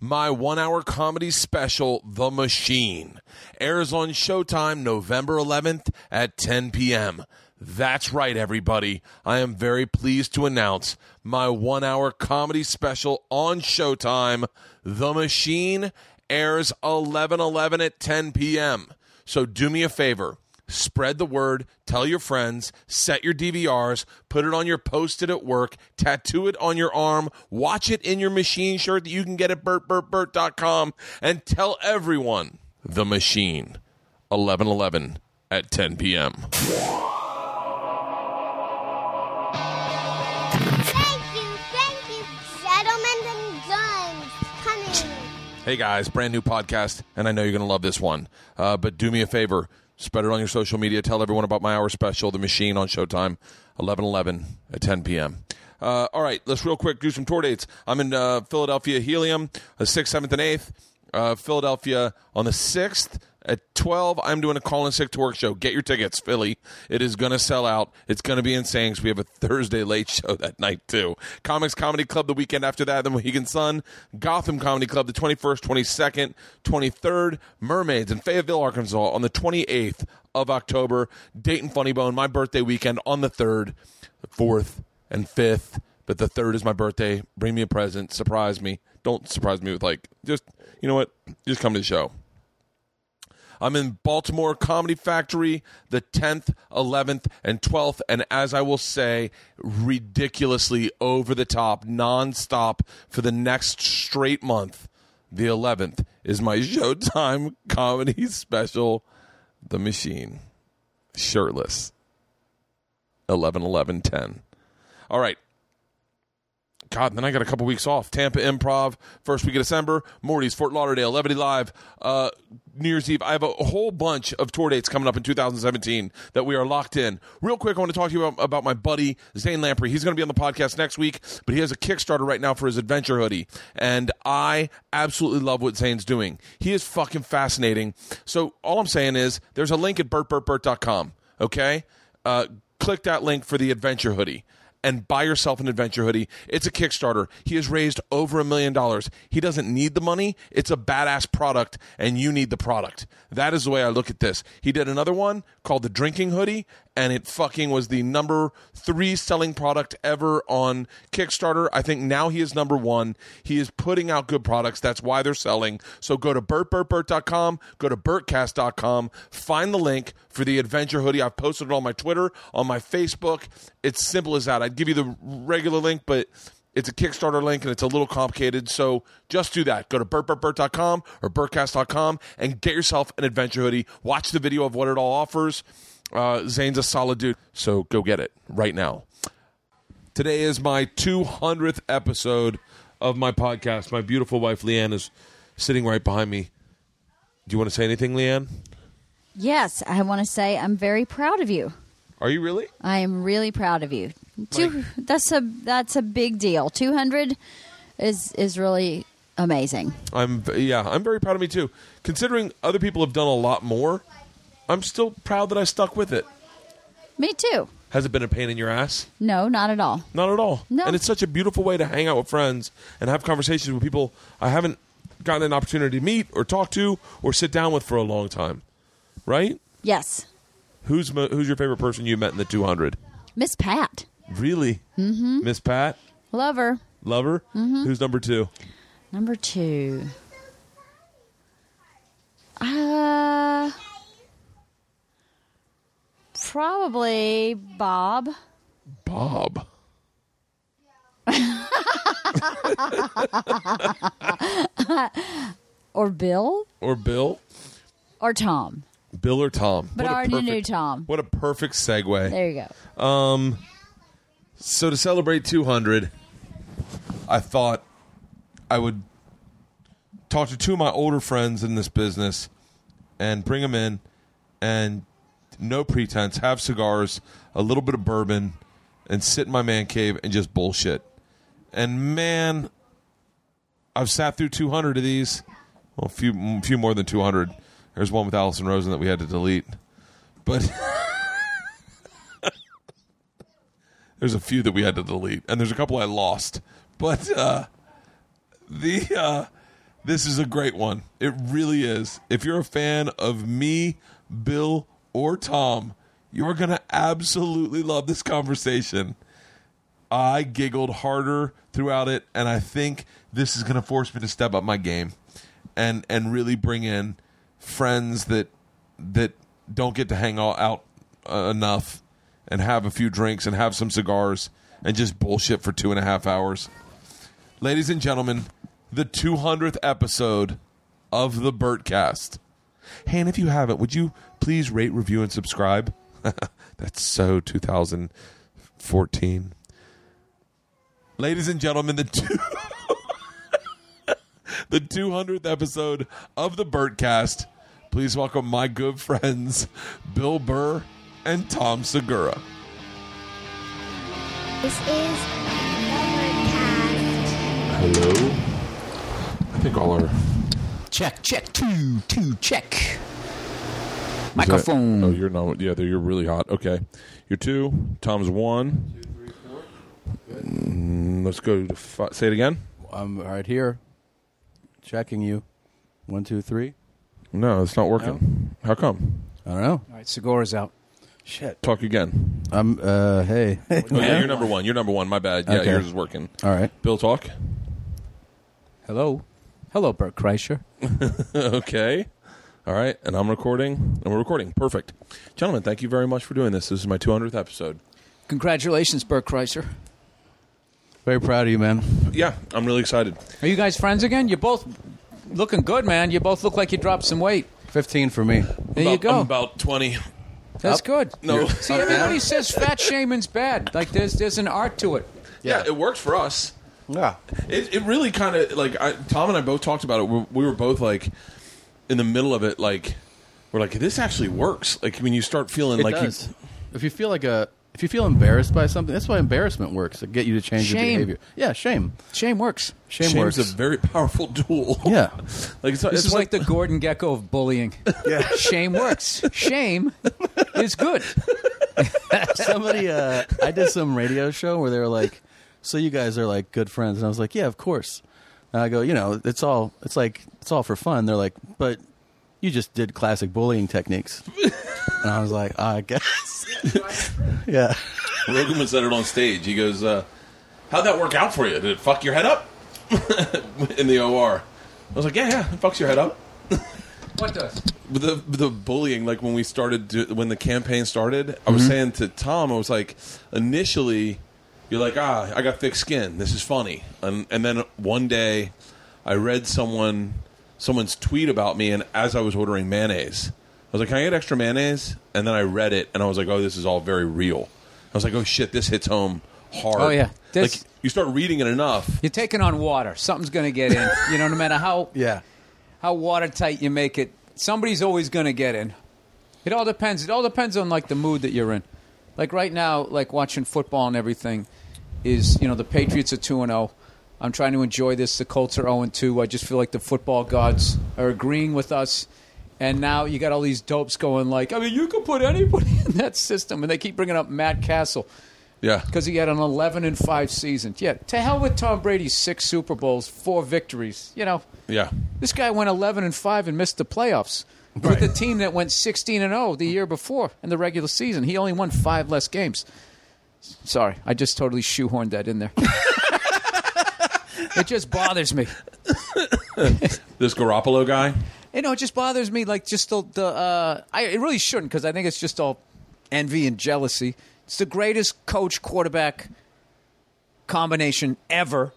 my one hour comedy special, The Machine, airs on Showtime November 11th at 10 p.m. That's right, everybody. I am very pleased to announce my one hour comedy special on Showtime, The Machine, airs 11 11 at 10 p.m. So do me a favor. Spread the word, tell your friends, set your DVRs, put it on your post it at work, tattoo it on your arm, watch it in your machine shirt that you can get at burtburtburt.com, and tell everyone the machine. 1111 at 10 p.m. Thank you, thank you, gentlemen and guns coming. Hey guys, brand new podcast, and I know you're going to love this one. Uh, but do me a favor, spread it on your social media. Tell everyone about my hour special, The Machine on Showtime, 11:11 at 10 p.m. Uh, all right, let's real quick do some tour dates. I'm in uh, Philadelphia Helium, the sixth, seventh, and eighth. Uh, Philadelphia on the sixth at twelve. I'm doing a call and sick to work show. Get your tickets, Philly. It is going to sell out. It's going to be insane. 'cause we have a Thursday late show that night too. Comics Comedy Club the weekend after that. Then Mohegan Sun, Gotham Comedy Club the 21st, 22nd, 23rd. Mermaids in Fayetteville, Arkansas on the 28th of October. Dayton Funny Bone, my birthday weekend on the third, fourth, and fifth. But the third is my birthday. Bring me a present. Surprise me. Don't surprise me with like just you know what? Just come to the show. I'm in Baltimore Comedy Factory the 10th, 11th, and 12th. And as I will say, ridiculously over the top, nonstop for the next straight month. The 11th is my Showtime comedy special, The Machine. Shirtless. 11 11 10. All right. God, then I got a couple weeks off. Tampa Improv, first week of December. Morty's, Fort Lauderdale, Levity Live, uh, New Year's Eve. I have a whole bunch of tour dates coming up in 2017 that we are locked in. Real quick, I want to talk to you about, about my buddy, Zane Lamprey. He's going to be on the podcast next week, but he has a Kickstarter right now for his adventure hoodie. And I absolutely love what Zane's doing. He is fucking fascinating. So all I'm saying is there's a link at burtburtburt.com, okay? Uh, click that link for the adventure hoodie and buy yourself an adventure hoodie. It's a Kickstarter. He has raised over a million dollars. He doesn't need the money. It's a badass product, and you need the product. That is the way I look at this. He did another one called the Drinking Hoodie, and it fucking was the number three selling product ever on Kickstarter. I think now he is number one. He is putting out good products. That's why they're selling. So go to burtburtburt.com, go to burtcast.com, find the link for the adventure hoodie. I've posted it on my Twitter, on my Facebook. It's simple as that. I'd give you the regular link, but it's a Kickstarter link and it's a little complicated. So just do that. Go to burtburtburt.com or burtcast.com and get yourself an adventure hoodie. Watch the video of what it all offers. Uh, Zane's a solid dude. So go get it right now. Today is my 200th episode of my podcast. My beautiful wife, Leanne, is sitting right behind me. Do you want to say anything, Leanne? Yes, I want to say I'm very proud of you. Are you really? I am really proud of you. Two, that's a that's a big deal. Two hundred is is really amazing. I'm yeah, I'm very proud of me too. Considering other people have done a lot more, I'm still proud that I stuck with it. Me too. Has it been a pain in your ass? No, not at all. Not at all. No. And it's such a beautiful way to hang out with friends and have conversations with people I haven't gotten an opportunity to meet or talk to or sit down with for a long time. Right? Yes, Who's mo- who's your favorite person you met in the 200? Miss Pat, Really? Mm-hmm. Miss Pat, lover lover. Who's number two? number two. Uh, probably Bob. Bob. or Bill Or Bill? or Tom. Bill or Tom? But What a I already knew perfect- Tom. What a perfect segue. There you go. So to celebrate 200, I thought I would talk to two of my older friends in this business and bring them in and no pretense, have cigars, a little bit of bourbon, and sit in my man cave and just bullshit. And man, I've sat through 200 of these, well, a few, a few more than 200. There's one with Allison Rosen that we had to delete, but. there's a few that we had to delete and there's a couple i lost but uh the uh This is a great one. It really is. If you're a fan of me, Bill, or Tom, you're going to absolutely love this conversation. I giggled harder throughout it, and I think this is going to force me to step up my game and and really bring in friends that that don't get to hang all out uh, enough and have a few drinks and have some cigars and just bullshit for two and a half hours. Ladies and gentlemen, the 200th episode of the Burtcast. Hey, and if you haven't, would you please rate, review, and subscribe? That's so 2014. Ladies and gentlemen, the two. the 200th episode of the Birdcast. Please welcome my good friends, Bill Burr and Tom Segura. This is Overcast. Hello. I think all our Check, check, two, two, check. Microphone. oh, you're not. Yeah, you're really hot. Okay, you're two. Tom's one. Mm, let's go to fi- say it again. I'm right here, checking you. One, two, three. No, it's not working. How come? I don't know. All right, Segura's out. Shit. Talk again. I'm. Uh. Hey. Oh, yeah, you're number one. You're number one. My bad. Yeah, Okay. yours is working. All right. Bill, talk. Hello. Hello, Bert Kreischer. Okay. All right. And I'm recording. And we're recording. Perfect. Gentlemen, thank you very much for doing this. This is my 200th episode. Congratulations, Bert Kreischer. Very proud of you, man. Yeah, I'm really excited. Are you guys friends again? You're both looking good, man. You both look like you dropped some weight. Fifteen for me. There you About- go. I'm about 20. That's good. No. See, everybody says fat shaming's bad. Like, there's there's an art to it. Yeah, it works for us. Yeah. It, it really kind of like I, Tom and I both talked about it. We, we were both like in the middle of it. Like we're like this actually works. Like when you start feeling It like does. if you feel like a, if you feel embarrassed by something, that's why embarrassment works to get you to change your Shame. behavior. Yeah. Shame. Shame works. Shame you, shame's works. a very powerful tool. yeah. like it's, This is like the Gordon Gecko of bullying. Yeah. Shame works. Shame is good. Somebody. Uh. I did some radio show where they were like, "So you guys are like good friends," and I was like, "Yeah, of course." And I go, you know, it's all, it's like, it's all for fun. They're like, but you just did classic bullying techniques. and I was like, I guess. yeah. Rogan said it on stage. He goes, uh, "How'd that work out for you? Did it fuck your head up?" in the OR, I was like, "Yeah, yeah, it fucks your head up." What does? the the bullying like when we started to, when the campaign started i was Mm-hmm. saying to tom i was like initially you're like ah i got thick skin this is funny and and then one day i read someone someone's tweet about me and as i was ordering mayonnaise i was like can i get extra mayonnaise and then i read it and i was like oh this is all very real i was like oh shit this hits home hard Oh, yeah. like This- you start reading it enough You're taking on water. Something's going to get in. You know, no matter how Yeah. how watertight you make it. Somebody's always going to get in. It all depends. It all depends on like the mood that you're in. Like right now, like watching football and everything is, you know, the Patriots are 2 and 0. I'm trying to enjoy this. The Colts are 0 and 2. I just feel like the football gods are agreeing with us. And now you got all these dopes going like, I mean, you could put anybody in that system and they keep bringing up Matt Castle yeah because he had an 11 and 5 season. Yeah, to hell with Tom Brady's 6 Super Bowls, 4 victories. You know, yeah this guy went 11 and 5 and missed the playoffs with the team that went 16 and 0 the year before in the regular season. He only won five less games. Sorry, I just totally shoehorned that in there. it just bothers me. this garoppolo guy You know, it just bothers me. Like, just the, the uh, I it really shouldn't because I think it's just all envy and jealousy. It's the greatest coach quarterback combination ever.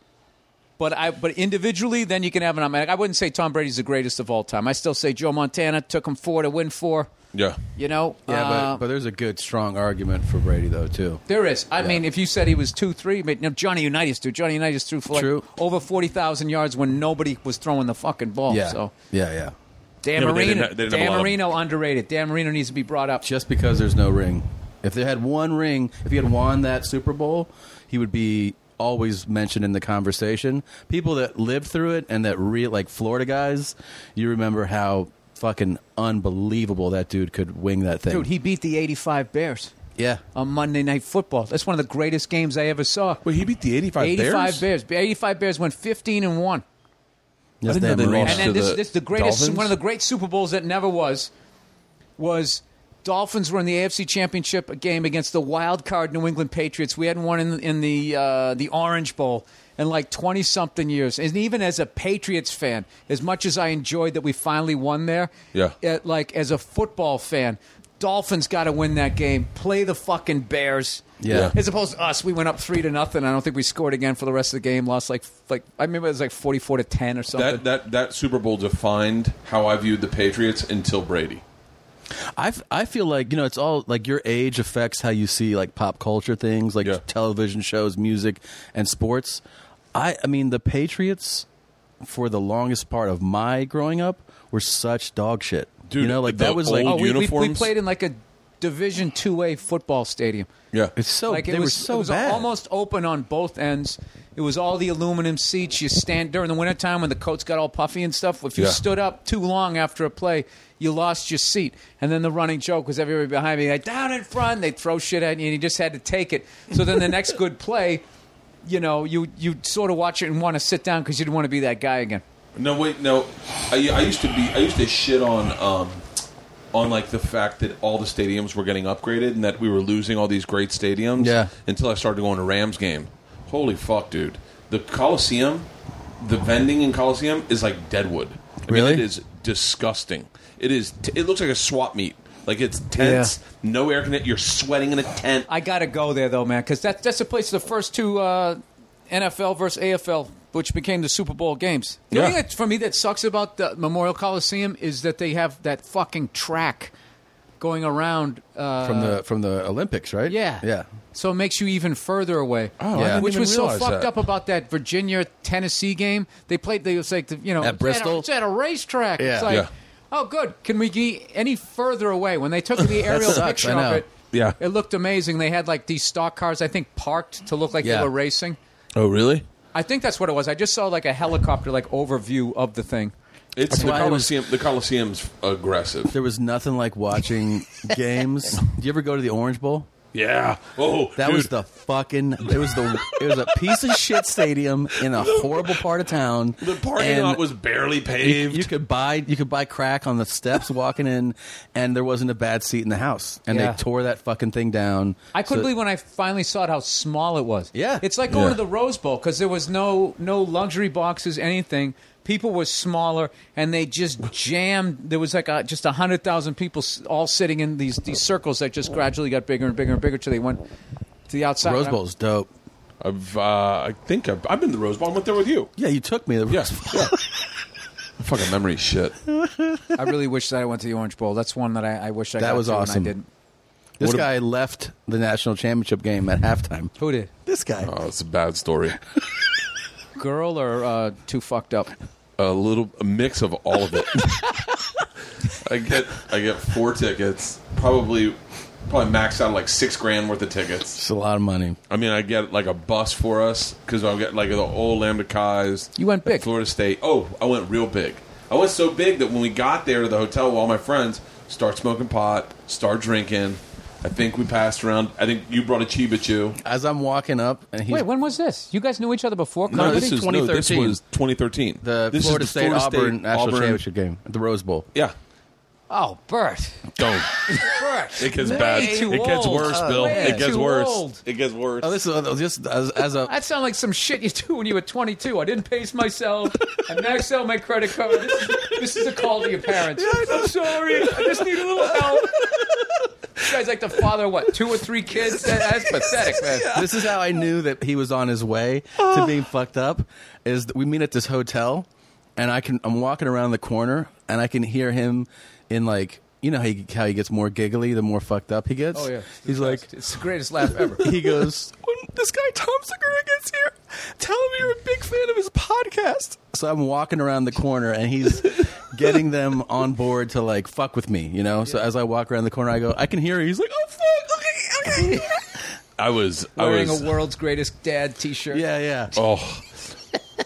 But I, but individually, then you can have an. I, mean, I wouldn't say Tom Brady's the greatest of all time. I still say Joe Montana took him four to win four. yeah You know, Yeah, Uh, but, but there's a good, strong argument for Brady, though, too. there is. I mean, if you said he was two three, but you know, Johnny Unitas too. Johnny Unitas threw for like True. over forty thousand yards when nobody was throwing the fucking ball. Yeah. So Yeah, yeah. Dan Yeah, but they Marino, didn't- they didn't have a Dan lot of- Marino underrated. Dan Marino needs to be brought up. Just because there's no ring. If they had one ring, if he had won that Super Bowl, he would be always mentioned in the conversation. People that lived through it and that real, like Florida guys, you remember how fucking unbelievable that dude could wing that thing. Dude, he beat the eighty-five Bears yeah. on Monday Night Football. That's one of the greatest games I ever saw. Wait, he beat the 85 Eighty-five Bears. Eighty-five Bears went fifteen and one. Yes, didn't know Dan they Marino. lost to And then this, the this the greatest, Dolphins? one of the great Super Bowls that never was, was Dolphins were in the AFC Championship game against the wild card New England Patriots. We hadn't won in, in the uh, the Orange Bowl in like twenty something years. And even as a Patriots fan, as much as I enjoyed that we finally won there, Yeah. uh, like as a football fan. Dolphins got to win that game. Play the fucking Bears. Yeah. As opposed to us, we went up three to nothing. I don't think we scored again for the rest of the game. Lost like like I remember it was like forty four to ten or something. That, that, that Super Bowl defined how I viewed the Patriots until Brady. I, f- I feel like you know it's all like your age affects how you see like pop culture things like Yeah. television shows music and sports i i mean the patriots for the longest part of my growing up were such dog shit Dude, you know like the that was old- like Oh, we, we, we uniforms? played in like a Division Two A football stadium. Yeah. it's so like it Oh, they was were so it was bad almost open on both ends. It was all the aluminum seats. You stand during the wintertime when the coats got all puffy and stuff. If you Yeah. stood up too long after a play, you lost your seat. And then the running joke was everybody behind me like down in front. They would throw shit at you, and you just had to take it. So then the next good play, you know, you you sort of watch it and want to sit down because you didn't want to be that guy again. No, wait, no. I, I used to be. I used to shit on, um, on like the fact that all the stadiums were getting upgraded and that we were losing all these great stadiums. Yeah. Until I started going to Rams game. Holy fuck, dude! The Coliseum, the vending in Coliseum is like Deadwood. I mean, Really? it is disgusting. It is. T- it looks like a swap meet. Like it's tense. No air conditioning. You're sweating in a tent. I gotta go there though, man, because that's that's the place the first two uh, NFL versus AFL, which became the Super Bowl games. The Yeah. only thing that for me that sucks about the Memorial Coliseum is that they have that fucking track going around uh, from the from the olympics right yeah yeah Oh, So it makes you even further away. I didn't which even was so realize fucked that. up about that Virginia Tennessee game. They played. They was like the, you know At it's Bristol? a- It's at a racetrack. Yeah. It's like, Yeah. oh good. Can we get any further away? When they took the aerial sucks, I picture know. of it, Yeah. it looked amazing. They had like these stock cars, I think, parked to look like Yeah. they were racing. Oh, really? I think that's what it was. I just saw like a helicopter like overview of the thing. It's the why I was- Coliseum. The Coliseum's aggressive. there was nothing like watching games do you ever go to the orange bowl Yeah. Oh, That was dude. the fucking. It was the. It was a piece of shit stadium in a horrible part of town. The parking And lot was barely You, paved. you could buy you could buy crack on the steps walking in, and there wasn't a bad seat in the house. And Yeah. they tore that fucking thing down. I couldn't So- believe when I finally saw it how small it was. Yeah. it's like going Yeah. to the Rose Bowl because there was no no luxury boxes, anything. People were smaller, and they just jammed. There was like a, just hundred thousand people s- all sitting in these these circles that just gradually got bigger and bigger and bigger till they went to the outside. Rose Bowl's dope. I've, uh, I think I've, I've been to the Rose Bowl. I went there with you. Yeah, you took me. to The Yeah. Rose Bowl. yeah. Fucking memory is shit. I really wish that I went to the Orange Bowl. That's one that I, I wish I That got was to and awesome. I didn't. This What a- guy left the national championship game at halftime. Who did? This guy. Oh, it's a bad story. Girl or uh, too fucked up? A little a mix of all of it. I get I get four tickets. Probably probably maxed out like six grand worth of tickets. It's a lot of money. I mean, I get like a bus for us because I get like the old Lambda Chi's. You went big. Florida State. Oh, I went real big. I went so big that when we got there to the hotel, with all my friends start smoking pot, start drinking. I think we passed around. I think you brought a Chiba Chew. As I'm walking up, and he's Wait, when was this? You guys knew each other before? No, comedy? this this is- 2013. was 2013. the This is Florida the State Auburn national Auburn- championship game, at the Rose Bowl. Yeah. oh, Bert. Don't. Bert. It gets Way bad. too It gets old. worse, Bill. Way It gets too worse. old. It gets worse. Oh, this is just as, as a That sounds like some shit you do when you were 22. I didn't pace myself. I maxed out my credit card. This is, this is a call to your parents. I'm sorry. I just need a little help. This guy's like the father of what, two or three kids? That- that's pathetic, man. this is how I knew that he was on his way to being fucked up. Is that we meet at this hotel, and I can I'm walking around the corner, and I can hear him in like you know how he, how he gets more giggly the more fucked up he gets. Oh, yeah. he's like It's the greatest laugh ever. he goes. When this guy Tom Segura gets here, tell him you're a big fan of his podcast. So I'm walking around the corner, and he's getting them on board to like fuck with me, you know. So as I walk around the corner, I go, I can hear. It. He's like, oh fuck, okay, okay. I was. Wearing I was, a world's greatest dad t shirt. yeah, yeah. Oh,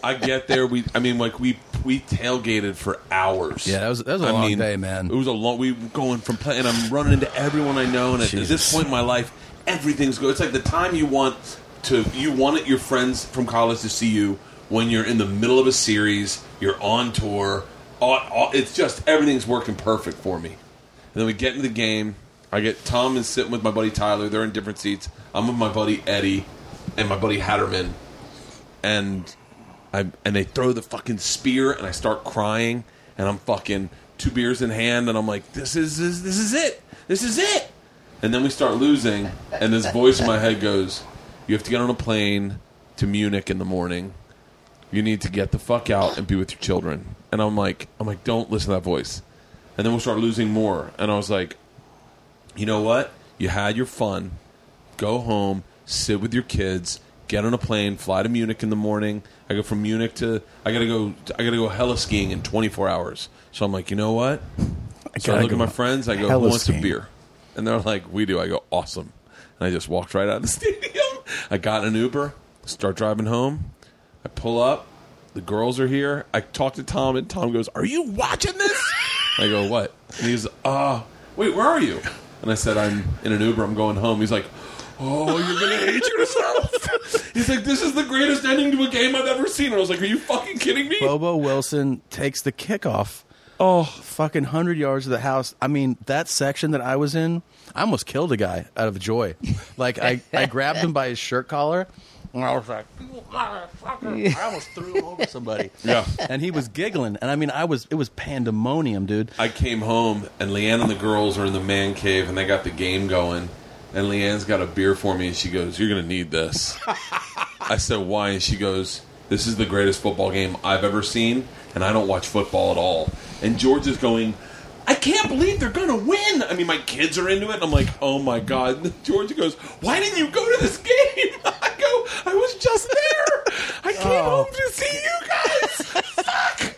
I get there. We, I mean, like we we tailgated for hours. Yeah, that was- that was a I long day, man. It was a long. We were going from play, and I'm running into everyone I know, and at, at this Jesus. point in my life, everything's good. It's like the time you want to you wanted your friends from college to see you when you're in the middle of a series, you're on tour. All, all, it's just everything's working perfect for me. And then we get into the game. I get Tom is sitting with my buddy Tyler. They're in different seats. I'm with my buddy Eddie and my buddy Hatterman. And I and they throw the fucking spear and I start crying and I'm fucking two beers in hand and I'm like, this is this, this is it. This is it. And then we start losing and this voice in my head goes, You have to get on a plane to Munich in the morning. You need to get the fuck out and be with your children. And I'm like I'm like, don't listen to that voice. And then we'll start losing more. And I was like, you know what? You had your fun. Go home, sit with your kids, get on a plane, fly to Munich in the morning. I go from Munich to I gotta go I gotta go hella skiing in 24 hours. So I'm like, you know what? So I gotta look go at my friends. I go, who hella wants a skiing." beer? And they're like, we do. I go, awesome. And I just walked right out of the stadium. I got in an Uber, start driving home. I pull up. The girls are here. I talk to Tom, and Tom goes, "Are you watching this?" I go, "What?" And he's, "Uh, wait, where are you?" And I said, "I'm in an Uber. I'm going home." He's like, "Oh, you're gonna hate yourself." he's like, "This is the greatest ending to a game I've ever seen." And I was like, "Are you fucking kidding me?" Bobo Wilson takes the kickoff. Oh, fucking hundred yards of the house. I mean, that section that I was in, I almost killed a guy out of joy. Like I, I grabbed him by his shirt collar, and I was like, "You motherfucker!" I almost threw him over somebody. Yeah. and he was giggling, and I mean, I was. It was pandemonium, dude. I came home and Leanne and the girls are in the man cave and they got the game going. And Leanne's got a beer for me and she goes, You're going to need this. I said, Why? And she goes, This is the greatest football game I've ever seen and I don't watch football at all. And George is going, I can't believe they're going to win. I mean, my kids are into it and I'm like, Oh my God. And George goes, Why didn't you go to this game? I go, I was just there. I came home to see you guys. Fuck.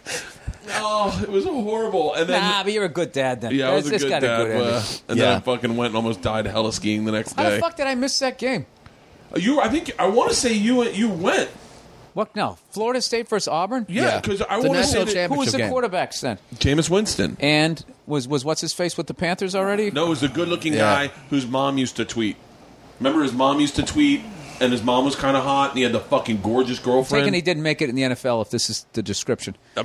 Oh, it was horrible. And then Nah, but you're a good dad then. yeah, I was It's- a it's good got dad, a good but- ending. and then Yeah. I fucking went and almost died hella skiing the next How day. the fuck did I miss that game? You, I think I want to say you went- you went. What now? Florida State versus Auburn? Yeah, because I The want to say national that champ- Who was the game. quarterbacks then? Jameis Winston. And was was what's his face with the Panthers already? No, it was a good-looking Yeah. guy whose mom used to tweet. Remember, his mom used to tweet, and his mom was kind of hot, and he had the fucking gorgeous girlfriend. Taking he didn't make it in the NFL if this is the description. yeah,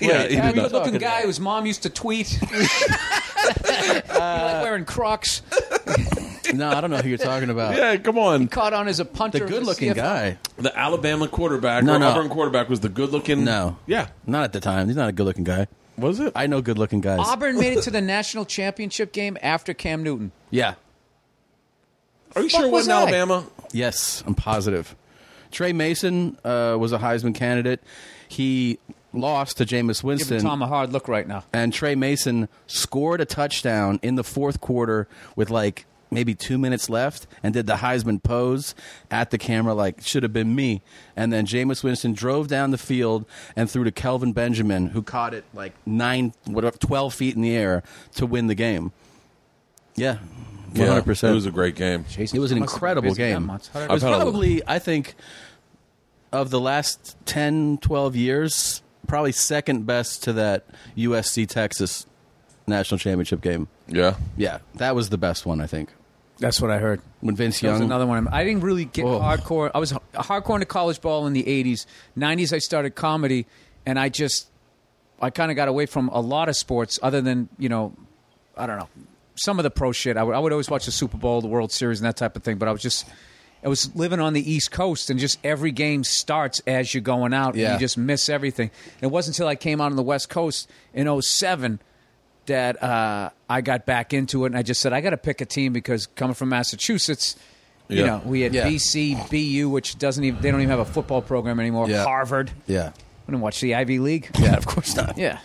he Yeah, did not. good looking guy whose mom used to tweet. He liked wearing Crocs. No, I don't know who you're talking about. Yeah, come on. Caught on as a punter. The for good-looking CFL. guy. The Alabama quarterback, No, or no. Auburn quarterback, was the good-looking. No. Yeah. Not at the time. He's not a good-looking guy. Was it? I know good-looking guys. Auburn made it to the national championship game after Cam Newton. yeah. Are you sure it was wasn't I? Alabama? Yes, I'm positive. Trey Mason uh, was a Heisman candidate. He lost to Jameis Give Winston. Tom a hard look right now. and Trey Mason scored a touchdown in the fourth quarter with like maybe two minutes left and did the Heisman pose at the camera like should have been me. And then Jameis Winston drove down the field and threw to Kelvin Benjamin, who caught it like nine whatever twelve feet in the air to win the game. Yeah. One hundred It percent. was a great game. It was an Must have been incredible busy that game. month. How did It was I've had a- probably, I think, of the last 10, 12 years, probably second best to that USC Texas national championship game. Yeah. Yeah, that was the best one, I think. That's what I heard. When Vince That was Young. Oh. another one. I didn't really get Whoa. hardcore. I was h- hardcore into college ball in the '80s, '90s. I started comedy, and I just, I kind of got away from a lot of sports, other than you know, I don't know, some of the pro shit. I would, I would always watch the Super Bowl, the World Series, and that type of thing. But I was just, I was living on the East Coast, and just every game starts as you're going out, Yeah. and you just miss everything. And it wasn't until I came out on the West Coast in '07 that uh, I got back into it, and I just said I got to pick a team because coming from Massachusetts, you Yeah. know, we had Yeah. BC, BU, which doesn't even they don't even have a football program anymore. Yeah. Harvard, Yeah. I didn't watch the Ivy League. Yeah, of course not. Yeah.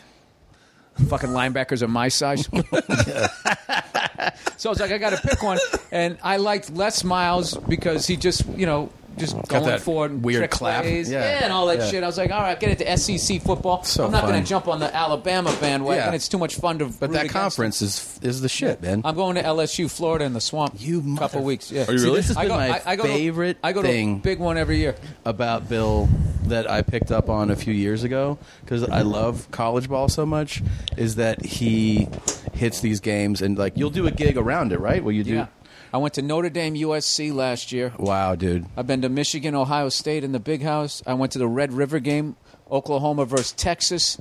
Fucking linebackers are my size. so I was like, I got to pick one, and I liked Les Miles because he just, you know, just going that for it and weird trick clap. plays, Yeah. and all that Yeah. shit. I was like, all right, get into SEC football. So I'm not fun. to jump on the Alabama bandwagon. Yeah. It's too much fun to. But root that against them. conference is is the shit, man. I'm going to LSU, Florida, in the swamp. You couple mother- weeks. Yeah. Oh, Are you See, really? this has I been go, my I, I go favorite To, I go thing. to a big one every year. about Bill that I picked up on a few years ago because I love college ball so much is that he hits these games and like you'll do a gig around it, right? Well, you do Yeah. I went to Notre Dame, USC last year. Wow, dude. I've been to Michigan, Ohio State in the Big House. I went to the Red River game, Oklahoma versus Texas.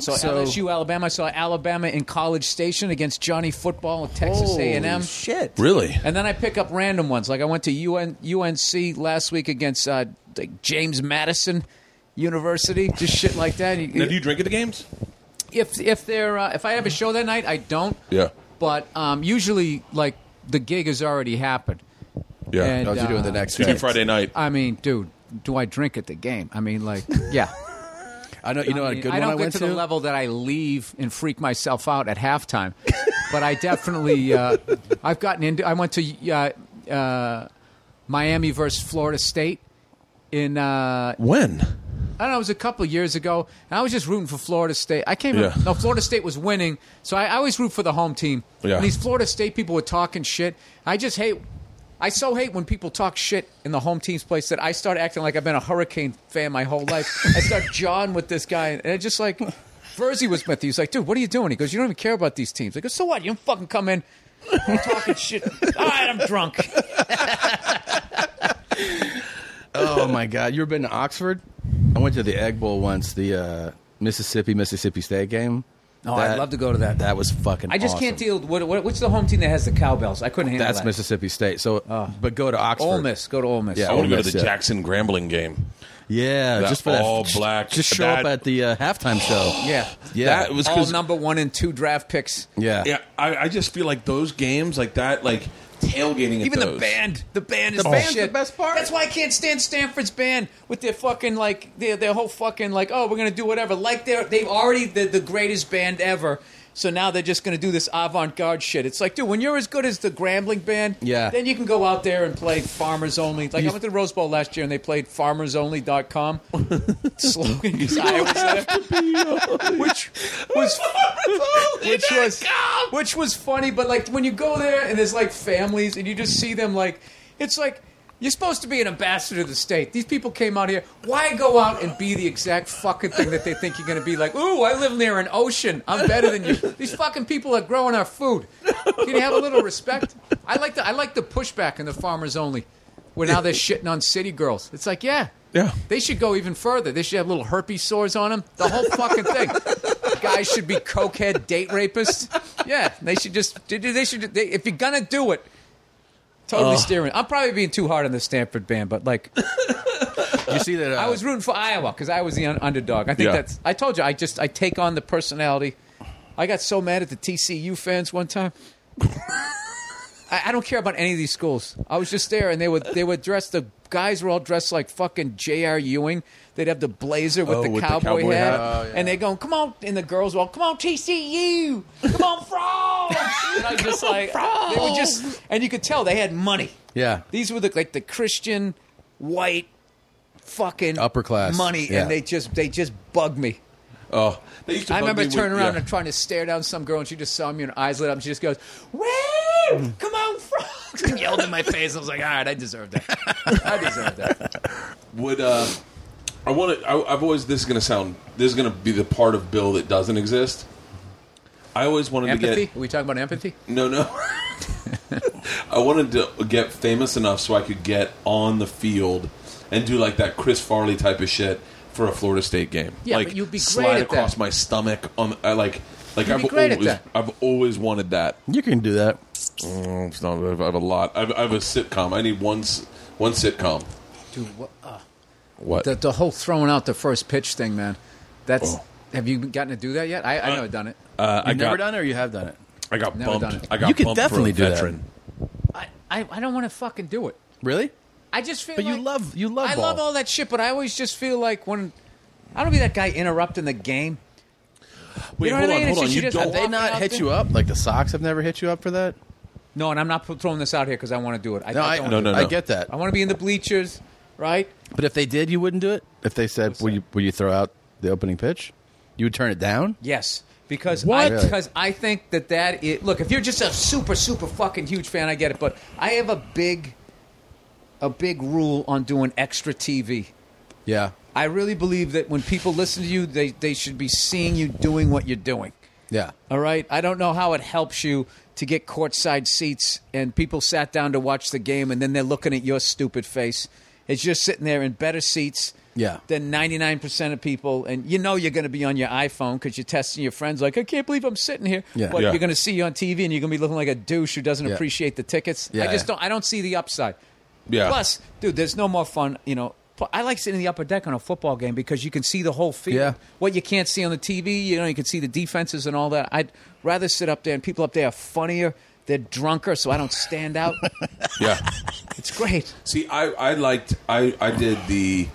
So, LSU, Alabama. I saw Alabama in College Station against Johnny Football and Texas A&M. Shit. Really? And then I pick up random ones. Like I went to UN, UNC last week against uh, like James Madison University, just shit like that. You- Now, do you drink at the games? if if they're uh, if I have a show that night, I don't. Yeah. But um, usually, like the gig has already happened. Yeah. And, No, How's you doing the uh, next you day? do Friday night. I mean, dude, do I drink at the game? I mean, like, yeah. I know. You I know what a mean, good I one don't I get went to the level that I leave and freak myself out at halftime, but I definitely uh, I've gotten into. I went to uh, uh, Miami versus Florida State in uh, when? I don't know, it was a couple of years ago, and I was just rooting for Florida State. I can't remember. Yeah. No, Florida State was winning, so I, I always root for the home team. Yeah. And these Florida State people were talking shit. I just hate. I so hate when people talk shit in the home team's place that I start acting like I've been a Hurricane fan my whole life. I start jawing with this guy, and it just like. Verzi was with me. He's like, dude, what are you doing? He goes, you don't even care about these teams. I go, so what? You don't fucking come in talking shit. All right, I'm drunk. oh my god, you ever been to Oxford? I went to the Egg Bowl once, the uh, Mississippi Mississippi State game. Oh, I'd love to go to that. That was fucking. I just can't awesome. deal. What, what, what's the home team that has the cowbells? I couldn't handle That's that. Oh. Mississippi State. So, but go to Oxford. Ole Miss. Go to Ole Miss. Yeah, I want to go to Ole the Miss, yeah. Jackson Grambling game. Yeah, That just for that all just- black- Just show that- up at the uh, halftime show. Yeah. Yeah. That was All 'cause- number one and two draft picks. yeah, Yeah, I, I just feel like those games like that, like tailgating. At Even the those. band. The band is the band's shit. the best part. That's why I can't stand Stanford's band with their fucking like their their whole fucking like, oh, we're gonna do whatever. Like they're they've already the the greatest band ever. So now they're just going to do this avant-garde shit. It's like, dude, when you're as good as the Grambling band, Yeah. then you can go out there and play Farmers Only. Like I went to the Rose Bowl last year and they played FarmersOnly.com slogan because Iowa said it. which was which was which was funny. But like when you go there and there's like families and you just see them like it's like you're supposed to be an ambassador to the state. These people came out here. Why go out and be the exact fucking thing that they think you're going to be? Like, ooh, I live near an ocean. I'm better than you. These fucking people are growing our food. Can you have a little respect? I like the I like the pushback in the farmers only. Where now they're shitting on city girls. It's like, yeah, Yeah. They should go even further. They should have little herpes sores on them. The whole fucking thing. Guys should be cokehead date rapists. Yeah, they should just. They should. They, if you're gonna do it, totally steering. I'm probably being too hard on the Stanford band, but like, you see that? Uh, I was rooting for Iowa because I was the un- underdog. I think Yeah. that's. I told you, I just I take on the personality. I got so mad at the TCU fans one time. I, I don't care about any of these schools. I was just there, and they were they were dressed. The guys were all dressed like fucking J.R. Ewing. They'd have the blazer with, Oh, the, with the cowboy cowboy hat, hat. Oh, and they're going, "Come on!" And the girls were all, "Come on, TCU! Come on, frogs!" and I was just like, they were just, and you could tell they had money. Yeah. these were the like the Christian white fucking Upper class. money, Yeah. and they just they just bugged me. Oh, they used to I bug remember me turning with, around yeah. and trying to stare down some girl, and she just saw me, and her eyes lit up, and she just goes, "Woo! Come on, frogs!" and Mm. yelled in my face. I was like, "All right, I deserve that. I deserve that." would uh I want to. I, I've always. This is going to sound. This is going to be the part of Bill that doesn't exist. I always wanted to Empathy? get. Are we talking about empathy? No, no. I wanted to get famous enough so I could get on the field and do like that Chris Farley type of shit for a Florida State game. Yeah, like but you'd be great slide at that. across my stomach on. I like. Like You'd I've be great at always, that. I've always wanted that. you can do that. Mm, It's not, I have- I have a lot. I have, I have a sitcom. I need one s- one sitcom. Dude, what, uh, What? the, the whole throwing out the first pitch thing, man. That's Oh. have you gotten to do that yet? I, I never done it. uh, I You've never got. done it, or you have done it. I got Never done bumped. it. I got You could bumped for a definitely do that. veteran. I, I, I don't want to fucking do it. Really? I just feel. But you like- love- you love I ball. love all that shit, but I always just feel like when I don't be that guy interrupting the game. Wait, You know hold what I on, mean? It's hold on. You just you just- don't. They Walking not out hit there? you up like the Sox have never hit you up for that. No, and I'm not p- throwing this out here because I want to do it. I, No, I, don't No, wanna do no, I no. get that. it. I want to be in the bleachers, right? But if they did, you wouldn't do it. If they said, "Will you will you throw out the opening pitch?" You would turn it down. Yes, because What? I because I think that that is, look. If you're just a super super fucking huge fan, I get it. But I have a big, a big rule on doing extra TV. Yeah. I really believe that when people listen to you, they, they should be seeing you doing what you're doing. Yeah. All right. I don't know how it helps you to get courtside seats, and people sat down to watch the game, and then they're looking at your stupid face. It's just sitting there in better seats Yeah. than 99% of people. And you know you're going to be on your iPhone because you're testing your friends, like, I can't believe I'm sitting here. Yeah. But Yeah. you're going to see you on TV, and you're going to be looking like a douche who doesn't Yeah. appreciate the tickets. I Yeah, just yeah. don't. I don't see the upside. Yeah. Plus, dude, there's no more fun. You know, Pl- I like sitting in the upper deck on a football game because you can see the whole field. Yeah. What you can't see on the TV, you know, you can see the defenses and all that. I'd rather sit up there, and people up there are funnier. They're drunker, so I don't stand out. Yeah. it's great. See, I, I liked I, I did the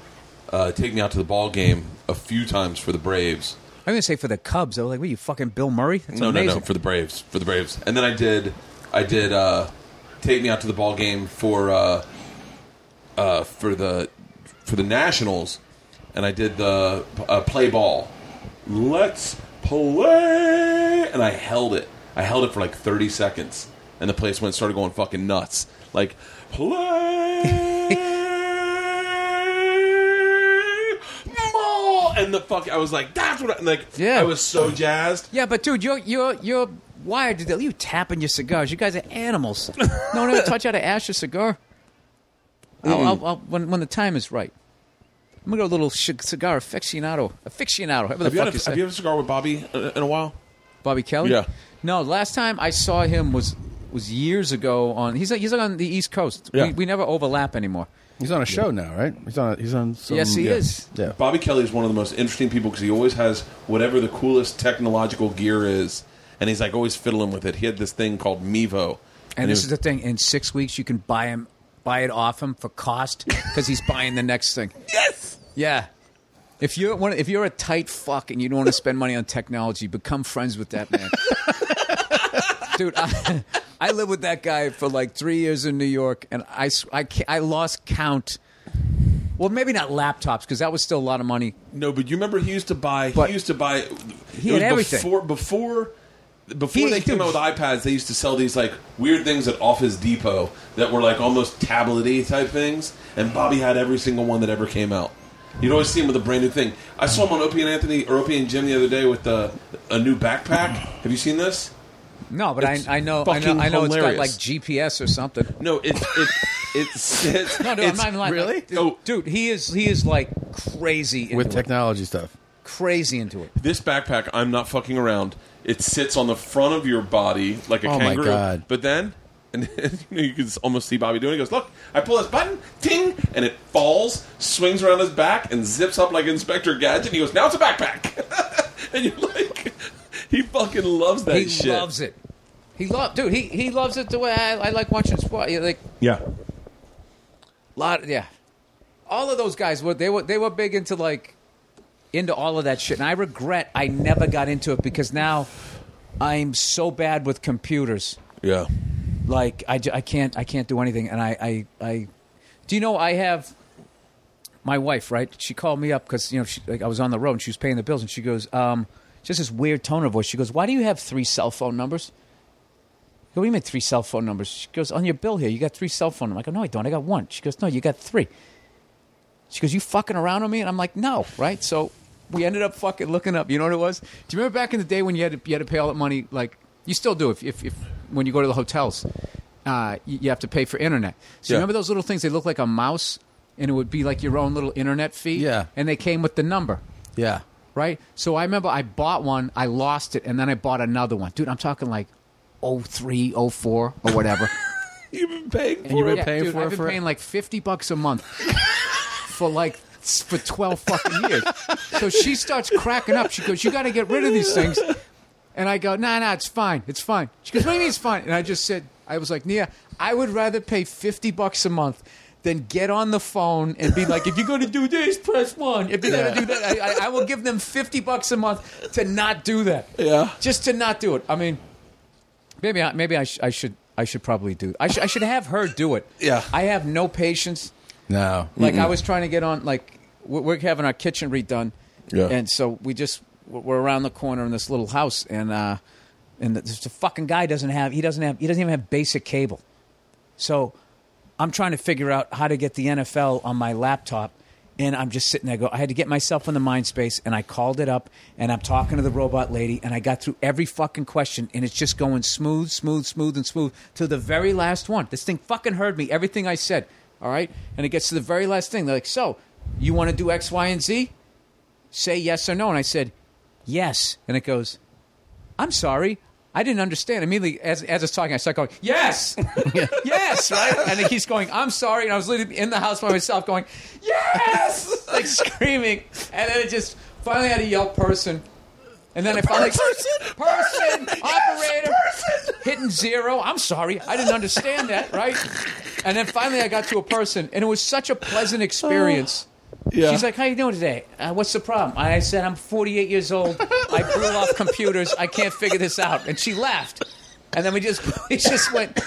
uh, take me out to the ball game a few times for the Braves. I'm gonna say for the Cubs, I was like, "What you fucking Bill Murray?" That's no, amazing. no, no, for the Braves, for the Braves. And then I did I did uh, take me out to the ball game for uh, uh, for the for the Nationals, and I did the uh, play ball. Let's play, and I held it. I held it for like thirty seconds, and the place went started going fucking nuts. Like play. ball," And the fuck, I was like, that's what I like. Yeah. I was so jazzed. Yeah, but dude, you're you're you're wired to deal. You tapping your cigars. You guys are animals. no one ever taught you how to ash a cigar. I'll, I'll, I'll, when when the time is right, I'm gonna go a little c- cigar aficionado. Aficionado. Whatever the Have you, fuck had a, you say. have you had a cigar with Bobby uh, in a while? Bobby Kelly. Yeah. No, last time I saw him was was years ago on. He's like, he's like on the East Coast. Yeah. We, we never overlap anymore. He's on a show now, right? He's on. He's on. Some, Yes, he yeah. is. Yeah. Bobby Kelly is one of the most interesting people because he always has whatever the coolest technological gear is, and he's like always fiddling with it. He had this thing called Mevo, And, it this was- is the thing: in six weeks, you can buy him, buy it off him for cost because he's buying the next thing. Yes. Yeah. If you're one, if you're a tight fuck and you don't want to spend money on technology, become friends with that man, dude. I, I lived with that guy for like three years in New York, and I s- I ca- I lost count. Well, maybe not laptops because that was still a lot of money. no, but you remember he used to buy. But- he used to buy. He it was had everything. before before. Before He- they came out with iPads, they used to sell these like weird things at Office Depot that were like almost tablet-y type things, and Bobby had every single one that ever came out. You'd always see him with a brand new thing. I saw him on Opie and Anthony or Opie and Jim the other day with uh a new backpack. Have you seen this? No, but I, It's I know I know fucking I know hilarious. it's got like GPS or something. No, it it it sits. No, no, I'm it's- not even lying. really? Like, Oh. dude, he is he is like crazy into With it. technology stuff. crazy into it. This backpack, I'm not fucking around. It sits on the front of your body like a Oh my kangaroo. God. But then, and then, you, know, you can almost see Bobby doing. it. He goes, "Look, I pull this button, ting, and it falls, swings around his back, and zips up like Inspector Gadget." He goes, "Now it's a backpack," and you're like, "He fucking loves that He shit." loves it. He love dude. He he loves it the way I, I like watching sport. Yeah, Like Yeah, lot, yeah. All of those guys were they were they were big into like into all of that shit, and I regret I never got into it because now I'm so bad with computers. yeah. like I, ju- I can't I can't do anything and I, I I do you know I have my wife right she called me up because you know she, like I was on the road and she was paying the bills and she goes um just this weird tone of voice she goes why do you have three cell phone numbers I go, what do you mean three cell phone numbers she goes on your bill here you got three cell phone numbers I go no I don't I got one she goes no you got three she goes you fucking around on me and I'm like no right so we ended up fucking looking up you know what it was do you remember back in the day when you had to, you had to pay all that money like you still do if, if, if when you go to the hotels uh, you, you have to pay for internet so you Yeah. remember those little things they look like a mouse and it would be like your own little internet fee Yeah. and they came with the number Yeah. right? So I remember I bought one, I lost it, and then I bought another one. Dude, I'm talking like 03, 04, or whatever. You've been paying you for were it. Yeah, paying dude, for I've it been for- paying like 50 bucks a month for like s- for 12 fucking years. so she starts cracking up. She goes, "You got to get rid of these things." And I go, "Nah, nah, it's fine. It's fine." She goes, "What do you mean it's fine?" And I just said, I was like, "Nia, I would rather pay 50 bucks a month than get on the phone and be like, if you're going to do this, press one. If you're going to do that, I, I, I will give them 50 bucks a month to not do that. Yeah. Just to not do it. I mean, Maybe I, maybe I, sh- I should I should probably do. I, sh- I should have her do it. Yeah. I have no patience. No. Like I was trying to get on. Like we're, we're having our kitchen redone. Yeah. And so we just we're- we're around the corner in this little house, and uh, and the, the fucking guy doesn't have he doesn't have he doesn't even have basic cable. So I'm trying to figure out how to get the NFL on my laptop. And I'm just sitting there. Go. I had to get myself in the mind space, and I called it up, and I'm talking to the robot lady, and I got through every fucking question, and it's just going smooth, smooth, smooth, and smooth to the very last one. This thing fucking heard me, everything I said. All right, and it gets to the very last thing. They're like, "So, you want to do X, Y, and Z? Say yes or no." And I said, "Yes," and it goes, I'm sorry. I didn't understand. Immediately, as, as I was talking, I start going, yes, yes, right? And it keeps going, I'm sorry. And I was literally in the house by myself going, yes, like screaming. And then it just finally I had to yell person. And then I finally, person, person, operator, hitting zero. I'm sorry. I didn't understand that, right? And then finally I got to a person, and it was such a pleasant experience. Yeah. She's like, "How you doing today? Uh, what's the problem?" I said, "I'm 48 years old. I blew off computers. I can't figure this out." And she laughed, and then we just we just went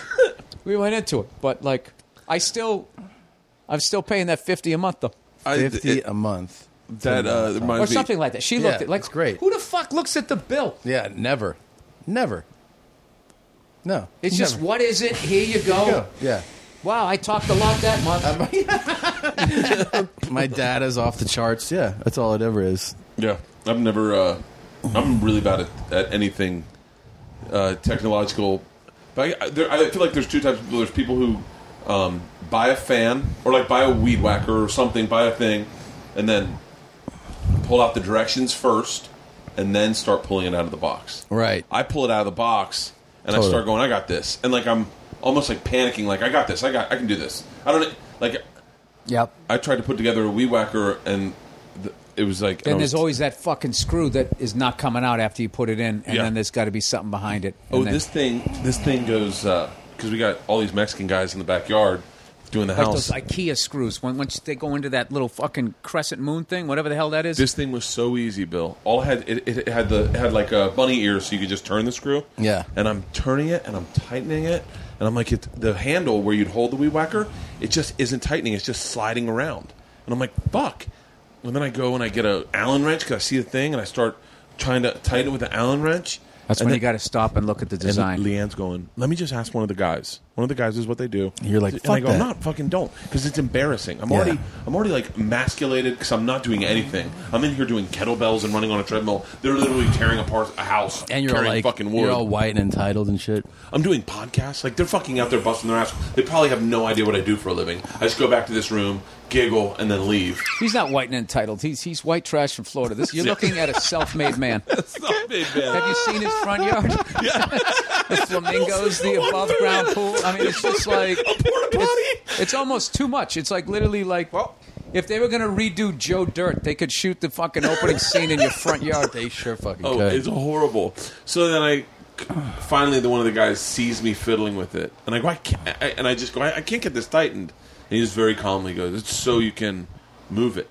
we went into it. But like, I still I'm still paying that 50 a month though, I, fifty it- a month. that uh, or reminds me- something like that. She Yeah, looked at like it's great. Who the fuck looks at the bill? Yeah, never, never. No, It's just never. what is it? Here you go. Go. Yeah, Wow, I talked a lot that month. my dad is off the charts. Yeah, that's all it ever is. Yeah, I've never. Uh, I'm really bad at, at anything uh, technological. But I, I- there, I feel like there's two types of people. There's people who um, buy a fan or like buy a weed whacker or something, buy a thing, and then pull out the directions first, and then start pulling it out of the box. Right. I pull it out of the box and I Totally. start going, I got this, and like I'm almost like panicking, like I got this, I got, I can do this. I don't like. Yep. I tried to put together a weed whacker and. th- It was like and I Then was- there's always that fucking screw that is not coming out after you put it in, and Yeah. then there's got to be something behind it. Oh, And then- this thing, this thing goes because we got all these Mexican guys in the backyard doing the Like house. those IKEA screws. When once they go into that little fucking crescent moon thing, whatever the hell that is. this thing was so easy, Bill. All it had it, it had the it had like a bunny ear, so you could just turn the screw. Yeah. And I'm turning it, and I'm tightening it, and I'm like, it, the handle where you'd hold the weed whacker, it just isn't tightening. It's just sliding around, and I'm like, fuck. And then I go and I get a Allen wrench because I see the thing, and I start trying to tighten it with the Allen wrench. That's and when then- you got to stop and look at the And design. Leanne's going, let me just ask one of the guys. One of the guys is what they do. And you're like, and "Fuck I go, that." not fucking don't, because it's embarrassing. I'm Yeah. already, I'm already like emasculated because I'm not doing anything. I'm in here doing kettlebells and running on a treadmill. They're literally tearing apart a house And you're all carrying like fucking wood. you're all white and entitled and shit. I'm doing podcasts. Like they're fucking out there busting their ass. They probably have no idea what I do for a living. I just go back to this room, giggle, and then leave. He's not white and entitled. He's he's white trash from Florida. This you're Yeah. looking at a self-made man. Stop it, Have man. you seen his front yard? the flamingos, the above-ground pool. I mean, it's just like it's, it's almost too much. It's like literally like well. If they were going to redo Joe Dirt, they could shoot the fucking opening scene in your front yard. They sure fucking Oh, it's horrible. So then I finally, the one of the guys sees me fiddling with it, and I go, I can't, I, and I just go, I, I can't get this tightened. And he just very calmly goes, "It's so you can move it,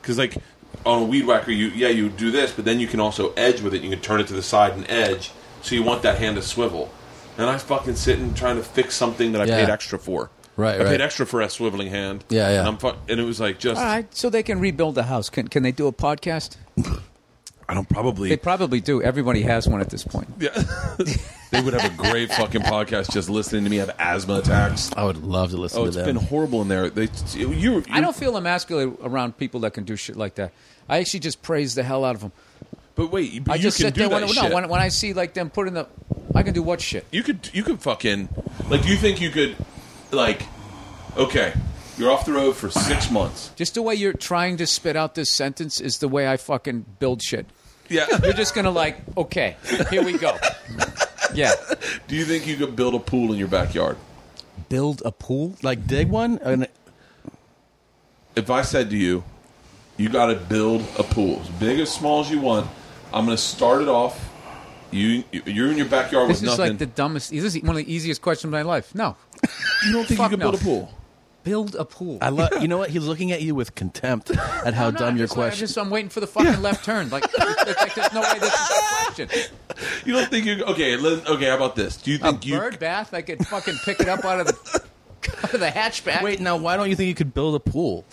because like on a weed whacker, you yeah you do this, but then you can also edge with it. You can turn it to the side and edge, so you want that hand to swivel." And I fucking sitting trying to fix something that I Yeah. paid extra for. Right, I right. paid extra for a swiveling hand. Yeah, yeah. And, I'm fuck, and it was like just All right, so they can rebuild the house. Can can they do a podcast? I don't probably They probably do. Everybody has one at this point. They would have a great fucking podcast just listening to me have asthma attacks. I would love to listen Oh, to it's them. been horrible in there. They, you, you, I don't feel emasculated around people that can do shit like that. I actually just praise the hell out of them. But wait, but I you just can sit do there that when, shit. no, when, when I see like them putting the, I can do what shit? you could, you could fucking like. You think you could, like, okay, you're off the road for six months. Just the way you're trying to spit out this sentence is the way I fucking build shit. Yeah. You're just gonna like, okay, here we go. Yeah, do you think you could build a pool in your backyard? build a pool. like dig one and If I said to you, you got to build a pool as big as small as you want. I'm going to start it off. You, you're in your backyard This with is nothing. like the dumbest. This is one of the easiest questions of my life. No, you don't think you fuck could no. build a pool? build a pool. I love you know what he's looking at you with contempt at how I'm not. dumb your That's why I'm question. just- I'm waiting for the fucking left turn. Like, it's like, there's no way this is a question. You don't think you okay? Let, okay, how about this? Do you A think you bird bath, I could fucking pick it up out of the out of the hatchback. Wait, now why don't you think you could build a pool?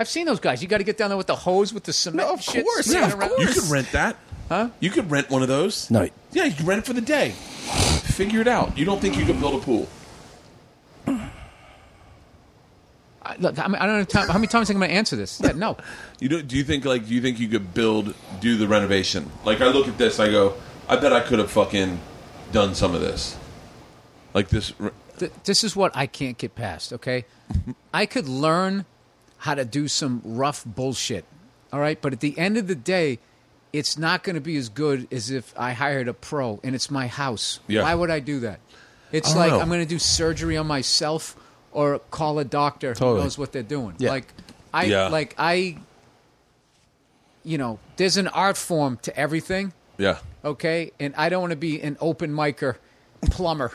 I've seen those guys. You got to get down there with the hose with the cement. No, and of shit course. spinning Yeah, of around. You could rent that, huh? You could rent one of those. No. Yeah, you could rent it for the day. Figure it out. You don't think you could build a pool? I, look, I, mean, I don't have time. How many times am I going to answer this? Yeah, no. You do, do you think like do you think you could build do the renovation? Like I look at this, I go, I bet I could have fucking done some of this. Like this, re- Th- this is what I can't get past, okay? I could learn how to do some rough bullshit, all right? But at the end of the day, it's not going to be as good as if I hired a pro and it's my house. Yeah. Why would I do that? It's don't like know. I'm going to do surgery on myself or call a doctor Totally. who knows what they're doing. Yeah. Like I Yeah. like I you know, there's an art form to everything yeah, okay? And I don't want to be an open micer plumber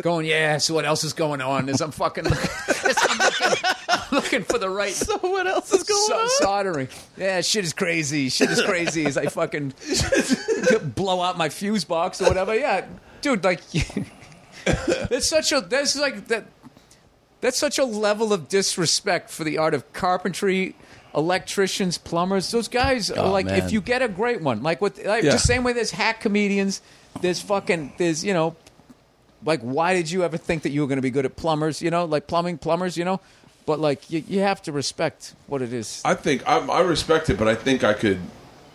going, yeah, so what else is going on? Is I'm fucking I'm looking, I'm looking for the right So what else is going so- on? soldering. Yeah, shit is crazy. Shit is crazy as I fucking blow out my fuse box or whatever. Yeah, dude, like that's such a that's like that that's such a level of disrespect for the art of carpentry. Electricians, plumbers, those guys are Oh, like man. if you get a great one, like with like, Yeah. the same way there's hack comedians, there's fucking there's you know like why did you ever think that you were going to be good at plumbers you know like plumbing plumbers you know but like you, you have to respect what it is I think I, I respect it, but I think I could.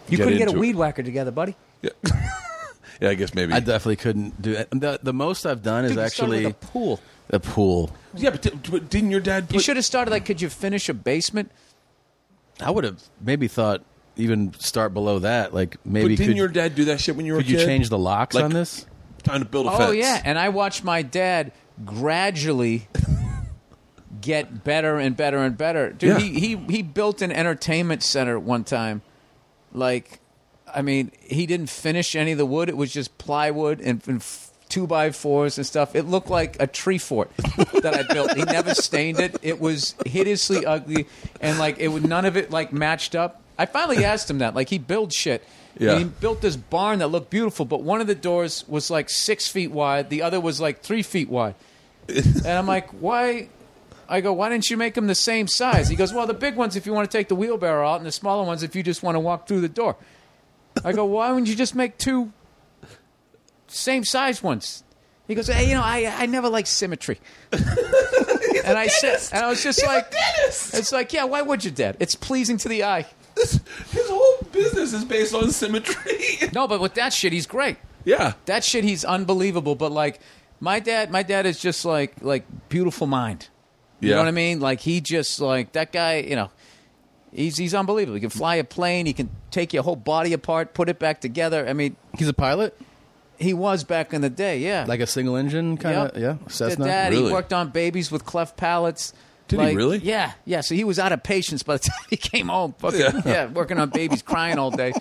you couldn't get a into weed It. whacker together buddy Yeah. yeah, I guess maybe. I definitely couldn't do it. The, the most I've done is Dude, you started actually with a pool a pool. yeah, but, di- but didn't your dad? Put, you should have started like could you finish a basement I would have maybe thought even start below that. Like But maybe didn't could, your dad do that shit when you were? could a you kid? change the locks Like- on this? Time to build a fence. oh yeah and i watched my dad gradually get better and better and better dude Yeah. he, he he built an entertainment center one time like i mean he didn't finish any of the wood it was just plywood and, and f- two by fours and stuff it looked like a tree fort that i built he never stained it it was hideously ugly and like it would none of it like matched up i finally asked him that like he built shit Yeah. And he built this barn that looked beautiful but one of the doors was like six feet wide the other was like three feet wide and i'm like why I go, why didn't you make them the same size? He goes, well, the big ones if you want to take the wheelbarrow out, and the smaller ones if you just want to walk through the door. I go, why wouldn't you just make two same size ones? He goes, hey, you know, I I never like symmetry. and I said, and I was just like, it's like, yeah, why would you, Dad? It's pleasing to the eye. His whole business is based on symmetry. No, but with that shit, he's great. yeah, That shit, he's unbelievable. But like, my dad, my dad is just like like beautiful mind. You Yeah. know what I mean? Like he just like that guy. You know, he's he's unbelievable. He can fly a plane. He can take your whole body apart, put it back together. I mean, He's a pilot, he was back in the day. Yeah, like a single engine kind of. Yeah, Cessna. Did that. Really? He worked on babies with cleft palates. Did he Like, really? Yeah, yeah. So he was out of patience by the time he came home. Fucking, yeah. working on babies, crying all day.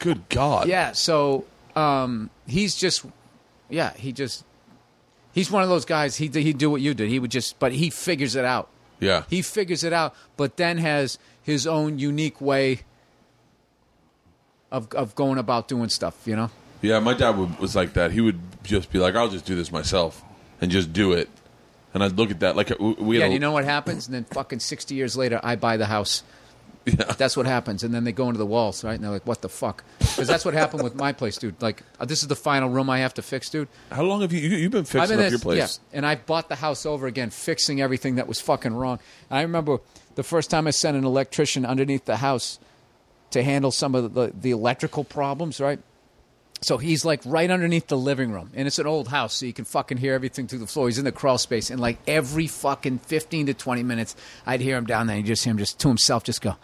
good God. Yeah. So um, he's just, yeah, he just, he's one of those guys. He he do what you did. He would just, but he figures it out. yeah. He figures it out, but then has his own unique way of of going about doing stuff. You know. Yeah, my dad would, was like that. He would just be like, "I'll just do this myself and just do it." And I'd look at that like we we had Yeah, a- you know what happens, and then fucking sixty years later, I buy the house. That's what happens, and then they go into the walls, right? And they're like, "What the fuck?" Because that's what happened with my place, dude. Like, uh, this is the final room I have to fix, dude. How long have you, you you've been fixing I've been up this- your place? Yeah, and I bought the house over again, fixing everything that was fucking wrong. I remember the first time I sent an electrician underneath the house to handle some of the, the electrical problems, right? So he's like right underneath the living room, and it's an old house, so you can fucking hear everything through the floor. He's in the crawl space, and like every fucking fifteen to twenty minutes, I'd hear him down there, and you just hear him just to himself, just go,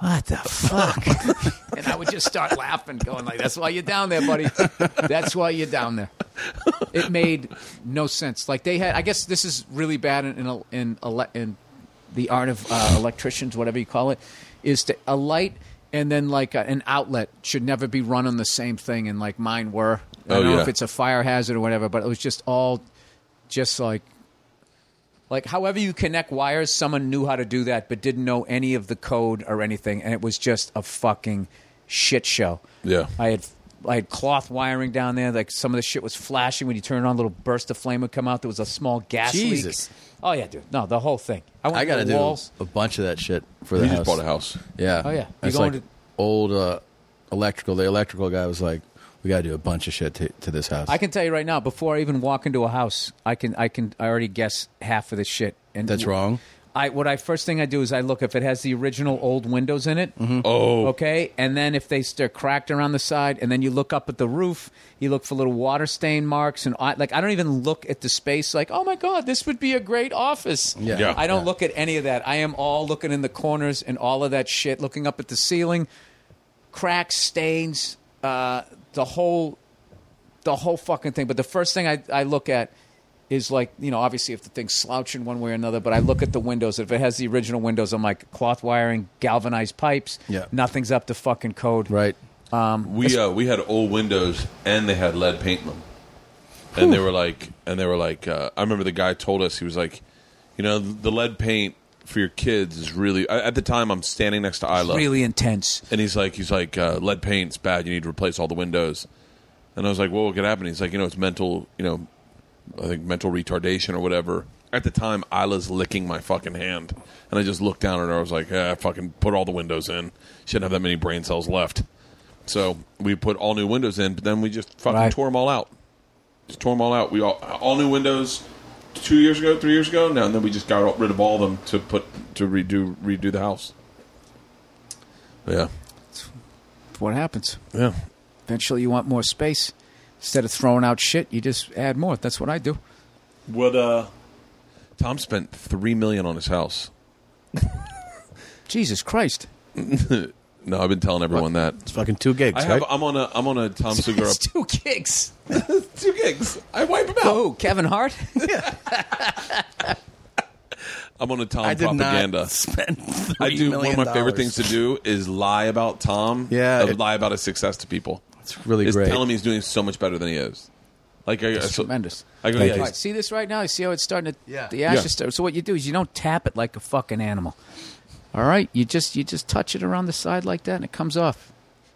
"What the fuck?" and I would just start laughing, going like, "That's why you're down there, buddy. That's why you're down there." It made no sense. Like they had, I guess this is really bad in in in, ele- in the art of uh, electricians, whatever you call it, is to a light and then like a, an outlet should never be run on the same thing. And like mine were. I Oh, don't know yeah. if it's a fire hazard or whatever, but it was just all just like. Like, however you connect wires, someone knew how to do that, but didn't know any of the code or anything, and it was just a fucking shit show. Yeah. I had I had cloth wiring down there. Like some of the shit was flashing when you turn it on. Little burst of flame would come out. There was a small gas Jesus. leak. Oh yeah, dude. No, the whole thing. I, went I gotta to the do walls. a bunch of that shit for the He house. just bought a house. Yeah. Oh, yeah. You It's going like to- old uh, electrical. The electrical guy was like, "We We got to do a bunch of shit to, to this house. I can tell you right now, before I even walk into a house, I can I can I already guess half of the shit. And That's wrong. I what I first thing I do is I look if it has the original old windows in it. Mm-hmm. Oh, Okay, and then if they they're cracked around the side, and then you look up at the roof, you look for little water stain marks, and I, like I don't even look at the space. Like, oh my god, this would be a great office. Yeah. Yeah. I don't look at any of that. I am all looking in the corners and all of that shit, looking up at the ceiling, cracks, stains, uh, the whole, the whole fucking thing. But the first thing I, I look at is like you know obviously if the thing's slouching one way or another. But I look at the windows. If it has the original windows, I'm like cloth wiring, galvanized pipes. Yeah. nothing's up to fucking code. Right. We uh, we had old windows and they had lead paint in them, and they were like, and they were like, uh, I remember the guy told us he was like, you know, the lead paint for your kids is really. I, at the time, I'm standing next to Isla, Really intense. and he's like, he's like, uh, lead paint's bad. You need to replace all the windows. And I was like, well, what could happen? He's like, you know, it's mental, you know, I think mental retardation or whatever. At the time, Isla's licking my fucking hand, and I just looked down at her. I was like, eh, fucking put all the windows in. She didn't have that many brain cells left, so we put all new windows in. But then we just fucking Right. tore them all out. Just tore them all out. We all all new windows two years ago, three years ago. Now and then we just got rid of all of them to put to redo redo the house. Yeah, What happens? yeah. Eventually, you want more space. Instead of throwing out shit, you just add more. That's what I do. What uh Tom spent three million on his house. Jesus Christ. No, I've been telling everyone that. It's fucking two gigs, I have right? I'm on a I'm on a Tom Segura It's two gigs. two gigs. I wipe them out. Oh, Kevin Hart? I'm on a Tom I did propaganda. not spend. I do one of my favorite things to do. do is lie about Tom. Yeah, uh, it- lie about his success to people. It's really It's great. telling me he's doing so much better than he is. Like I, I It's so- tremendous. I go, Thank yeah, you. All he's- right, see this right now? You see how it's starting to Yeah. the ashes Yeah. start. So what you do is you don't tap it like a fucking animal. All right? You just you just touch it around the side like that and it comes off.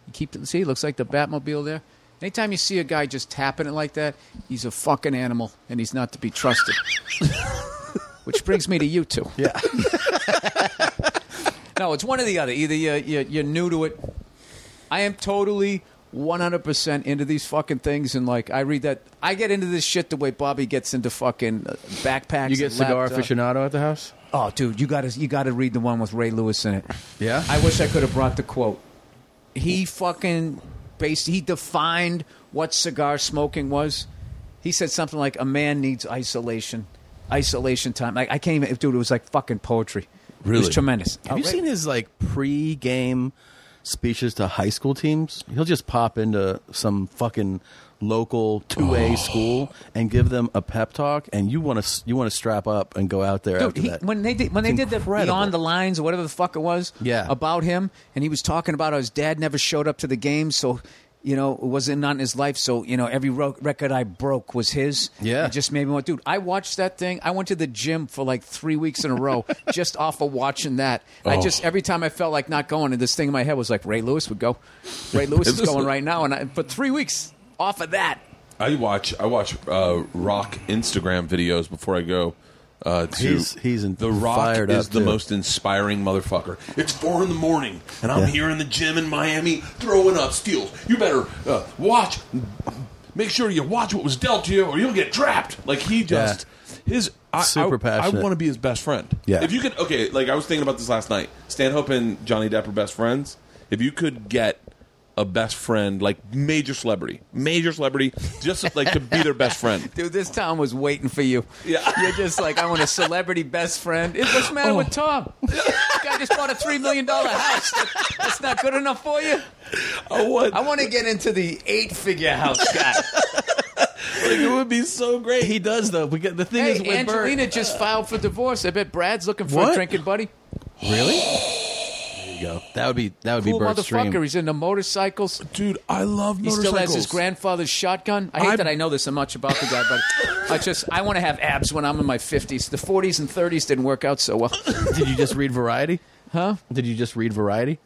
You keep it see, it looks like the Batmobile there. Anytime you see a guy just tapping it like that, he's a fucking animal and he's not to be trusted. Which brings me to you two. Yeah. No, it's one or the other. Either you're, you're, you're new to it. I am totally 100% into these fucking things. And, like, I read that. I get into this shit the way Bobby gets into fucking uh, backpacks. You get and cigar laptops. aficionado at the house? Oh, dude, you got to you got to read the one with Ray Lewis in it. Yeah? I wish I could have brought the quote. He fucking based he defined what cigar smoking was. He said something like a man needs isolation, isolation time. Like I can't even dude, it was like fucking poetry. It was Really? tremendous. Have you Outrageous. seen his like pre-game speeches to high school teams? He'll just pop into some fucking local two Oh. A school and give them a pep talk, and you want to you want to strap up and go out there Dude, after he, that. when they did when It's they did the incredible. Beyond the Lines or whatever the fuck it was, Yeah. about him, and he was talking about how his dad never showed up to the game, so you know it wasn't not in his life. So you know every ro- record I broke was his. Yeah. it just made me want, dude. I watched that thing. I went to the gym for like three weeks in a row just off of watching that. I Oh. just every time I felt like not going, and this thing in my head was like Ray Lewis would go. Ray Lewis is going right now, and I, for three weeks off of that. I watch I watch uh, rock Instagram videos before I go. Uh, to He's- he's in- the rock fired up, is the too. most inspiring motherfucker. It's four in the morning, and I'm here in the gym in Miami throwing up steals. You better uh, watch. Make sure you watch what was dealt to you, or you'll get trapped. Like he just his I, Super I- I passionate. want to be his best friend. Yeah. If you could, okay. Like I was thinking about this last night. Stanhope and Johnny Depp are best friends. If you could get a best friend, like major celebrity, major celebrity, just like to be their best friend. Dude, this town was waiting for you. Yeah. You're just like, I want a celebrity best friend. It- What's the matter with Tom? This guy just bought a $3 million house. That- That's not good enough for you? I want. I want to get into the eight figure house guy. like, it would be so great. he does though. We get the thing is hey, with Bert- Angelina just filed for divorce. I bet Brad's looking for a What? drinking buddy. There you go. That would be that would Cool be Bert's motherfucker. dream. He's into motorcycles. dude, I love He still has his grandfather's shotgun. I hate I- that I know this much about the guy, but I just I want to have abs when I'm in my 50s. The 40s and 30s didn't work out so well. Did you just read Variety? Huh? Did you just read Variety?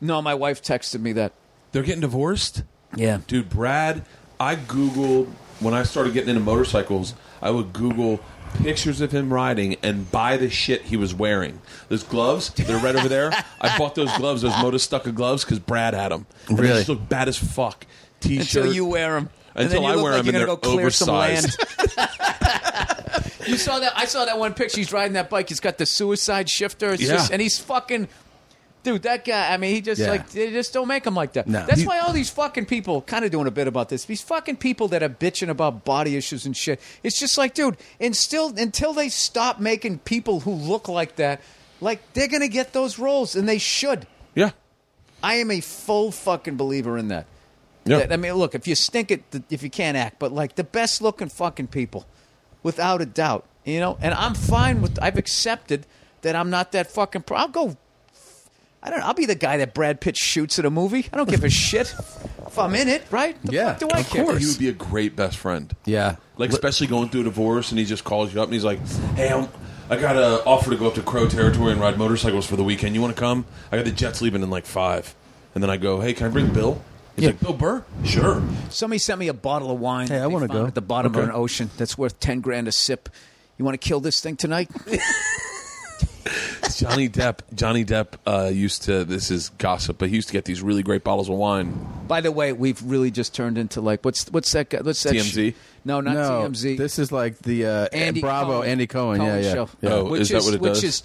No, my wife texted me that. They're getting divorced. Yeah. dude, Brad. I googled when I started getting into motorcycles. I would Google pictures of him riding and buy the shit he was wearing. Those gloves, they're right over there. I bought those gloves, those Motostucca gloves, because Brad had them. And They Really? just look bad as fuck. t-shirt. until you wear them. and Until then you I look wear 'em like you're and gonna they're go clear some land. oversized. you saw that? I saw that one picture. He's riding that bike. He's got the suicide shifter. It's Yeah. just, and he's fucking. Dude, that guy. I mean, he just Yeah. like they just don't make him like that. No. That's He- why all these fucking people kind of doing a bit about this. These fucking people that are bitching about body issues and shit. It's just like, dude, and still until they stop making people who look like that, like they're gonna get those roles, and they should. yeah. I am a full fucking believer in that. Yeah. That- I mean, look, if you stink it, th- if you can't act, but like the best looking fucking people, without a doubt, you know. And I'm fine with. I've accepted that I'm not that fucking. Pro- I'll go. I don't. I'll be the guy that Brad Pitt shoots at a movie. I don't give a shit if I'm in it, right? The Yeah, fuck do I of care? He would be a great best friend. Yeah. Like especially going through a divorce, and he just calls you up and he's like, "Hey, I'm, I got an offer to go up to Crow Territory and ride motorcycles for the weekend. You want to come? I got the Jets leaving in like five, and then I go, "Hey, can I bring Bill? He's Yeah. like, "Bill Burr, sure. Somebody sent me a bottle of wine. Hey, I they wanna found go. at the bottom Okay. of an ocean that's worth ten grand a sip. You want to kill this thing tonight? Johnny Depp. Johnny Depp uh, used to. This is gossip, but he used to get these really great bottles of wine. By the way, we've really just turned into like what's what's that guy? What's that TMZ? sh- no, not no, TMZ. this is like the uh, Andy Bravo, Cohen. Andy Cohen. yeah, yeah. Show. yeah. Oh, which is that what it which does? is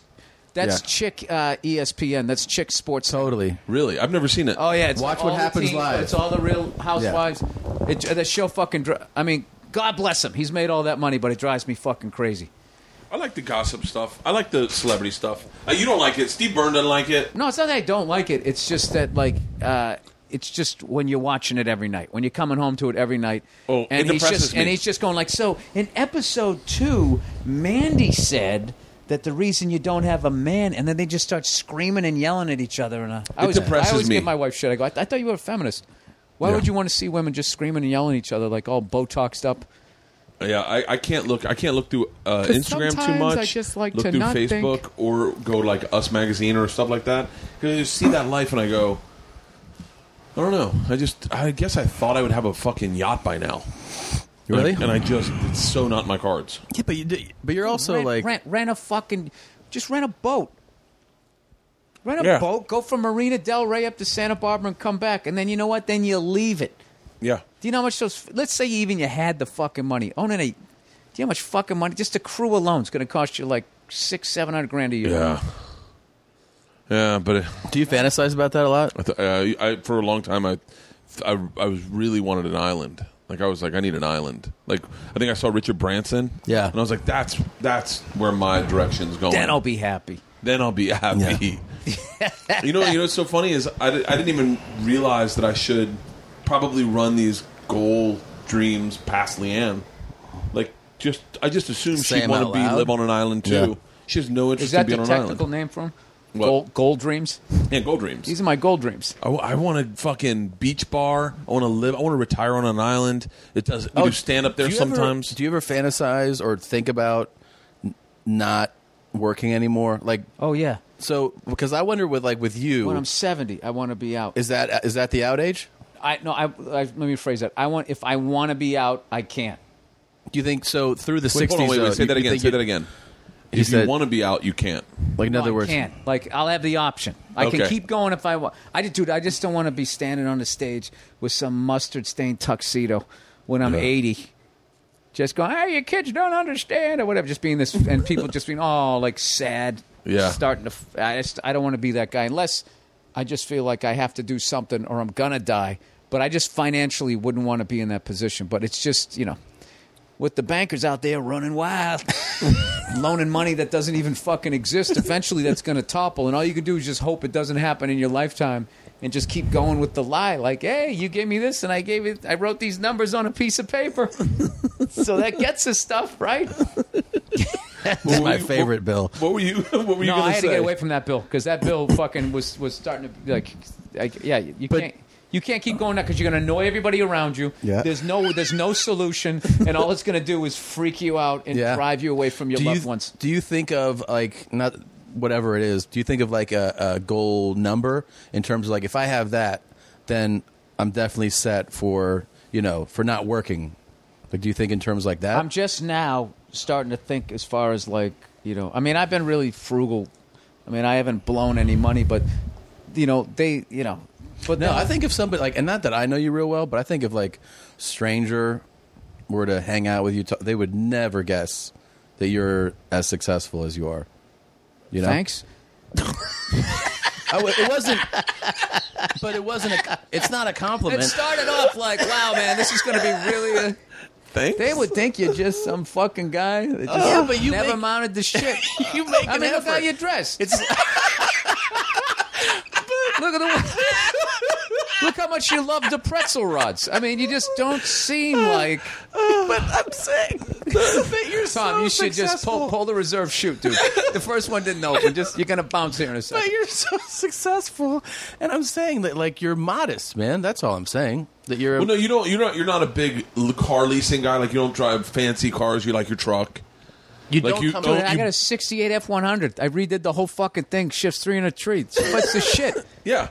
that's Yeah. chick uh, ESPN. That's chick sports. Totally. Really, I've never seen it. Oh yeah, it's Watch all What the Happens teams, Live. It's all the Real Housewives. It, uh, the show fucking. Dri- I mean, God bless him. He's made all that money, but it drives me fucking crazy. I like the gossip stuff. I like the celebrity stuff. Uh, you don't like it. Steve Byrne doesn't like it. No, it's not that I don't like it. It's just that like uh, it's just when you're watching it every night, when you're coming home to it every night. Oh, and it he's depresses just me. and he's just going like so. In episode two, Mandy said. That the reason you don't have a man, and then they just start screaming and yelling at each other. And uh, I It always, depresses I always me. give my wife shit. I go, I, I thought you were a feminist. Why Yeah. would you want to see women just screaming and yelling at each other, like all botoxed up? Yeah, I, I can't look. I can't look through uh, 'Cause Instagram too sometimes much. I just like look to through not Facebook think. or go like Us Magazine or stuff like that. Because I just see that life and I go, I don't know. I just, I guess I thought I would have a fucking yacht by now. Really? And I just, it's so not my cards. Yeah, but you do, but you're also rent, like rent, rent a fucking just rent a boat. Rent a Yeah. boat, go from Marina Del Rey up to Santa Barbara and come back, and then you know what? Then you leave it. Yeah. Do you know how much those? Let's say you even you had the fucking money. Owning a, do you know how much fucking money? Just a crew alone is going to cost you like six, seven hundred grand a year. Yeah. Yeah, but it, Do you fantasize about that a lot? I, th- I, I for a long time I, I I was really wanted an island. Like I was like I need an island. Like I think I saw Richard Branson. Yeah. and I was like that's that's where my direction's going. Then I'll be happy. then I'll be happy. you know, you know what's so funny is I, di- I didn't even realize that I should probably run these goal dreams past Leanne. Like just I just assumed Say she 'em wanted to out be loud? live on an island too. Yeah. She has no interest Is that in being the on an technical island. name for them? What? Goal, goal dreams. Yeah, goal dreams. These are my goal dreams. I, w- I want a fucking beach bar. I want to live. I want to retire on an island. It does. We do stand up there Oh, do you ever- sometimes. do you ever fantasize or think about n- not working anymore? Like Oh yeah. so because I wonder with like with you When I'm seventy, I want to be out. is that uh, is that the out age? I no. I, I let me rephrase that. I want if I want to be out, I can't. Do you think so through the wait, 60s? hold on, wait, wait, though, say you- that uh, you again. think Say you- that again. he If you said- want to be out, you can't. Like in No, other I words, can't. Like I'll have the option. I can Okay. keep going if I want. I just, dude, I just don't want to be standing on the stage with some mustard stained tuxedo when I'm Yeah. eighty. Just going, hey, your kids don't understand or whatever. Just being this, and people just being, oh, like sad. Yeah. Starting to, f- I just, I don't want to be that guy unless I just feel like I have to do something or I'm gonna die. But I just financially wouldn't want to be in that position. But it's just, you know, with the bankers out there running wild, loaning money that doesn't even fucking exist. Eventually, that's going to topple, and all you can do is just hope it doesn't happen in your lifetime, and just keep going with the lie. Like, hey, you gave me this, and I gave it. I wrote these numbers on a piece of paper, so that gets us stuff, right? This is What were my you- favorite bill. What were you? What were you no, going I had say? to get away from that bill because that bill fucking was was starting to be like, like yeah, you can't. You can't keep going that because you're going to annoy everybody around you. Yeah. There's no, there's no solution, and all it's going to do is freak you out and Yeah. drive you away from your do loved you, ones. Do you think of like not whatever it is? Do you think of like a, a goal number in terms of like if I have that, then I'm definitely set for you know for not working. Like, do you think in terms like that? I'm just now starting to think as far as like you know. I mean, I've been really frugal. I mean, I haven't blown any money, but you know, they you know. foot No, down. I think if somebody like, and not that I know you real well, but I think if like stranger were to hang out with you, t- they would never guess that you're as successful as you are. You know, Thanks. I w- it wasn't, but it wasn't. A, it's not a compliment. It started off like, wow, man, this is going to be really a. Thanks. They would think you're just some fucking guy that just Oh, Yeah, but you never make- mounted the shit. you make I an mean, look how effort. you're dressed. It's Look at the look how much you love the pretzel rods. I mean, you just don't seem like but I'm saying that you're Tom. you should just pull pull the reserve shoot, dude. The first one didn't open. Just you're gonna bounce here in a But second. you're so successful, and I'm saying that like you're modest, man. That's all I'm saying. That you're Well, no, you don't. You're not. You're not a big l- car leasing guy. Like you don't drive fancy cars. You like your truck. you like don't you come don't- Dude, I got a '68 F100. I redid the whole fucking thing. Shifts three in a tree. What's the shit? Yeah,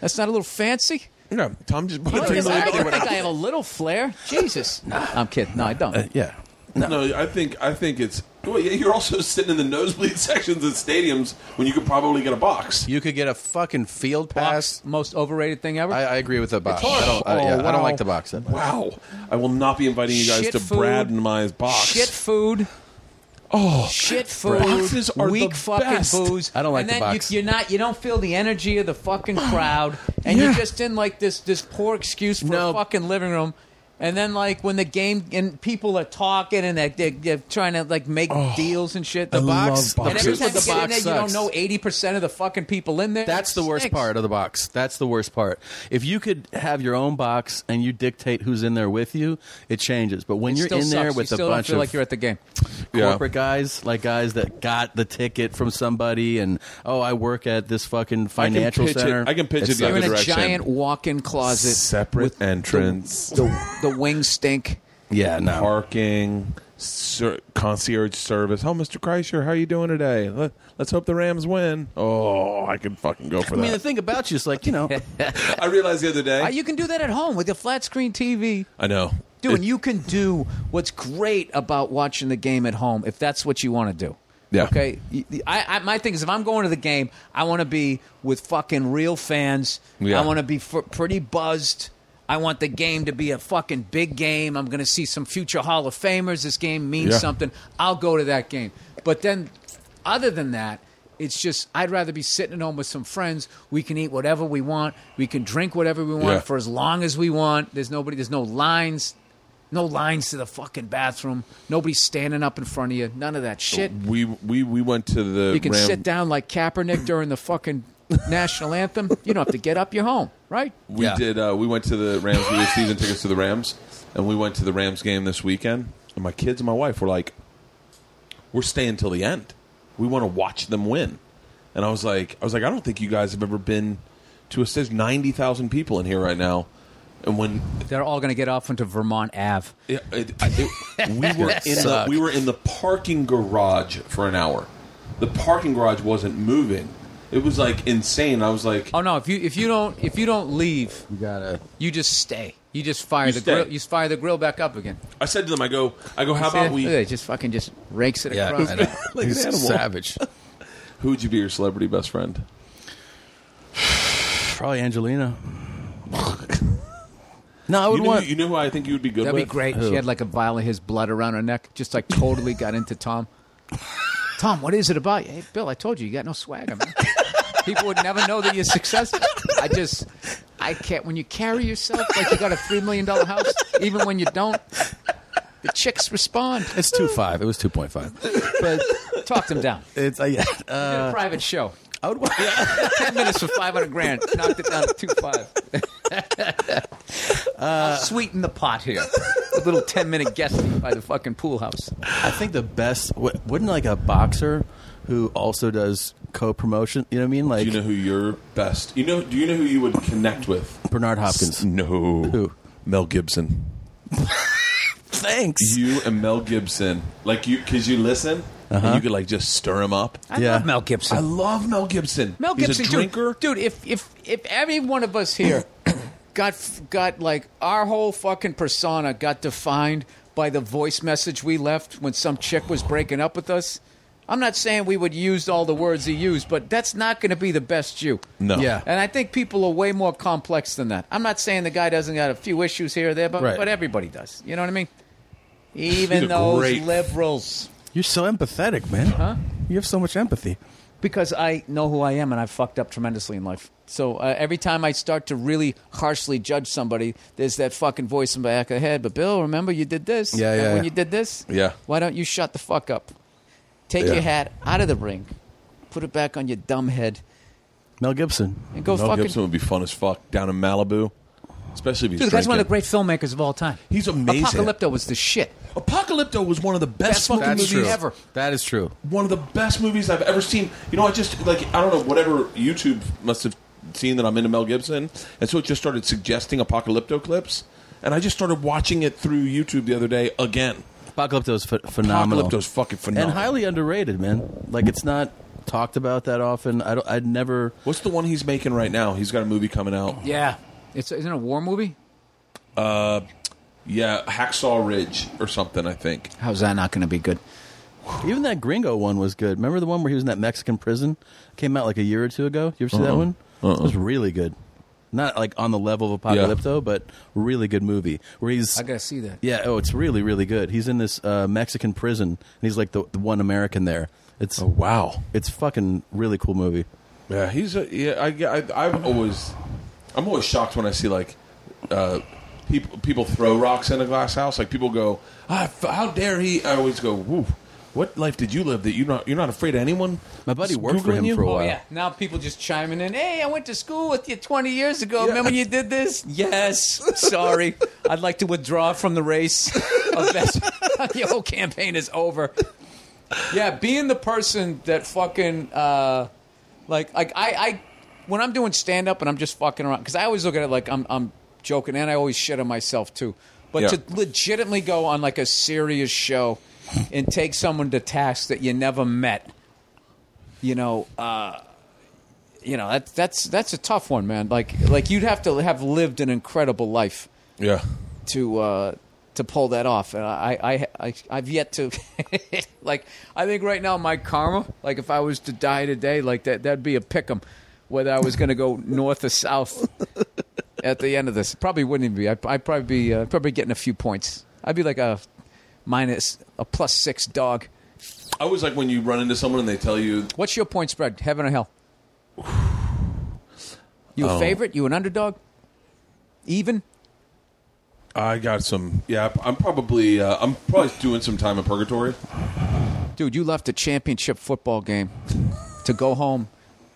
That's not a little fancy. yeah. Tom just bought I a three million don't dollar. think I have a little flair. Jesus, I'm kidding. No, I Uh, don't. yeah. No, I think I think it's. Well, yeah, you're also sitting in the nosebleed sections at stadiums when you could probably get a box. You could get a fucking field Box, pass. most overrated thing ever. I, uh, I agree with the box. It's I don't, I, horrible. yeah, Oh, I don't wow. like the box. That much. Wow, I will not be inviting you guys Shit to food. Brad and Mya's box. Shit food. Oh, shit food. Boxes are weak the fucking best. booze. I don't like and the then box. You, you're not. You don't feel the energy of the fucking crowd, and you're just in like this this poor excuse for No. a fucking living room. And then like when the game and people are talking and they're, they're, they're trying to like make deals and shit. The Oh, I box. love And every boxes. time you The get in there, box you don't sucks. know eighty percent of the fucking people in there. That's the worst Stinks. part of the box. That's the worst part. If you could have your own box and you dictate who's in there with you, it changes. But when It you're still in there sucks. with you a still bunch don't feel of like you're at the game. Yeah. corporate guys, like guys that got the ticket from somebody, and oh, I work at this fucking financial pitch it- center. I can pitch it the sucks. You're in a direction. giant walk-in closet, Separate with the- entrance. The, the, wings stink. Yeah, no. parking, ser- concierge service. Oh, Mr. Kreischer, how are you doing today? Let- Let's hope the Rams win. Oh, I could fucking go for I mean, the that. thing about you is like you know, I realized the other day. Uh, You can do that at home with your flat screen TV. I know. Dude, and you can do what's great about watching the game at home if that's what you want to do. Yeah. Okay. Y- y- I, I, my thing is, if I'm going to the game, I want to be with fucking real fans. Yeah. I want to be f- pretty buzzed. I want the game to be a fucking big game. I'm going to see some future Hall of Famers. This game means Yeah. something. I'll go to that game. But then, other than that, it's just I'd rather be sitting at home with some friends. We can eat whatever we want. We can drink whatever we want Yeah. for as long as we want. There's nobody. There's no lines. No lines to the fucking bathroom. Nobody's standing up in front of you. None of that shit. We we we went to the. You can Ram- sit down like Kaepernick during the fucking national anthem. You don't have to get up. You're home, right? We did. Uh, we went to the Rams. We were season tickets to the Rams, and we went to the Rams game this weekend. And my kids and my wife were like, "We're staying till the end. We want to watch them win." And I was like, "I was like, I don't think you guys have ever been to a stage. Ninety thousand people in here right now." And when They're all going to get off into Vermont Ave. it, it, it, we were in the sucked. we were in the parking garage for an hour, the parking garage wasn't moving. It was like insane. I was like, Oh no! If you if you don't if you don't leave, you gotta. you just stay. You just fire You the stay. grill. You fire the grill back up again. I said to them, I go, I go, how See about that? we? Look at it, just fucking just rakes it Yeah, across. I know. Like he's an animal. savage. Who would you be your celebrity best friend? Probably Angelina. no, I would You know, want. who- you know who I think you would be good That'd be with? great. She had like a vial of his blood around her neck, just like totally got into Tom. Tom, what is it about you? Hey, Bill, I told you, you got no swagger, man. People would never know that you're successful. I just, I can't. When you carry yourself like you got a $3 million house, even when you don't, the chicks respond. it's two five. It was two point five. But Talk them down. it's uh, yeah. We did Uh, a private show. I would want. 10 minutes for 500 grand. Knocked it down to 2.5. I'll sweeten the pot here. A little 10 minute guesting by the fucking pool house. I think the best wou- wouldn't like a boxer who also does co promotion. You know what I mean? Like Do you know who your best? You know? Do you know who you would connect with? Bernard Hopkins. No. Who? Mel Gibson. Thanks. You and Mel Gibson, like you, because you listen, and you could like just stir him up. I Yeah. love Mel I Gibson. love Mel Gibson. Mel He's a Gibson, dude- drinker. Dude, if if if every one of us here got got like our whole fucking persona got defined by the voice message we left when some chick was breaking up with us, I'm not saying we would use all the words he used, but that's not going to be the best Jew. No. Yeah. And I think people are way more complex than that. I'm not saying the guy doesn't got a few issues here or there, but Right. but everybody does. You know what I mean? He's a Even those great- liberals, You're so empathetic, man. Huh? You have so much empathy. because I know who I am and I've fucked up tremendously in life. So uh, every time I start to really harshly judge somebody, there's that fucking voice in my back of the head. But Bill, remember you did this. Yeah, And yeah, When yeah. you did this, Yeah. Why don't you shut the fuck up? Take your hat out of the ring, put it back on your dumb head, Mel Gibson. and go Mel fucking. Gibson would be fun as fuck down in Malibu, especially if he's Dude, the guy's one of the drinking. great filmmakers of all time. He's amazing. Apocalypto was the shit. Apocalypto was one of the best, Best fucking That's movies true. ever. ever. That is true. one of the best movies I've ever seen. You know, I just like I don't know whatever YouTube must have seen that I'm into Mel Gibson, and so it just started suggesting Apocalypto clips, and I just started watching it through YouTube the other day again. Apocalypto is ph- phenomenal. Apocalypto's fucking and phenomenal. highly underrated, man. Like it's not talked about that often. I don't. I'd never. What's the one he's making right now? He's got a movie coming out. Yeah. It's, isn't it a war movie? Yeah, Hacksaw Ridge or something. I think. How's that not going to be good? Even that Gringo one was good. Remember the one where he was in that Mexican prison? Came out like a year or two ago. You ever see that one? It was really good. Not like on the level of Apocalypto, but really good movie where he's. I got to see that. Yeah. Oh, it's really really good. He's in this uh, Mexican prison and he's like the, the one American there. It's Oh. Wow. it's fucking really cool movie. Yeah, he's a yeah. I, I I've always I'm always shocked when I see like uh, people people throw rocks in a glass house. Like people go, ah, f- how dare he? I always go, woo. What life did you live that you're not you're not afraid of anyone? My buddy worked for Googling him you? for a while. Oh, yeah. Now people just chiming in. Hey, I went to school with you 20 years ago. Remember you did this? Yes. Sorry. I'd like to withdraw from the race. Of best- Your whole campaign is over. Yeah, being the person that fucking, uh, like, like I, I, when I'm doing stand up and I'm just fucking around, because I always look at it like I'm, I'm joking and I always shit on myself too. But Yeah. to legitimately go on like a serious show and take someone to task that you never met you know, uh, you know that's that's that's a tough one, man. Like like you'd have to have lived an incredible life Yeah, to uh, to pull that off, and I I, I I've yet to like I think right now my karma, like if I was to die today, like that that'd be a pick'em, whether I was going to go north or south at the end of this. Probably wouldn't even be. I'd, I'd probably be uh, probably getting a few points. I'd be like a minus a plus six dog. I was like when you run into someone and they tell you What's your point spread? Heaven or hell? You a favorite? You an underdog? Even? I got some. Yeah, I'm probably uh, I'm probably doing some time in purgatory. Dude, you left a championship football game to go home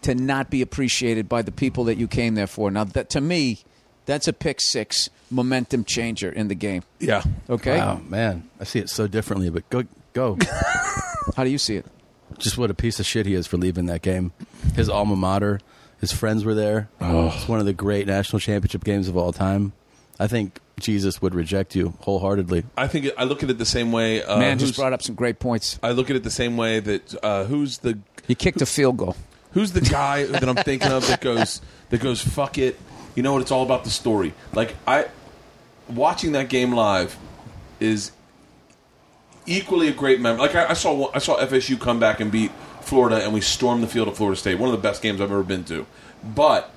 to not be appreciated by the people that you came there for. Now, that, to me, that's a pick six momentum changer in the game. Yeah, Okay? Wow, man, I see it so differently. But go go. How do you see it? just what a piece of shit he is for leaving that game. His alma mater, his friends were there. It's one of the great national championship games of all time. I think Jesus would reject you wholeheartedly. I think it, I look at it the same way. Uh, Man just who's- brought up some great points. I look at it the same way that uh, who's the You kicked a field goal. Who's the guy that I'm thinking of that goes that goes fuck it? You know what? It's all about the story. Like I watching that game live is equally a great memory. Like I, I saw one- I saw FSU come back and beat Florida, and we stormed the field of Florida State. One of the best games I've ever been to. But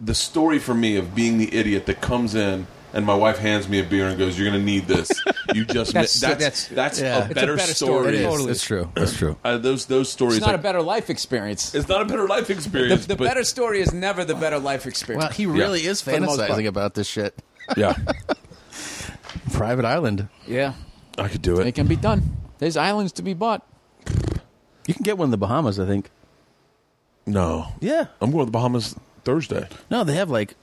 the story for me of being the idiot that comes in. And my wife hands me a beer and goes, "You're going to need this. You just That's- that's that's, that's- that's, yeah. It's a a better better story. story. It is. It's true. It's true. Uh, those those stories. It's not like- a better life experience. It's not a better life The, experience. the but- better story is never the better life experience. Well, he really really Yeah. is the most part. fantasizing about this shit. Yeah, Private Island. yeah, I could do it it. can be done. There's islands to be bought. You can get one in the Bahamas, I think. No, Yeah. I'm going to the Bahamas Thursday. No, they have like,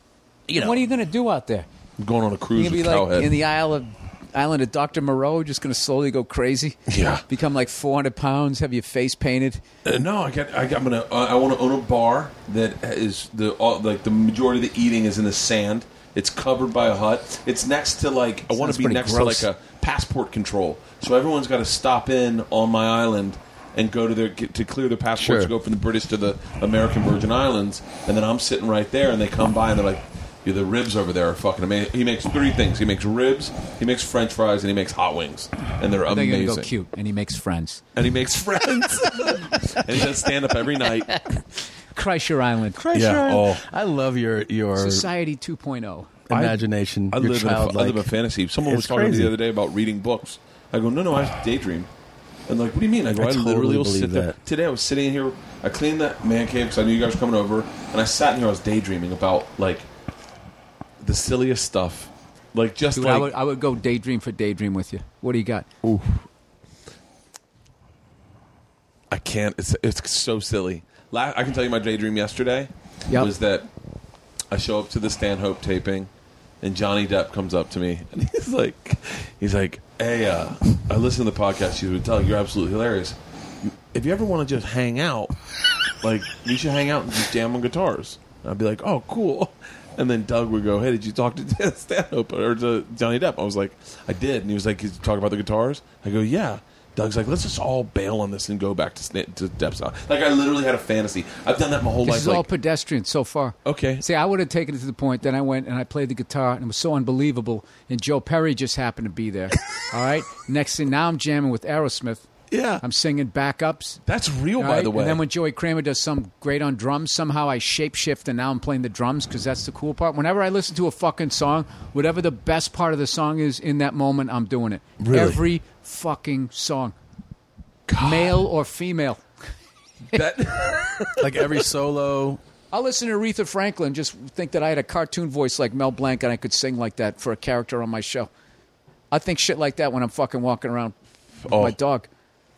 you know, What are you going to do out there? I'm going on a You cruise going to be with like Cowhead. in the Isle of Island of Doctor Moreau, just going to slowly go crazy. Yeah. become like 400 pounds, have your face painted. Uh, no, I got. I got. I'm gonna. Uh, I want to own a bar that is the all, like the majority of the eating is in the sand. It's covered by a hut. It's next to like. I want Sounds to be pretty next gross. to like a passport control. So everyone's got to stop in on my island and go to their get, to clear their passports Sure. to go from the British to the American Virgin Islands, and then I'm sitting right there, and they come by and they're like. Yeah, the ribs over there are fucking amazing. He makes three things. He makes ribs, he makes French fries, and he makes hot wings, and they're They're amazing. gonna go cute, and he makes friends. And he makes friends, and he does stand up every night. Kreischer Island, yeah. oh. I love your your Society 2.0. imagination. I your live, in a, I childlike. live a fantasy. Someone It's was talking to me crazy. the other day about reading books. I go, no, no, I daydream. And like, what do you mean? I go, I, I totally literally will believe sit there. that. Today I was sitting in here. I cleaned that man cave because I knew you guys were coming over, and I sat in here. I was daydreaming about like the silliest stuff, like just Dude, like I would I would go daydream for daydream with you. What do you got? I can't. It's it's so silly. La- I can tell you my daydream yesterday Yep. was that I show up to the Stanhope taping, and Johnny Depp comes up to me, and he's like, he's like, hey, uh, I listen to the podcast. You would tell you're absolutely hilarious. If you ever want to just hang out, like you should hang out and just jam on guitars. And I'd be like, oh, cool. And then Doug would go, hey, did you talk to Dan Stanhope or to Johnny Depp? I was like, I did. And he was like, you talk about the guitars? I go, yeah. Doug's like, let's just all bail on this and go back to, Sna- to Depp's house. Like, I literally had a fantasy. I've done that my whole This life. is like, all pedestrian so far. Okay. See, I would have taken it to the point. Then I went and I played the guitar, and it was so unbelievable. And Joe Perry just happened to be there. all right. Next thing, now I'm jamming with Aerosmith. yeah. I'm singing backups. That's real, all by right? the way. And then when Joey Kramer does some great on drums, somehow I shapeshift and now I'm playing the drums because that's the cool part. Whenever I listen to a fucking song, whatever the best part of the song is in that moment, I'm doing it. Really? Every fucking song, male or female. that, like every solo. I'll listen to Aretha Franklin. Just think that I had a cartoon voice like Mel Blanc and I could sing like that for a character on my show. I think shit like that when I'm fucking walking around with my dog.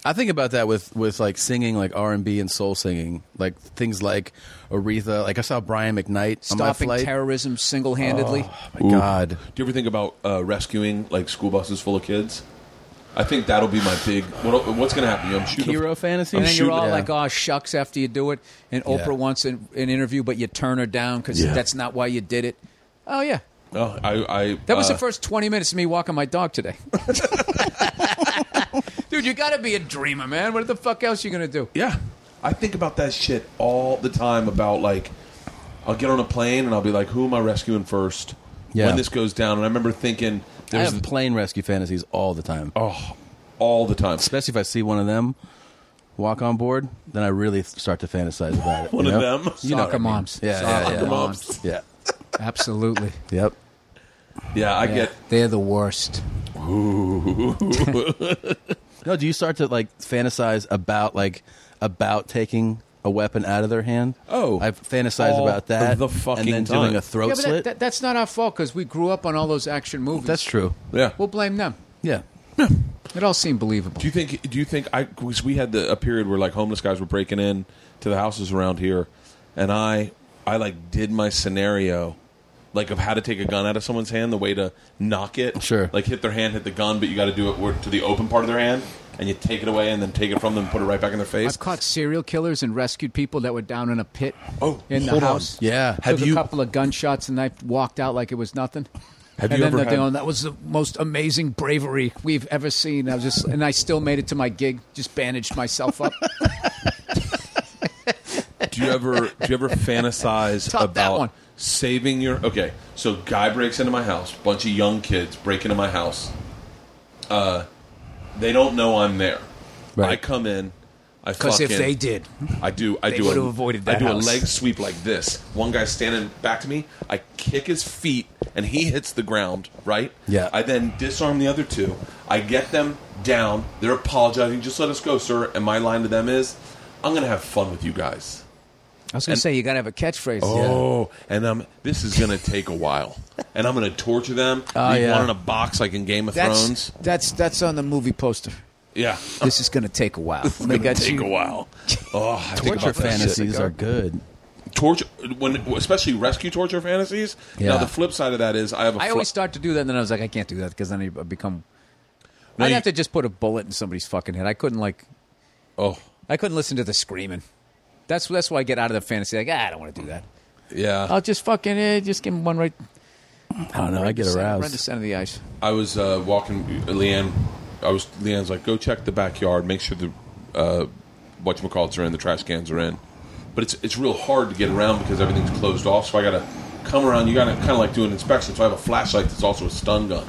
I think about that with with like singing, like R and B and soul singing, like things like Aretha. Like I saw Brian McKnight on my Stopping flight. terrorism single handedly. Oh my God, do you ever think about uh, rescuing like school buses full of kids? I think that'll be my big. What, what's going to happen? I'm shooting. hero fantasy. I'm and then you're shooting- all Yeah. like, "Oh shucks," after you do it. And Oprah Yeah. wants an, an interview, but you turn her down because Yeah. that's not why you did it. Oh yeah, Oh, I, I, that was uh, the first 20 minutes of me walking my dog today. Dude, you got to be a dreamer, man. What the fuck else you gonna do? Yeah. I think about that shit all the time about like I'll get on a plane and I'll be like, who am I rescuing first? Yeah. When this goes down. And I remember thinking I there's Oh. have plane rescue fantasies all the time. all the time. Especially if I see one of them walk on board, then I really start to fantasize about it. One you of know? them. You know what I Soccer mean. moms. Yeah, Soccer yeah, yeah. moms. Yeah. Absolutely. Yep. Yeah, I Yeah. get They're the worst. No, do you start to like fantasize about like about taking a weapon out of their hand? Oh. I've fantasized All about that. the fucking and then time. doing a throat Yeah, but that, slit. that, that's not our fault because we grew up on all those action movies. That's true. Yeah. We'll blame them. Yeah. It all seemed believable. do you think do you think I 'cause we had the a period where like homeless guys were breaking in to the houses around here and I I like did my scenario like of how to take a gun out of someone's hand, the way to knock it. Sure. Like hit their hand, hit the gun, but you got to do it where- to the open part of their hand and you take it away and then take it from them and put it right back in their face. I've caught serial killers and rescued people that were down in a pit Oh, in the hold on. house. Yeah. Took Have a you- couple of gunshots and I walked out like it was nothing. Have and you then ever they're had- going, that was the most amazing bravery we've ever seen. I was just, and I still made it to my gig, just bandaged myself up. Do you ever do you ever fantasize Top that about one. saving your Okay, so guy breaks into my house, bunch of young kids break into my house. Uh they don't know I'm there. Right. I come in, I Because fucking if they did, I do I they do would've a, avoided I that do house. a leg sweep like this. One guy's standing back to me, I kick his feet and he hits the ground, right? Yeah. I then disarm the other two. I get them down. They're apologizing, just let us go, sir. And my line to them is, I'm going to have fun with you guys. I was going to say, you got to have a catchphrase. Oh, and um, this is going to take a while, and I'm going to torture them. Ah, Oh, Leave yeah. one in a box like in Game of That's, Thrones. that's, that's on the movie poster. Yeah, This is going to take a while. They got take you- a while. Oh, I think Torture about that shit. fantasies are good. torture when especially rescue torture fantasies. Yeah. Now the flip side of that is I have a I fl- always start to do that, and then I was like, I can't do that because then I become. No, I'd you- have to just put a bullet in somebody's fucking head. I couldn't like. oh I couldn't listen to the screaming. That's that's why I get out of the fantasy. Like, ah, I don't want to do that. yeah. I'll just fucking eh, just give him one right. I don't know. I get Right the aroused. center of the ice. I was uh, walking Leanne. I was Leanne's like, go check the backyard, make sure the uh, whatchamacallits are in, the trash cans are in. But it's it's real hard to get around because everything's closed off. So I gotta come around, you gotta kind of like do an inspection. So I have a flashlight that's also a stun gun,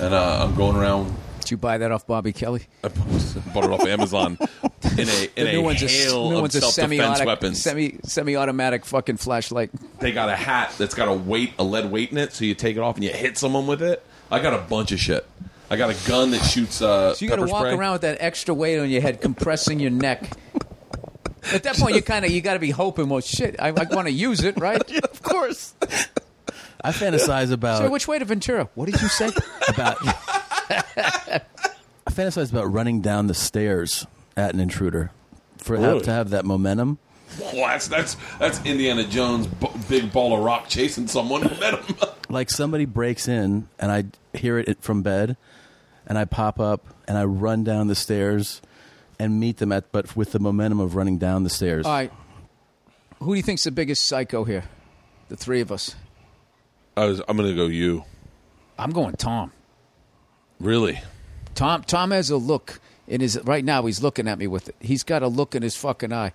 and uh, I'm going around. Did you buy that off Bobby Kelly? I bought it off Amazon in a in a hail of self defense weapons. semi semi-automatic fucking flashlight. they got a hat that's got a weight, a lead weight in it, so you take it off and you hit someone with it. I got a bunch of shit. I got a gun that shoots. Uh, So you got to pepper walk spray. around with that extra weight on your head, compressing your neck. At that point, you kind of you got to be hoping. Well, shit, I, I want to use it, right? of course. I fantasize about So which way to Ventura? What did you say? about. I fantasize about running down the stairs at an intruder for have, to have that momentum. Well, that's that's that's Indiana Jones, b- big ball of rock chasing someone who met him. Like somebody breaks in and I hear it from bed, and I pop up and I run down the stairs and meet them at, but with the momentum of running down the stairs. All right. Who do you think's the biggest psycho here? The three of us. I was. I'm gonna go. You I'm going Tom. really? Tom Tom has a look in his right now he's looking at me with it. He's got a look in his fucking eye.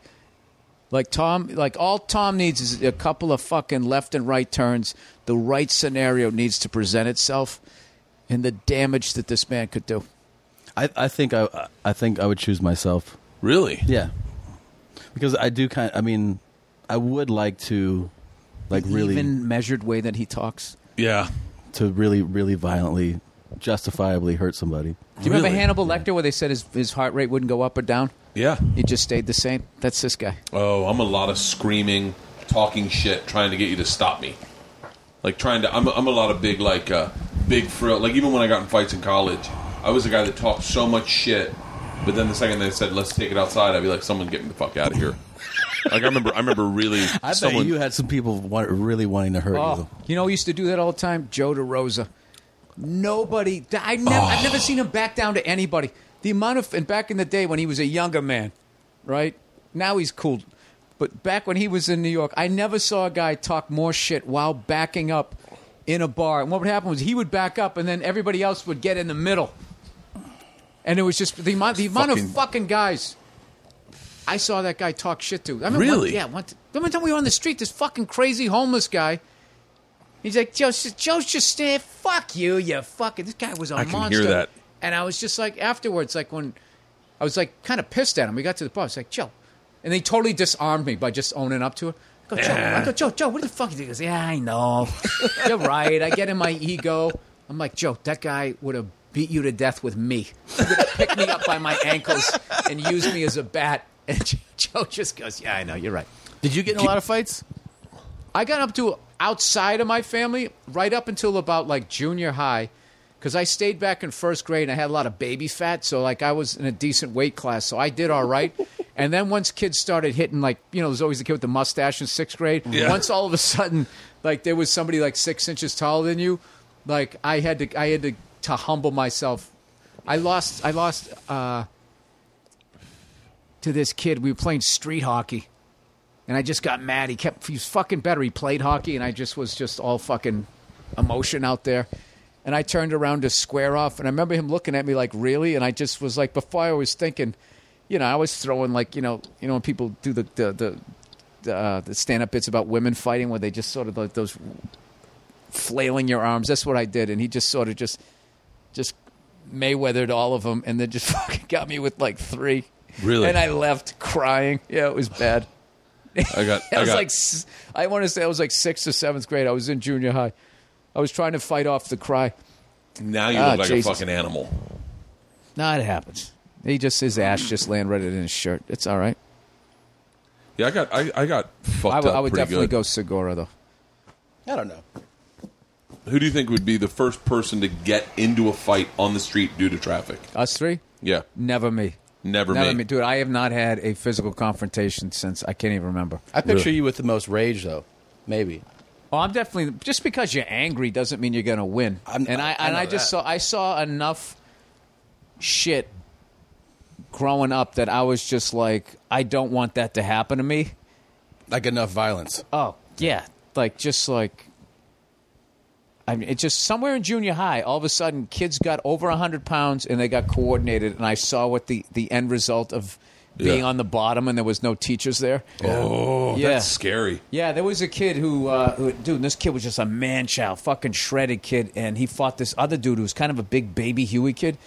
Like Tom like all Tom needs is a couple of fucking left and right turns. The right scenario needs to present itself and the damage that this man could do. I, I think I, I think I would choose myself. Really? Yeah, because I do kind. I mean, I would like to, like, really E-, even measured way that he talks. Yeah. to really, really violently, justifiably hurt somebody. Do you remember Hannibal Lecter where they said his, his heart rate wouldn't go up or down? Yeah. It just stayed the same. That's this guy. Oh, I'm a lot of screaming, talking shit, trying to get you to stop me. Like trying to. I'm. I'm a lot of big like uh, big frill. Like even when I got in fights in college, I was a guy that talked so much shit. But then the second they said, "Let's take it outside," I'd be like, "Someone get me the fuck out of here." like I remember. I remember really. I someone, bet you had some people want, really wanting to hurt Oh, you know, who used to do that all the time. Joe DeRosa. Nobody. I never, I've never seen him back down to anybody. The amount of and back in the day when he was a younger man, right? Now he's cool, but back when he was in New York, I never saw a guy talk more shit while backing up in a bar. And what would happen was he would back up, and then everybody else would get in the middle. And it was just the amount, the amount of fucking guys I saw that guy talk shit to. I remember One, Really? yeah. One, t- remember one time we were on the street, this fucking crazy homeless guy. He's like, Joe, s- Joe's just stay. Fuck you, you fucking. This guy was a I can monster. hear that. And I was just like, afterwards, like when I was like kind of pissed at him. We got to the bar. I was like, Joe, and they totally disarmed me by just owning up to it. I go, Joe, I go, Joe, Joe, what the fuck? He goes, Yeah, I know. You're right. I get in my ego. I'm like, Joe, that guy would have beat you to death with me. He would have picked me up by my ankles and used me as a bat. And Joe just goes, Yeah, I know. You're right. Did you get in a lot of fights? I got up to outside of my family right up until about like junior high because I stayed back in first grade and I had a lot of baby fat. So, like, I was in a decent weight class. So, I did all right. and then once kids started hitting, like, you know, there's always the kid with the mustache in sixth grade. Once all of a sudden, like, there was somebody like six inches taller than you, like, I had to, I had to, to humble myself. I lost, I lost, uh, to this kid. We were playing street hockey and I just got mad. He kept he was fucking better. He played hockey, and I just was just all fucking emotion out there. And I turned around to square off, and I remember him looking at me like, "Really?" And I just was like, before I was thinking, you know, I was throwing like, you know, you know, when people do the the the, the, uh, the stand up bits about women fighting, where they just sort of like those flailing your arms. That's what I did, and he just sort of just just Mayweathered all of them, and then just fucking got me with like three. Really? And I left crying. Yeah, it was bad. I got. I was got, like, s- I want to say I was like sixth or seventh grade. I was in junior high. I was trying to fight off the cry. Now you Ah, look like Jesus. a fucking animal. No, it happens. He just his ass just land right in his shirt. It's all right. Yeah, I got. I, I got fucked I would- up I would pretty definitely good. go Segura though. I don't know. Who do you think would be the first person to get into a fight on the street due to traffic? Us three, Yeah, never me. never, Never me. me, dude. I have not had a physical confrontation since I can't even remember. I picture you with the most rage, though. Maybe. Oh, I'm definitely just because you're angry doesn't mean you're going to win. I'm- and I, I- I and know I just that. saw I saw enough shit growing up that I was just like, I don't want that to happen to me. Like enough violence. Oh yeah, like just like. I mean, it's just somewhere in junior high, all of a sudden, kids got over 100 pounds and they got coordinated, and I saw what the, the end result of being Yeah. on the bottom and there was no teachers there. Oh, Yeah. that's scary. Yeah, there was a kid who, uh, who dude, this kid was just a man child, fucking shredded kid, and he fought this other dude who was kind of a big baby Huey kid.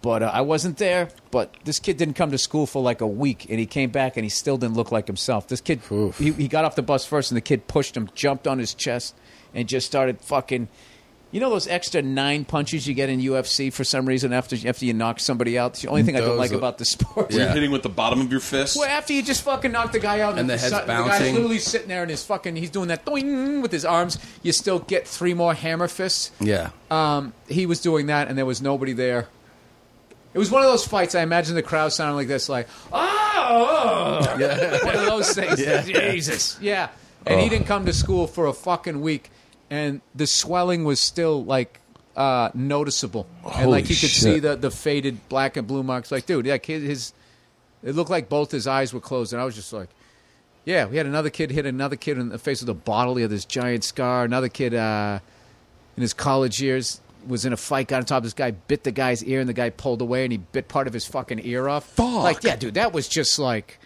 But uh, I wasn't there. But this kid didn't come to school for like a week, and he came back and he still didn't look like himself. This kid, he, he got off the bus first, and the kid pushed him, jumped on his chest, and just started fucking. You know those extra nine punches you get in UFC for some reason after after you knock somebody out. It's the only thing I don't Those like are- about the sport. Were you Yeah. hitting with the bottom of your fist? Well, after you just fucking knock the guy out, And the head's The guy's bouncing. literally sitting there, and his fucking he's doing that doing with his arms. You still get three more hammer fists. Yeah. Um, he was doing that, and there was nobody there. It was one of those fights. I imagine the crowd sounding like this, like oh, one of those things. Jesus, yeah. And he didn't come to school for a fucking week, and the swelling was still like uh, noticeable, and like you Holy could shit. see the the faded black and blue marks. Like, dude, that kid, his it looked like both his eyes were closed, and I was just like, "Yeah." We had another kid hit another kid in the face with a bottle. He had this giant scar. Another kid uh, in his college years was in a fight, got on top of this guy, bit the guy's ear, and the guy pulled away, and he bit part of his fucking ear off. Like, yeah, dude, that was just like,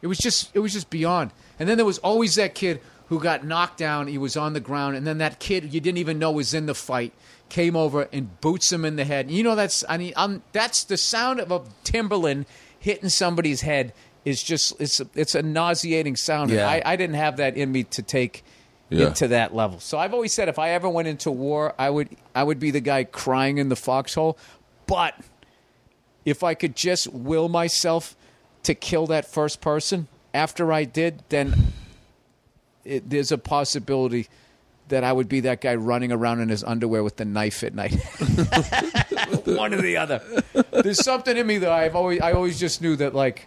it was just, it was just beyond. And then there was always that kid who got knocked down. He was on the ground, and then that kid you didn't even know was in the fight came over and boots him in the head. You know, that's I mean, i that's the sound of a Timberland hitting somebody's head is just it's a, it's a nauseating sound. And Yeah. I, I didn't have that in me to take Yeah. it to that level. So I've always said if I ever went into war, I would I would be the guy crying in the foxhole. But if I could just will myself to kill that first person after I did, then it, there's a possibility that I would be that guy running around in his underwear with the knife at night. One or the other. There's something in me though. I've always I always just knew that like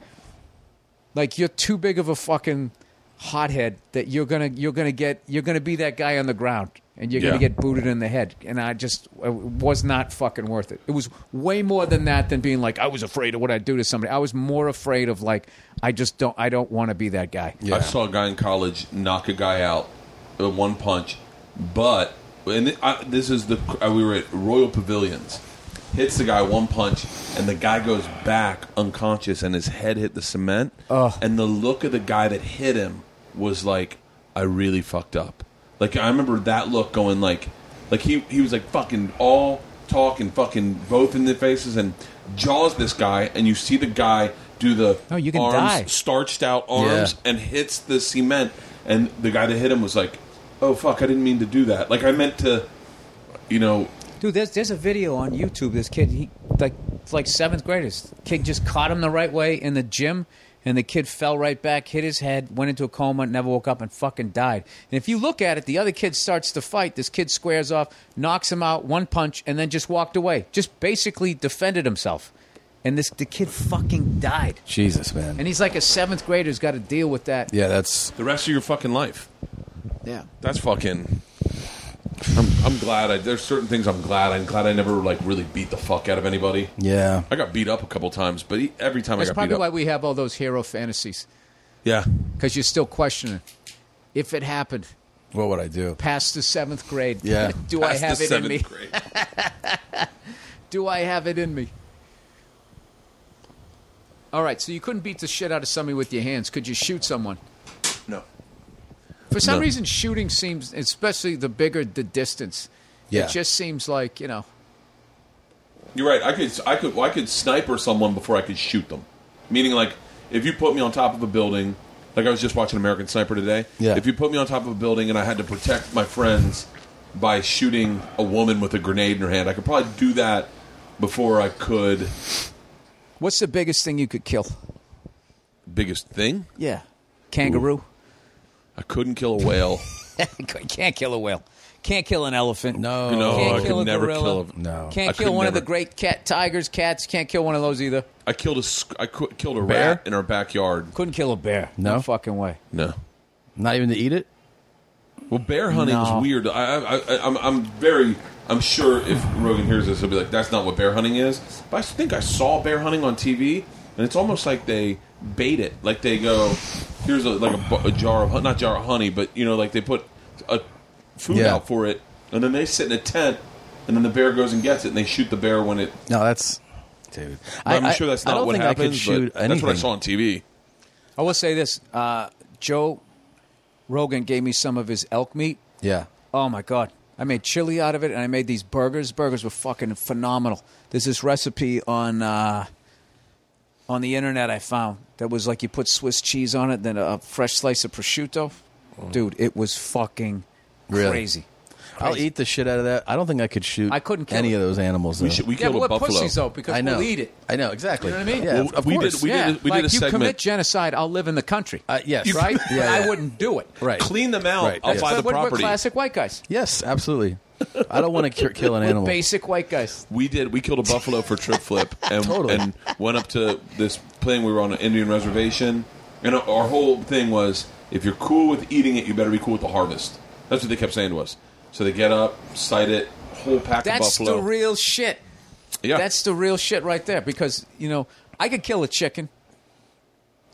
like you're too big of a fucking hothead that you're gonna you're gonna get you're gonna be that guy on the ground and you're gonna Yeah. get booted in the head. And I just it was not fucking worth it. It was way more than that than being like I was afraid of what I'd do to somebody. I was more afraid of like I just don't I don't want to be that guy. I saw a guy in college knock a guy out with one punch, but and I, this is the uh, we were at Royal Pavilions. Hits the guy one punch, and the guy goes back unconscious, and his head hit the cement. And the look of the guy that hit him was like, "I really fucked up." Like I remember that look going like, like he he was like fucking all talk and fucking both in the faces and jaws this guy, and you see the guy do the No, you can arms die. starched out arms Yeah. and hits the cement. And the guy that hit him was like, "Oh fuck, I didn't mean to do that. Like I meant to, you know." Dude, there's there's a video on YouTube. This kid, he like it's like seventh graders. Kid just caught him the right way in the gym, and the kid fell right back, hit his head, went into a coma, never woke up, and fucking died. And if you look at it, the other kid starts to fight. This kid squares off, knocks him out, one punch, and then just walked away. Just basically defended himself. And this the kid fucking died. Jesus, man. And he's like a seventh grader's got to deal with that. yeah, that's The rest of your fucking life. Yeah. That's fucking. I'm, I'm glad. I, there's certain things I'm glad. I'm glad I never like really beat the fuck out of anybody. yeah. I got beat up a couple times, but e- every time That's I got beat probably up, why we have all those hero fantasies yeah, because you're still questioning if it happened. What would I do? past the seventh grade. Yeah. Do Past I have the it in seventh me? grade. Do I have it in me? All right, so you couldn't beat the shit out of somebody with your hands. Could you shoot someone? No, For some No. reason, shooting seems, especially the bigger the distance, Yeah. it just seems like, you know, You're right. I could I could well, I could sniper someone before I could shoot them. Meaning like if you put me on top of a building, like I was just watching American Sniper today. Yeah. If you put me on top of a building and I had to protect my friends by shooting a woman with a grenade in her hand, I could probably do that before I could what's the biggest thing you could kill? biggest thing. Yeah. Kangaroo? I couldn't kill a whale. Can't kill a whale. Can't kill an elephant. No. No, Can't I kill a could never gorilla. kill a No. I Can't could kill one of the never- great cat tigers, cats. Can't kill one of those either. I killed a sc- I cou- killed a Bear? rat in our backyard. Couldn't kill a bear. No? no fucking way. No. Not even to eat it? Well, bear hunting No. is weird. I, I, I, I'm, I'm very, I'm sure if Rogan hears this, he'll be like, "That's not what bear hunting is." But I think I saw bear hunting on TV, and it's almost like they bait it. Like they go, "Here's a, like a, bu- a jar of hon- not jar of honey, but you know, like they put a food Yeah. out for it, and then they sit in a tent, and then the bear goes and gets it, and they shoot the bear when it. No, that's dude. I, am I- sure that's I not don't what think I could happens. but that's shoot what I anything. saw on TV. I will say this: uh, Joe Rogan gave me some of his elk meat. Yeah. Oh my god! I made chili out of it, and I made these burgers. Burgers were fucking phenomenal. There's this recipe on uh, on the internet I found that was like you put Swiss cheese on it, then a fresh slice of prosciutto. Dude, it was fucking Mm. Really? crazy. I'll eat the shit out of that. I don't think I could shoot. I couldn't kill any it. of those animals. We though. should, we yeah, killed but a we're buffalo. pussies though because I know. we'll eat it. I know exactly. You know what I mean? Yeah, Well, of we course. did. We yeah, did. We like did a you segment. commit genocide, I'll live in the country. Uh, yes. right? Yeah, But yeah. I wouldn't do it. Right. Clean them out. Right, I'll yes. buy the But we're- we're property. classic white guys. Yes, absolutely. I don't want to kill an We're Oh. animal. Basic white guys. We did. We killed a buffalo for trip flip, and, Totally. and went up to this thing. We were on an Indian reservation, and our whole thing was: if you're cool with eating it, you better be cool with the harvest. That's what they kept saying to us. So they get up, sight it, whole pack That's of buffalo. the real shit. yeah, That's the real shit right there. Because you know, I could kill a chicken.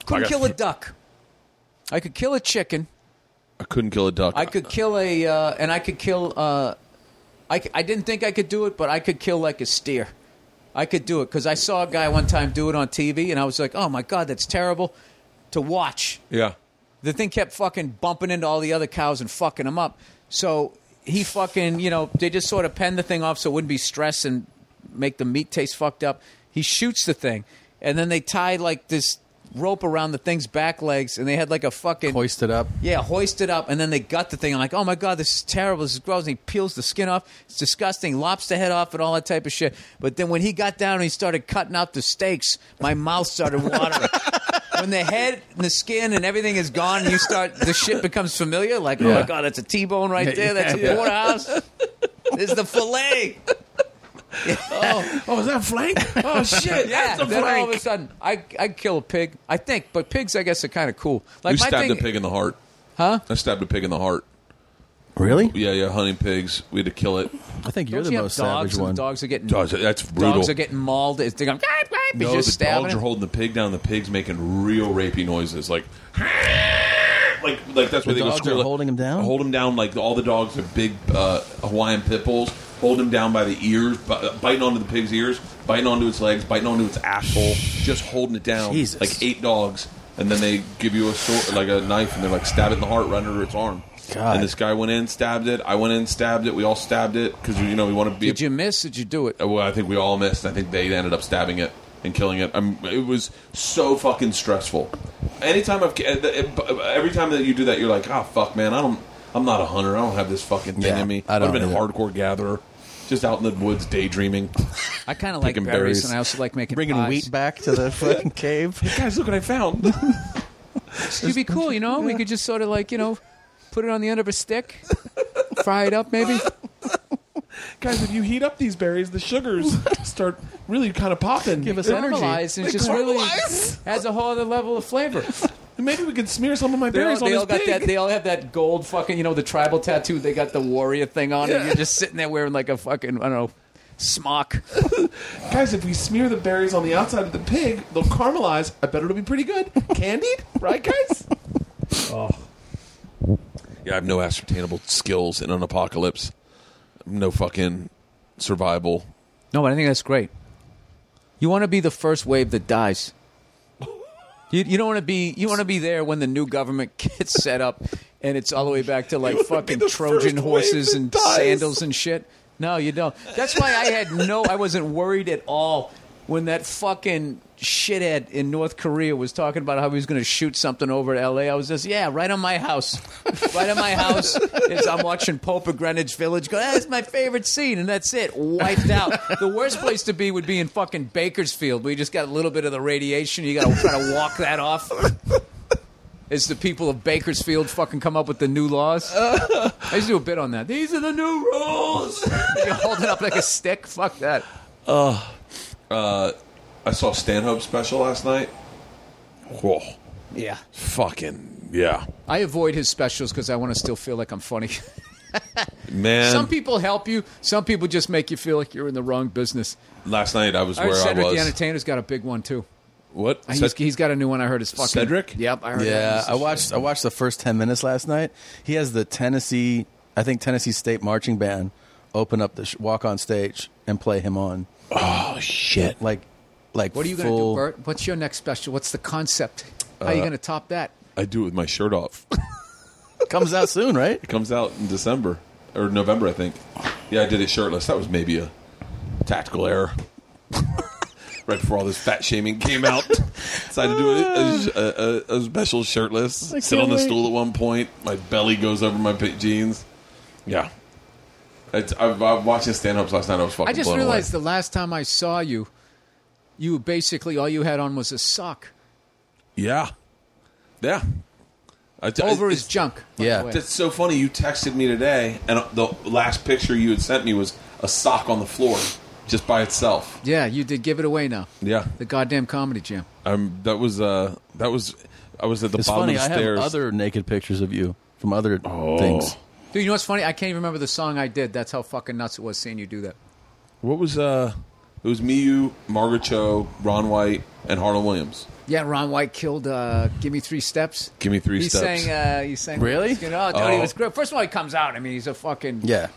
Couldn't I got- kill a duck. I could kill a chicken. I couldn't kill a duck. I could kill a, uh, and I could kill. Uh, I c- I didn't think I could do it, but I could kill like a steer. I could do it because I saw a guy one time do it on TV, and I was like, oh my god, that's terrible to watch. Yeah. The thing kept fucking bumping into all the other cows and fucking them up. So he fucking, you know, they just sort of penned the thing off so it wouldn't be stress and make the meat taste fucked up. He shoots the thing, and then they tied like this rope around the thing's back legs, and they had like a fucking Hoist it up. yeah, hoist it up, and then they gut the thing. I'm like, oh my god, this is terrible. This is gross. And he peels the skin off. It's disgusting. Lops the head off and all that type of shit. But then when he got down and he started cutting out the steaks, my mouth started watering. when the head and the skin and everything is gone, and you start the shit becomes familiar. Like, oh my Yeah. god, that's a T-bone right there. That's yeah. a porterhouse. There's the fillet. Oh, is that flank? Oh shit! Yeah, then all of a sudden, I I kill a pig. I think, but pigs, I guess, are kind of cool. Like we my stabbed thing, a pig in the heart. Huh? I stabbed a pig in the heart. Really? Yeah, yeah. Hunting pigs. We had to kill it. I think you're Don't the you have most dogs savage and one. Dogs are getting Dogs, that's brutal. Dogs are getting mauled. It's- They're going. "Grip, grip," he's No, just the stabbing dogs it. are holding the pig down. The pig's making real rapey noises, like, like, like that's where The they go. dogs are squirrel it. holding him down? Hold him down like all the dogs are big uh, Hawaiian pit bulls. Hold him down by the ears, bi- biting onto the pig's ears, biting onto its legs, biting onto its asshole, just holding it down. Jesus. Like eight dogs, and then they give you a sword, like a knife, and they're like stab it in the heart, right under its arm. God. And this guy went in, stabbed it. I went in, stabbed it. We all stabbed it because you know we want to be. Did you miss? Did you do it? Uh, Well, I think we all missed. I think they ended up stabbing it and killing it. i it was so fucking stressful. Anytime I've uh, the- uh, every time that you do that, you're like, oh fuck, man, I don't. I'm not a hunter. I don't have this fucking thing Yeah, in me. I don't I've been a either. hardcore gatherer, just out in the woods daydreaming. I kind of like Picking berries, berries. and I also like making Bringing pies. wheat back to the fucking cave. Guys, look what I found. It'd be cool, you know. We could just sort of like you know, put it on the end of a stick, fry it up, maybe. Guys, if you heat up these berries, the sugars start really kind of popping. Give us energy. Caramelized and it just really adds a whole other level of flavor. Maybe we could smear some of my They all, they all got that. They all have that gold fucking you know the tribal tattoo. They got the warrior thing on, and you're just sitting there wearing like a fucking I don't know smock. Guys, if we smear the berries on the outside of the pig, they'll caramelize. I bet it'll be pretty good. Candied, right, guys? oh. Yeah, I have no ascertainable skills in an apocalypse. No fucking survival. No, but I think that's great. You want to be the first wave that dies. You, you don't want to be you want to be there when the new government gets set up, and it's all the way back to like fucking Trojan horses and sandals and shit. No, you don't. That's why I had no. I wasn't worried at all when that fucking shithead in North Korea was talking about how he was going to shoot something over at L.A. I was just yeah, right on my house, right on my house. Is I'm watching Pope of Greenwich Village. Go, that's my favorite scene, and that's it. Wiped out. The worst place to be would be in fucking Bakersfield. We just got a little bit of the radiation. You got to try to walk that off. Is the people of Bakersfield fucking come up with the new laws? I used to do a bit on that. These are the new rules. you hold it up like a stick. Fuck that. I saw Stanhope special last night. Whoa. Yeah. Fucking, yeah. I avoid his specials because I want to still feel like I'm funny. Man, some people help you. Some people just make you feel like you're in the wrong business. last night I was I heard where Cedric I the was. Entertainer's got a big one too. Uh, what? He's, he's got a new one. I heard is fucking Cedric? Yep, I heard. Yeah, that. I watched. I watched the first ten minutes last night. He has the Tennessee, I think Tennessee State marching band, open up the sh- walk on stage and play him on. oh, shit. Like like What are you going to do, full, Bert? What's your next special? What's the concept? How are you going to top that? I do it with my shirt off. Comes out soon, right? It comes out in December or November, I think. Yeah, I did it shirtless. That was maybe a tactical error. right before all this fat shaming came out, decided to do Ah. a, a, a, a special shirtless. Sit on the stool at one point. My belly goes over my pa- jeans. Yeah. It's, I've, I've watched his stand ups last night. I was fucking I just blown away. realized the last time I saw you, you basically all you had on was a sock Yeah. Yeah. I, I- over his it's- junk. by Yeah. the way. That's so funny. You texted me today, and the last picture you had sent me was a sock on the floor, just by itself. yeah, you did give it away now. Yeah, The goddamn comedy jam. um, that was uh, that was I was at the It's bottom funny. of I the have stairs. Oh. other naked pictures of you from other things. Dude, you know what's funny? I can't even remember the song I did. That's how fucking nuts it was seeing you do that. What was uh? It was me, you, Margaret Cho, Ron White, and Harlan Williams. Yeah, Ron White killed uh, Give Me Three Steps. Give me three He steps. sang, uh, he sang. Really? You know, oh, dude, he Oh. was great. First of all, he comes out. I mean, he's a fucking. Yeah,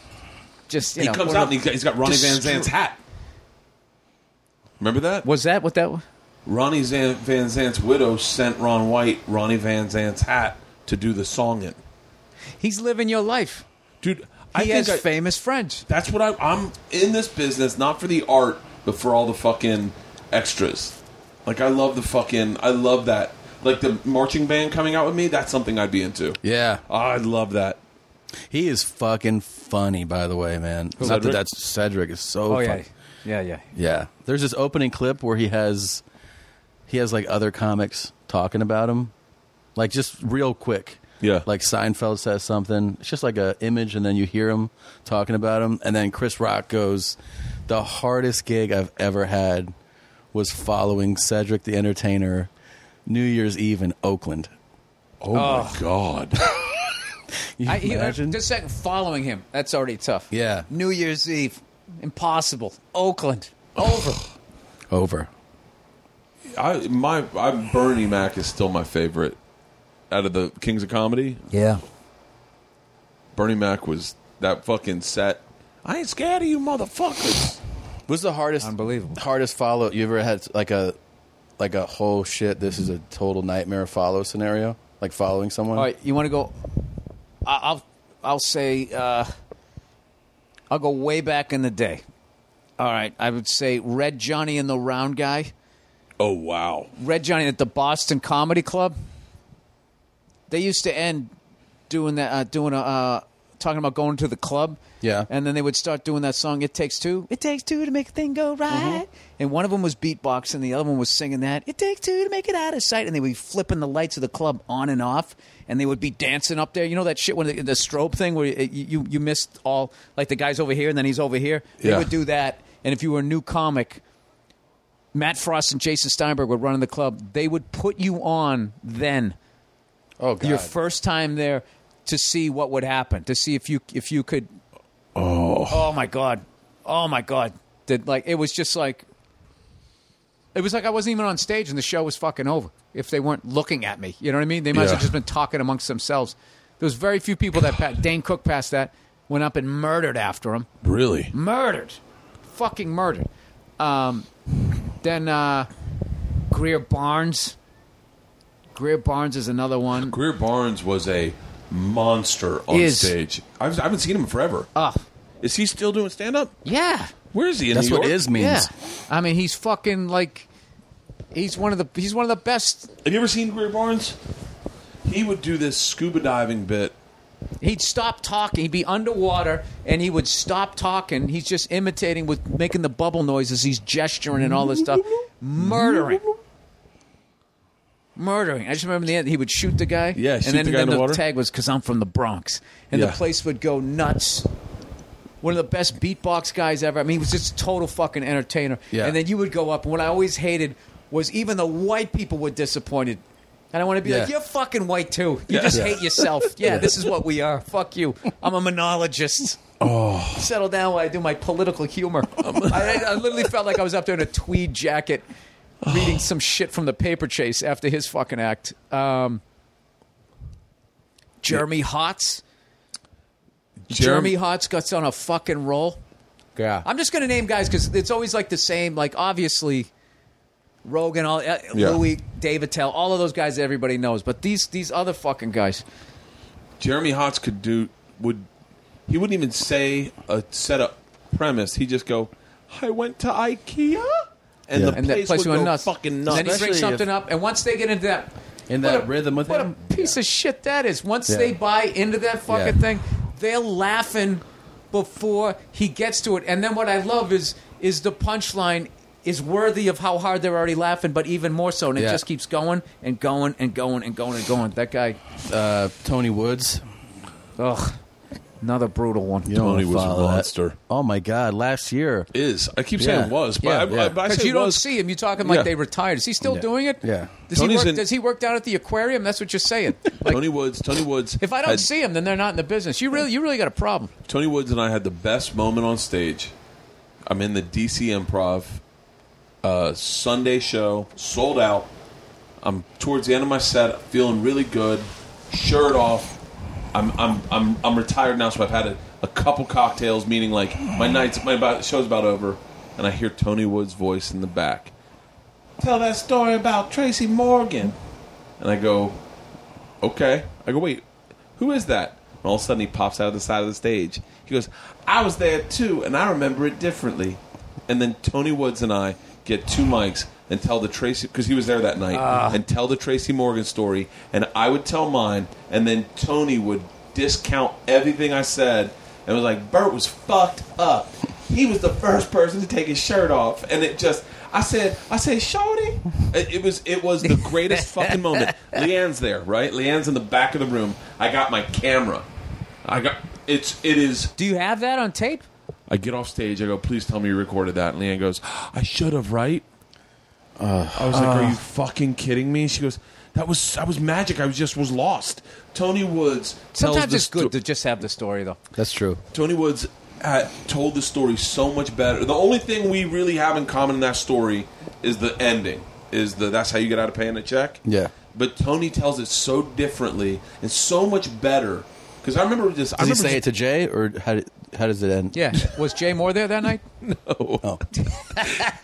Just, you he know, comes what out a- and he's got, he's got Ronnie Van Destroy- Zandt's hat. Remember that? Was that what that was? Ronnie Zan- Van Zandt's widow sent Ron White Ronnie Van Zandt's hat to do the song in. He's living your life. Dude, I He think I, has famous friends. That's what I, I'm in this business, not for the art, but for all the fucking extras. Like I love the fucking, I love that. Like the marching band coming out with me, that's something I'd be into. yeah. I love that. He is fucking funny, by the way, man. Not Cedric? that that's Cedric is so. Oh, yeah. funny. Yeah, yeah. Yeah. There's this opening clip where he has he has like other comics talking about him. Like just real quick. Yeah. Like Seinfeld says something. It's just like a image and then you hear him talking about him and then Chris Rock goes the hardest gig I've ever had was following Cedric the Entertainer New Year's Eve in Oakland. Oh, my god. You I, he, uh, imagine? just a second, following him. That's already tough. Yeah. New Year's Eve. Impossible. Oakland. Over. Over. I my I, Bernie Mac is still my favorite out of the Kings of Comedy. yeah. Bernie Mac was that fucking set. I ain't scared of you, motherfuckers. What's the hardest Unbelievable. hardest follow you ever had like a like a whole shit this is a total nightmare follow scenario? Like following someone? All right, you want to go? I- I'll I'll say uh, I'll go way back in the day. All right, I would say Red Johnny and the Round Guy. Oh wow. Red Johnny at the Boston Comedy Club. They used to end doing that, uh, doing a uh, talking about going to the club. Yeah. and then they would start doing that song. It takes two. It takes two to make a thing go right. And one of them was beatboxing, the other one was singing that. It takes two to make it out of sight. And they would be flipping the lights of the club on and off, and they would be dancing up there. You know that shit when the, the strobe thing where it, you you missed all like the guy's over here and then he's over here. They Yeah. would do that. And if you were a new comic, Matt Frost and Jason Steinberg were running the club. They would put you on then Oh god. your first time there to see what would happen, to see if you if you could. Oh, my god, oh my god! That like it was just like it was like I wasn't even on stage and the show was fucking over. If they weren't looking at me, you know what I mean? They must Yeah. have just been talking amongst themselves. There was very few people that passed. Dane Cook passed that, went up and murdered after him Really? murdered, fucking murdered. Um, then uh, Greer Barnes. Greer Barnes is another one. Greer Barnes was a monster on Is. stage. I've, I haven't seen him in forever. Oh, Is he still doing stand up? yeah, Where is he? In That's New what York? is means. yeah. I mean, he's fucking like he's one of the he's one of the best. Have you ever seen Greer Barnes? He would do this scuba diving bit. He'd stop talking. He'd be underwater and he would stop talking. He's just imitating with making the bubble noises. He's gesturing and all this stuff, murdering. Murdering. I just remember in the end he would shoot the guy. Yeah, and shoot then the guy in then the water. tag was "Cause I'm from the Bronx," and the Yeah. place would go nuts. One of the best beatbox guys ever. I mean, he was just a total fucking entertainer. Yeah. And then you would go up. And what I always hated was even the white people were disappointed. And I want to be like, Yeah. "You're fucking white too. You just Yeah. hate yourself. Yeah, this is what we are. Fuck you. I'm a monologist. Oh, settle down while I do my political humor. I, I literally felt like I was up there in a tweed jacket, reading some shit from the paper chase after his fucking act. Um, Jeremy Hotz. Jeremy Hotz gets on a fucking roll. Yeah. I'm just going to name guys because it's always like the same. Like obviously, Rogan, all uh, Yeah. Louis, Dave Attell, all of those guys that everybody knows. But these these other fucking guys, Jeremy Hotz could do would he wouldn't even say a setup premise. He'd just go, "I went to IKEA," and Yeah. the and that place, place would went go nuts, fucking And then he nuts. brings Especially something if- up, and once they get into that, In what that a- rhythm with what him? a piece of shit that is. Once Yeah. they buy into that fucking Yeah. thing, they're laughing before he gets to it. And then what I love is is the punchline is worthy of how hard they're already laughing, but even more so, and it Yeah. just keeps going and going and going and going and going. That guy, Uh, Tony Woods. ugh, another brutal one. You don't Tony wanna was a follow that. monster. Oh my God! Last year, Is I keep Yeah. saying was, but Yeah, I, yeah. I, I, Because say you don't was. see him. You're talking like Yeah. they retired. Is he still Yeah. does it? Yeah. Does he, Tony's work, in- does he work down at the aquarium? That's what you're saying. Like, Tony Woods. Tony Woods. if I don't had- see him, then they're not in the business. You really, you really got a problem. Tony Woods and I had the best moment on stage. I'm in the DC Improv uh, Sunday show, sold out. I'm towards the end of my set, feeling really good, shirt off. I'm I'm I'm, I'm retired now, so I've had a, a couple cocktails. Meaning like my nights, my about, show's about over, and I hear Tony Woods' voice in the back. Tell that story about Tracy Morgan. And I go, okay. I go, wait, who is that? And all of a sudden, he pops out of the side of the stage. He goes, I was there too, and I remember it differently. And then Tony Woods and I get two mics and tell the Tracy, because he was there that night, and tell the Tracy Morgan story. And I would tell mine, and then Tony would discount everything I said and was like, Bert was fucked up. He was the first person to take his shirt off, and it just. I said, I said, Shorty. It it was, it was the greatest fucking moment. Leanne's there, right? Leanne's in the back of the room. I got my camera. I got it's, it is. Do you have that on tape? I get off stage. I go, please tell me you recorded that. And Leanne goes, I should have, right? Uh, I was like, are you fucking kidding me? She goes, that was, I was magic. I was just was lost. Tony Woods. tells Sometimes the it's sto- good to just have the story, though. that's true. Tony Woods had told the story so much better. The only thing we really have in common in that story is the ending. Is the that's how you get out of paying a check? Yeah. But Tony tells it so differently and so much better. Because I remember just I Does he remember say it to Jay, or how, did, how does it end? Yeah. Was Jay Moore there that night?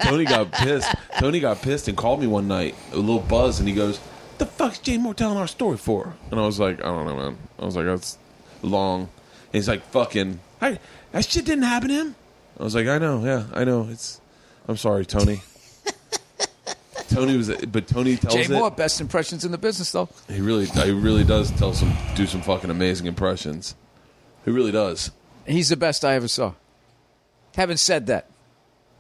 Tony got pissed. Tony got pissed and called me one night, a little buzz, and he goes, "The fuck's Jay Moore telling our story for?" And I was like, "I don't know, man." I was like, "That's long." And he's like, "Fucking, I, that shit didn't happen to him." I was like, "I know, yeah, I know. It's, I'm sorry, Tony." Tony was, but Tony tells Jay it. Moore, best impressions in the business, though. He really, he really does tell some, do some fucking amazing impressions. He really does. He's the best I ever saw. Having said that,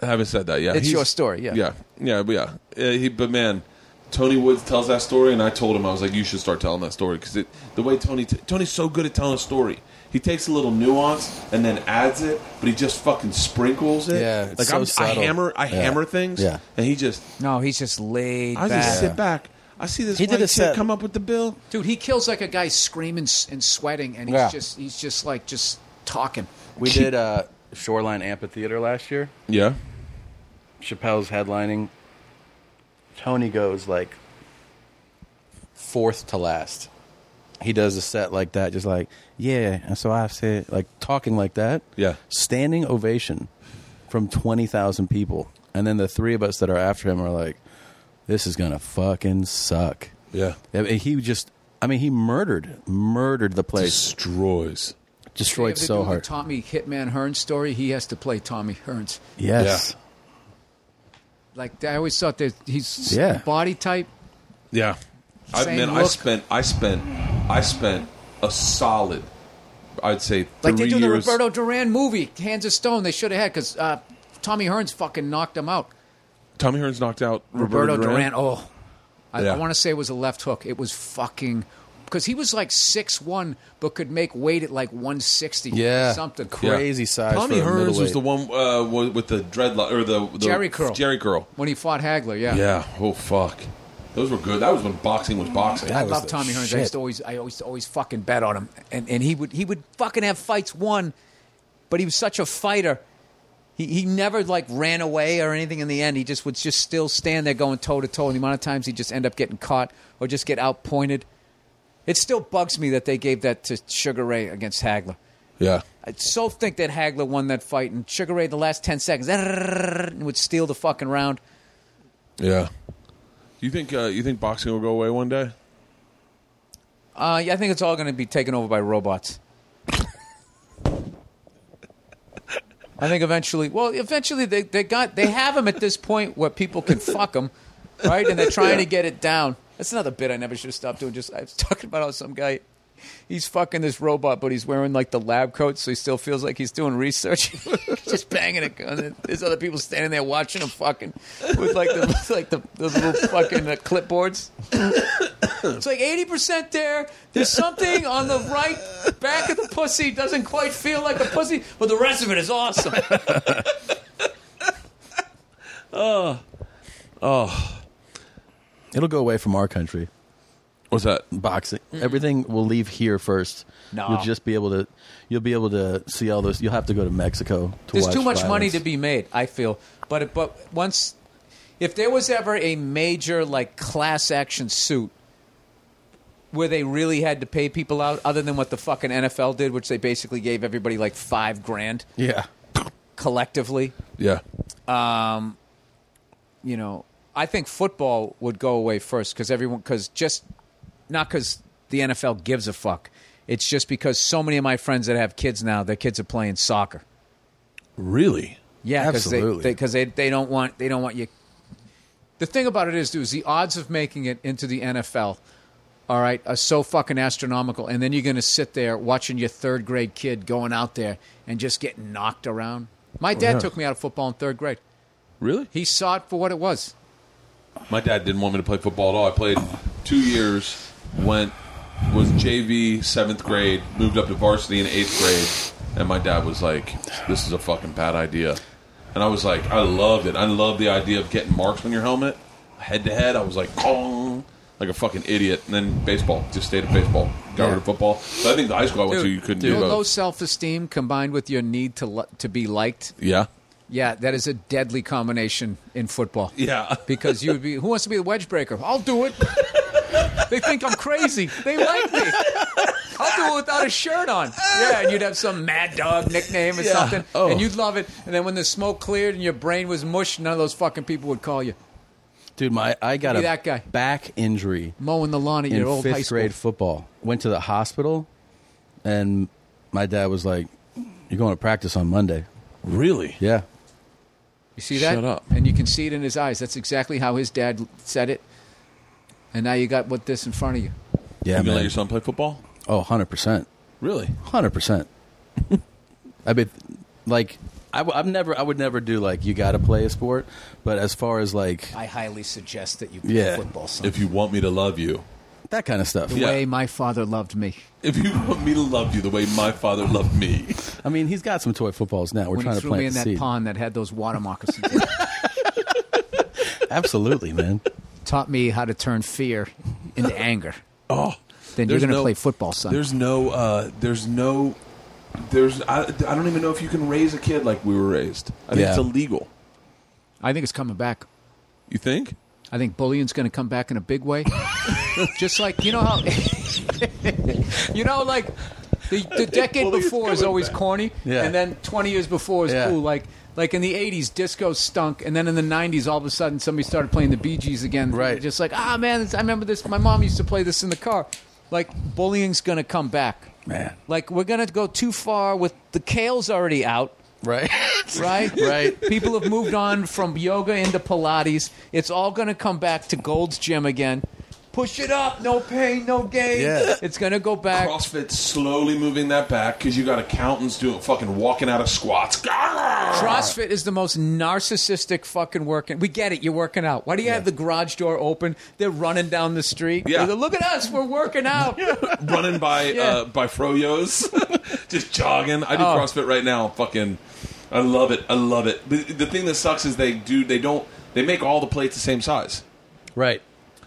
Having said that, yeah, It's he's- your story, yeah. yeah, yeah, but yeah. Uh, he, but man, Tony Woods tells that story, and I told him I was like, you should start telling that story because the way Tony t- Tony's so good at telling a story. He takes a little nuance and then adds it, but he just fucking sprinkles it. Yeah, it's like so I'm, I subtle. hammer, I Yeah. hammer things, Yeah. and he just, no, he's just laid I back. just sit back. I see this He did white a chick set- come up with the bill. Dude, he kills like a guy screaming s- and sweating, and he's Yeah. just he's just like just talking. We did uh, Shoreline Amphitheater last year. Yeah, Chappelle's headlining. Tony goes like fourth to last. He does a set like that, just like yeah. And so I said, like talking like that, Yeah. Standing ovation from twenty thousand people, and then the three of us that are after him are like, "This is gonna fucking suck." yeah, I mean, he just, I mean, he murdered, murdered the place, destroys. destroyed If they so do the hard. Tommy Hitman Hearn story. He has to play Tommy Hearns. Yes, Like I always thought that he's Yeah. body type. Yeah. I Same man, I look. spent I spent I spent a solid I'd say three Like they do the years. Roberto Duran movie, Hands of Stone. They should have had because uh, Tommy Hearns fucking knocked him out. Tommy Hearns knocked out Roberto, Roberto Duran. Duran. Oh, I, Yeah. I want to say it was a left hook. It was fucking because he was like six one, but could make weight at like one sixty. yeah, something crazy size. Tommy for a Hearns was middleweight. the one uh, wa- with the dreadlock or the, the Jerry curl. Jerry curl. when he fought Hagler. Yeah, Yeah. Oh fuck. Those were good. That was when boxing was boxing. I was love the Tommy Hearns. I shit. used to always, I always, always fucking bet on him, and and he would, he would fucking have fights won, but he was such a fighter. He he never like ran away or anything. In the end, he just would just still stand there going toe to toe. And the amount of times he would just end up getting caught or just get outpointed, it still bugs me that they gave that to Sugar Ray against Hagler. Yeah. I so think that Hagler won that fight, and Sugar Ray the last ten seconds would steal the fucking round. Yeah. You think uh, you think boxing will go away one day? Uh, yeah, I think it's all going to be taken over by robots. I think eventually, well, eventually they, they got they have them at this point where people can fuck them, right? And they're trying to get it down. That's another bit I never should have stopped doing. Just I was talking about how some guy, he's fucking this robot, but he's wearing like the lab coat, so he still feels like he's doing research. just banging it. And then there's other people standing there watching him fucking with like the with, like the those little fucking uh, clipboards. It's like eighty percent there. There's something on the right back of the pussy doesn't quite feel like a pussy, but the rest of it is awesome. It'll go away from our country. What's that? Boxing. Everything will leave here first. No. You'll just be able to. You'll be able to see all those. You'll have to go to Mexico to There's watch too much money violence. to be made. I feel, but it- but once, if there was ever a major like class action suit where they really had to pay people out, other than what the fucking NFL did, which they basically gave everybody like five grand Yeah. collectively. Yeah. you know, I think football would go away first because everyone, because just not because the NFL gives a fuck. It's just because so many of my friends that have kids now, their kids are playing soccer. Really? Yeah, Absolutely. Because they, they don't want they don't want you. The thing about it is, dude, is the odds of making it into the NFL, all right, are so fucking astronomical. And then you're going to sit there watching your third grade kid going out there and just getting knocked around. My dad took me out of football in third grade. Really? He saw it for what it was. My dad didn't want me to play football at all. I played two years, went was JV seventh grade, moved up to varsity in eighth grade, and my dad was like, "This is a fucking bad idea," and I was like, "I loved it. I loved the idea of getting marks on your helmet, head to head." I was like, "Kong." Like a fucking idiot, and then baseball. Just stayed at baseball. Got rid of football. But I think the high school I went to, you couldn't do your both. low self-esteem combined with your need to li- to be liked. yeah, Yeah, that is a deadly combination in football. yeah. Because you would be, who wants to be the wedge breaker? I'll do it. they think I'm crazy. They like me. I'll do it without a shirt on. Yeah, and you'd have some mad dog nickname or something, Oh. and you'd love it. And then when the smoke cleared and your brain was mush, none of those fucking people would call you Dude, my I got Be a that guy. back injury mowing the lawn at in your old high fifth school. grade football. Went to the hospital, and my dad was like, "You're going to practice on Monday." Really? Yeah. You see that? Shut up. And you can see it in his eyes. That's exactly how his dad said it. And now you got what this in front of you. Yeah, You gonna let man. your son play football? Oh, 100%. Really? Hundred percent. I mean, like I, w- I've never, I would never do like you got to play a sport, but as far as like I highly suggest that you play Yeah. football, If you want me to love you, that kind of stuff, the way my father loved me. if you want me to love you the way my father loved me. I mean, he's got some toy footballs now. We're when trying he to threw me plant in the that seed. pond that had those water moccasins, in it. Absolutely, man. taught me how to turn fear into anger. Oh, Then you're there's going to no- play football, son. There's no, uh, there's no, there's. I, I don't even know if you can raise a kid like we were raised. I think Yeah. it's illegal. I think it's coming back. You think? I think bullying's going to come back in a big way. Just like you know how, you know, like the, the decade bullying's before is coming always corny, Yeah. and then twenty years before is Yeah. cool. Like like in the '80s, disco stunk, and then in the '90s, all of a sudden, somebody started playing the Bee Gees again. Right. Just like ah man, this- I remember this. My mom used to play this in the car. Like bullying's going to come back. Man. Like we're going to go too far with the kale's already out Right? right? Right. People have moved on from yoga into Pilates. It's all going to come back to Gold's Gym again. Push it up, no pain, no gain. Yeah. It's going to go back. CrossFit's slowly moving that back because you got accountants doing fucking walking out of squats. CrossFit is the most narcissistic fucking working. We get it, you're working out. Why do you have the garage door open? They're running down the street. Yeah. They're, Look at us, we're working out. running by Yeah. uh, by froyos, just jogging. I do Oh. CrossFit right now. Fucking, I love it. I love it. The, the thing that sucks is they do. They don't. They make all the plates the same size. Right.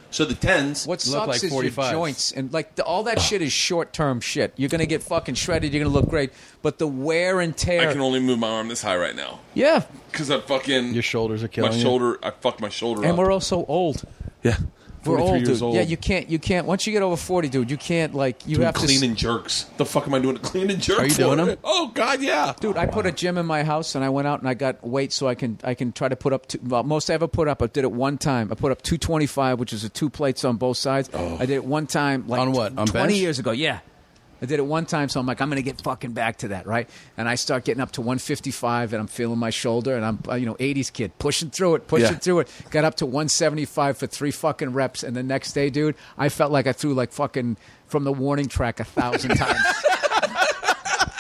So the tens. What Look sucks like is your 45s. joints and like the, all that shit is short term shit. You're gonna get fucking shredded. You're gonna look great, but the wear and tear. I can only move my arm this high right now yeah, because I fucking Your shoulders are my killing you. shoulder. I fucked my shoulder. and up. we're also old. yeah. We're 43 old, years dude. old. Yeah, you can't. You can't. Once you get over forty, dude, you can't like you Doing have to. clean s- and jerks. The fuck am I doing? A clean and jerk. Are you for? doing 'em? Oh God, yeah. Dude, I put a gym in my house, and I went out and I got weight so I can I can try to put up. Two, well, most I ever put up, I did it one time. I put up two twenty five, which is the two plates on both sides. I did it one time, like Oh. On what? On twenty bench? years ago. Yeah, I did it one time, so I'm like, I'm gonna get fucking back to that, right? And I start getting up to one fifty five, and I'm feeling my shoulder, and I'm uh, you know eighties kid pushing through it, pushing Yeah. through it. Got up to one seventy five for three fucking reps, and the next day, dude, I felt like I threw like fucking from the warning track a thousand times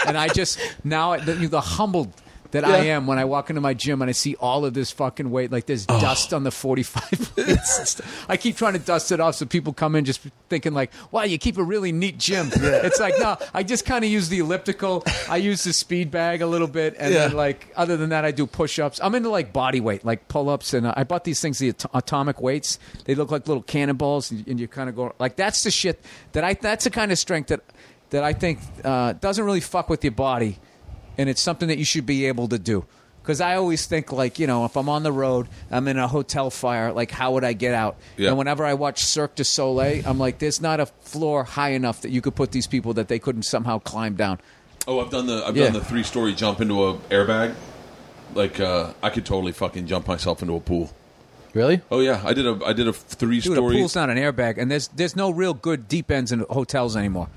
and I just now the, the humbled that I am when I walk into my gym and I see all of this fucking weight, like there's dust on the 45 plates. and stuff. I keep trying to dust it off so people come in just thinking like, wow, you keep a really neat gym. It's like, no, I just kind of use the elliptical. I use the speed bag a little bit. And then like, other than that, I do push-ups. I'm into like body weight, like pull-ups. And uh, I bought these things, the at- atomic weights. They look like little cannonballs and, and you kind of go like, that's the shit that I, that's the kind of strength that that I think uh, doesn't really fuck with your body, and it's something that you should be able to do. Because I always think like you know, if I'm on the road, I'm in a hotel fire. Like, how would I get out? Yeah. And whenever I watch Cirque du Soleil, I'm like, there's not a floor high enough that you could put these people that they couldn't somehow climb down. Oh, I've done the I've Yeah. done the three story jump into a airbag. Like uh, I could totally fucking jump myself into a pool. Really? Oh yeah, I did a I did a three Dude, story. a pool's not an airbag, and there's there's no real good deep ends in hotels anymore.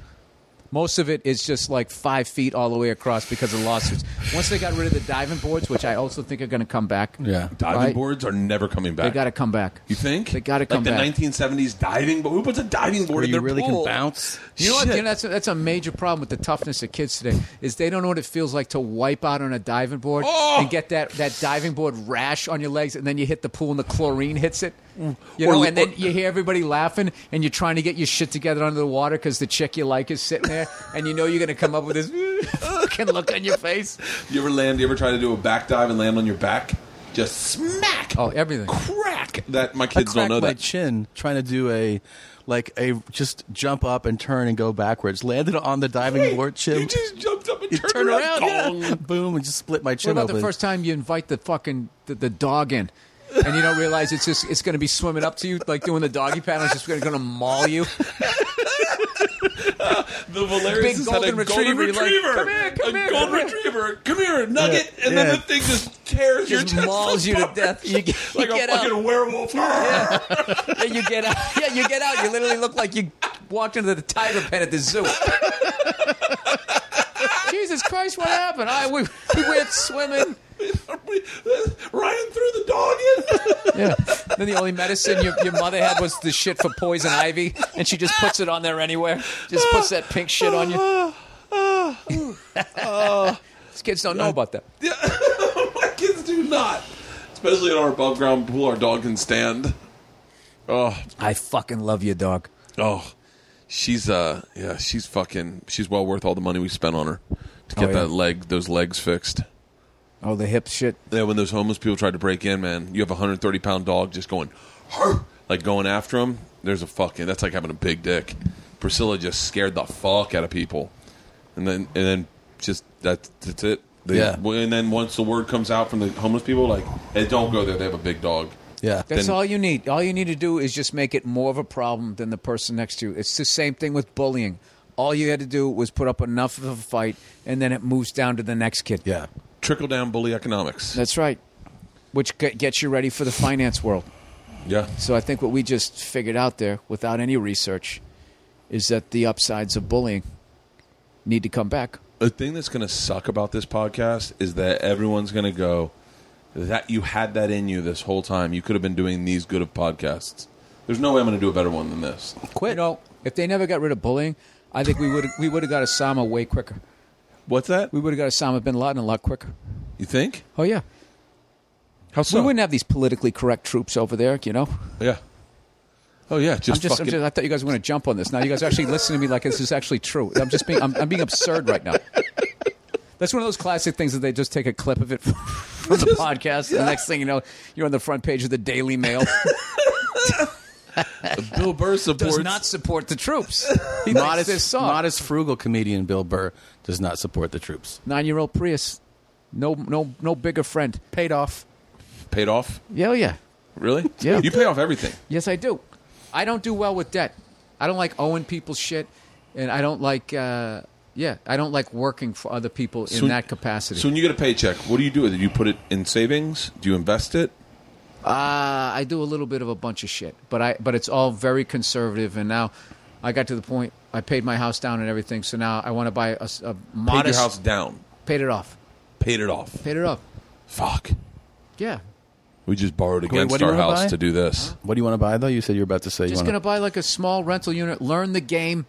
Most of it is just like five feet all the way across because of lawsuits. Once they got rid of the diving boards, which I also think are going to come back. Yeah. diving Right? boards are never coming They back. got to come back. you think They got to come like back. the 1970s diving? But who puts a diving board Where in their you really pool? can bounce? you know what? You know, that's, a, that's a major problem with the toughness of kids today is they don't know what it feels like to wipe out on a diving board Oh! and get that, that diving board rash on your legs, and then you hit the pool and the chlorine hits it. Mm. You Or- know, and or- then you hear everybody laughing, and you're trying to get your shit together under the water because the chick you like is sitting there, and you know you're going to come up with this fucking look on your face. You ever land? You ever try to do a back dive and land on your back? Just smack. Oh, everything. crack that my I kids don't cracked know my that. chin trying to do a like a just jump up and turn and go backwards. Landed on the diving board chin. You just jumped up and You turned turn around, Dong. yeah. boom, and just split my What chin about open. the first time you invite the fucking the, the dog in, and you don't realize it's just it's going to be swimming up to you like doing the doggy paddle, it's just going to maul you. The Valerius Big has had a golden retriever, golden you're like, retriever. "Come here, come a here, golden come here." retriever. Come here, nugget. Yeah, And then yeah. the thing just tears your Just chest mauls apart. you to death. You get- you like get a up. fucking werewolf. Yeah. Yeah, you get out. Yeah, you get out. You literally look like you walked into the tiger pen at the zoo. Jesus Christ, what happened? I we, we went swimming. Ryan threw the dog in. Yeah. Then the only medicine your, your mother had was the shit for poison ivy, and she just puts it on there anywhere. Just puts that pink shit on you. These kids don't know about that. My kids do not. Especially in our above ground pool, our dog can stand. Oh, I fucking love you, dog. oh. She's uh, yeah, she's fucking. She's well worth all the money we spent on her to Oh, get yeah. that leg, those legs fixed. Oh, the hip shit. Yeah, when those homeless people tried to break in, man, you have a 130 pound dog just going, "Harr!" like going after him. There's a fucking, that's like having a big dick. Priscilla just scared the fuck out of people. And then, and then just, that, that's it. They, Yeah. And then once the word comes out from the homeless people, like, hey, don't go there. They have a big dog. yeah, That's then- all you need. All you need to do is just make it more of a problem than the person next to you. It's the same thing with bullying. All you had to do was put up enough of a fight, and then it moves down to the next kid. yeah. Trickle down bully economics. That's right. Which ge- gets you ready for the finance world. yeah. So I think what we just figured out there, without any research, is that the upsides of bullying need to come back. The thing that's going to suck about this podcast is that everyone's going to go, that you had that in you this whole time. You could have been doing these good of podcasts. There's no way I'm going to do a better one than this. Quit. You know, if they never got rid of bullying, I think we would we would have got Osama way quicker. What's that? We would have got Osama bin Laden a lot quicker. You think? Oh yeah. How so? We wouldn't have these politically correct troops over there, you know. yeah. Oh yeah, just, I'm just, I'm fucking. just- I thought you guys were going to jump on this. Now you guys are actually listening to me like this is actually true. I'm just being, I'm, I'm being absurd right now. That's one of those classic things that they just take a clip of it from, from the podcast. and The next thing you know, you're on the front page of the Daily Mail. Bill Burr supports. Does not support the troops. He likes Modest, this song. modest, frugal comedian Bill Burr does not support the troops. Nine-year-old Prius. No, no, no bigger friend. Paid off. paid off. Yeah, oh yeah. Really? Yeah. You pay off everything. Yes, I do. I don't do well with debt. I don't like owing people shit, and I don't like. Uh, yeah, I don't like working for other people in when- that capacity. So when you get a paycheck, what do you do with it? Do you put it in savings? Do you invest it? Uh, I do a little bit of a bunch of shit, but I but it's all very conservative. And now, I got to the point I paid my house down and everything. So now I want to buy a, s- a Paid modest your house down. Paid it off. Paid it off. Paid it off. Fuck. Yeah, We just borrowed Corey, what against do you our wanna house buy? to do this. What do you want to buy though? You said you were about to say. you just wanna- gonna buy like a small rental unit. Learn the game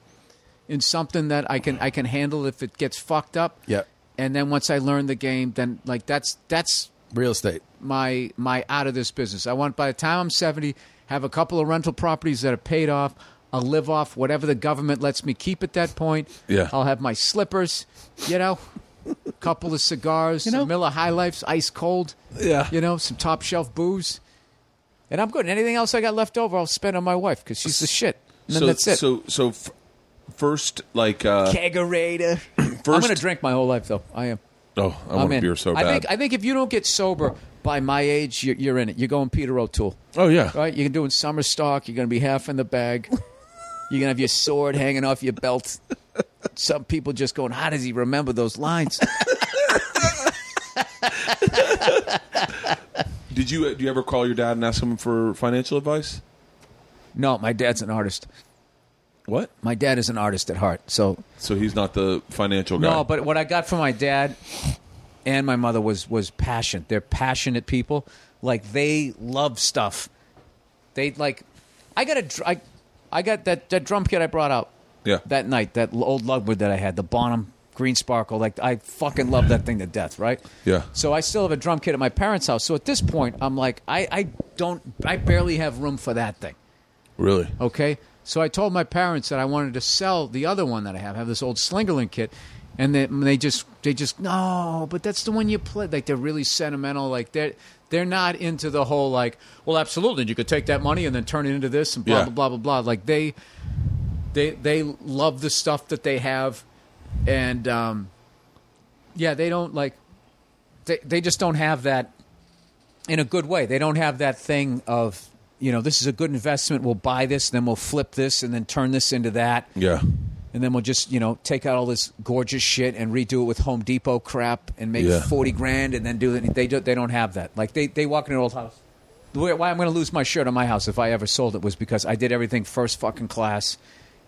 in something that I can I can handle if it gets fucked up. Yeah. And then once I learn the game, then like that's that's real estate. my my out of this business. I want by the time I'm 70, have a couple of rental properties that are paid off. I'll live off whatever the government lets me keep at that point. Yeah. I'll have my slippers, you know, a couple of cigars, some Miller High Life's ice cold. Yeah. You know, some top shelf booze. And I'm good. And anything else I got left over, I'll spend on my wife because she's the shit. And then so that's it. so so f- first like uh Kegerator. first I'm going to drink my whole life, though. I am. Oh, I I'm want in. a beer so I bad. think I think if you don't get sober by my age, you're, you're in it. You're going Peter O'Toole. oh yeah. Right? You're doing summer stock. You're going to be half in the bag. You're going to have your sword hanging off your belt. Some people just going, how does he remember those lines? Did you uh, do you ever call your dad and ask him for financial advice? no, my dad's an artist. What? My dad is an artist at heart. So So he's not the financial guy. no, but what I got from my dad and my mother was was passion. They're passionate people. Like they love stuff. They like. I got a. dr- I, I got that that drum kit I brought out. Yeah. That night, that l- old lugwood that I had, the Bonham Green Sparkle. Like I fucking love that thing to death. Right. Yeah. So I still have a drum kit at my parents' house. So at this point, I'm like, I I don't. I barely have room for that thing. really. Okay. So I told my parents that I wanted to sell the other one that I have. I have this old Slingerland kit, and they, and they just they just no, but that's the one you play. Like they're really sentimental. Like they're they're not into the whole like well, absolutely you could take that money and then turn it into this and blah Yeah. blah blah blah blah. Like they they they love the stuff that they have, and um, yeah, they don't like they they just don't have that in a good way. They don't have that thing of you know this is a good investment. We'll buy this, then we'll flip this, and then turn this into that, Yeah. and then we'll just you know take out all this gorgeous shit and redo it with Home Depot crap and make Yeah. forty grand, and then do it. They don't, they don't have that. Like they they walk in an old house. The way- Why I'm going to lose my shirt on my house if I ever sold it was because I did everything first fucking class.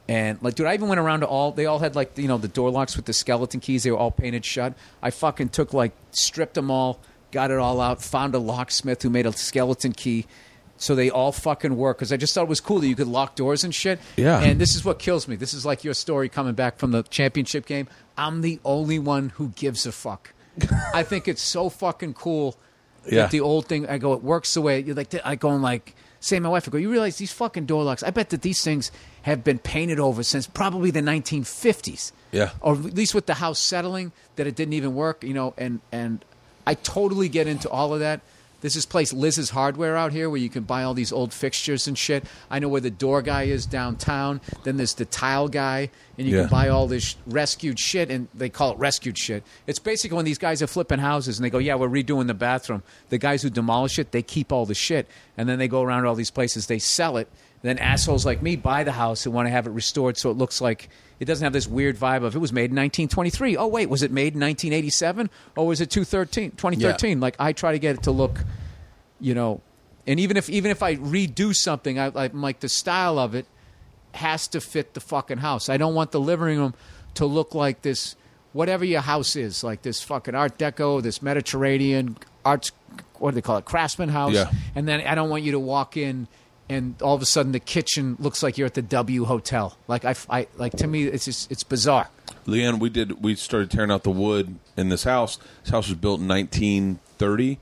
And like, dude, I even went around to all. They all had like, you know, the door locks with the skeleton keys. They were all painted shut. I fucking took like, stripped them all, got it all out. Found a locksmith who made a skeleton key, so they all fucking work. Because I just thought it was cool that you could lock doors and shit. Yeah. And this is what kills me. This is like your story coming back from the championship game. I'm the only one who gives a fuck. I think it's so fucking cool Yeah. that the old thing. I go, it works the way you're like. I go and like say to my wife, I go, you realize these fucking door locks? I bet that these things have been painted over since probably the 1950s. Yeah. or at least with the house settling that it didn't even work. You know, and and I totally get into all of that. There's this place Liz's Hardware out here where you can buy all these old fixtures and shit. I know where the door guy is downtown. Then there's the tile guy, and you Yeah. can buy all this rescued shit, and they call it rescued shit. It's basically when these guys are flipping houses and they go, "Yeah, we're redoing the bathroom." The guys who demolish it, they keep all the shit, and then they go around to all these places, they sell it. Then assholes like me buy the house and want to have it restored so it looks like it doesn't have this weird vibe of it was made in 1923. Oh wait, was it made in 1987 or was it 213 2013? Like I try to get it to look, you know, and even if even if I redo something, I, I'm like the style of it has to fit the fucking house. I don't want the living room to look like this, whatever your house is, like this fucking Art Deco, this Mediterranean arts, what do they call it, craftsman house. Yeah. And then I don't want you to walk in and all of a sudden the kitchen looks like you're at the W Hotel. Like I, I like to me, it's just, it's bizarre. Leanne, we did. We started tearing out the wood in this house. This house was built in 1930,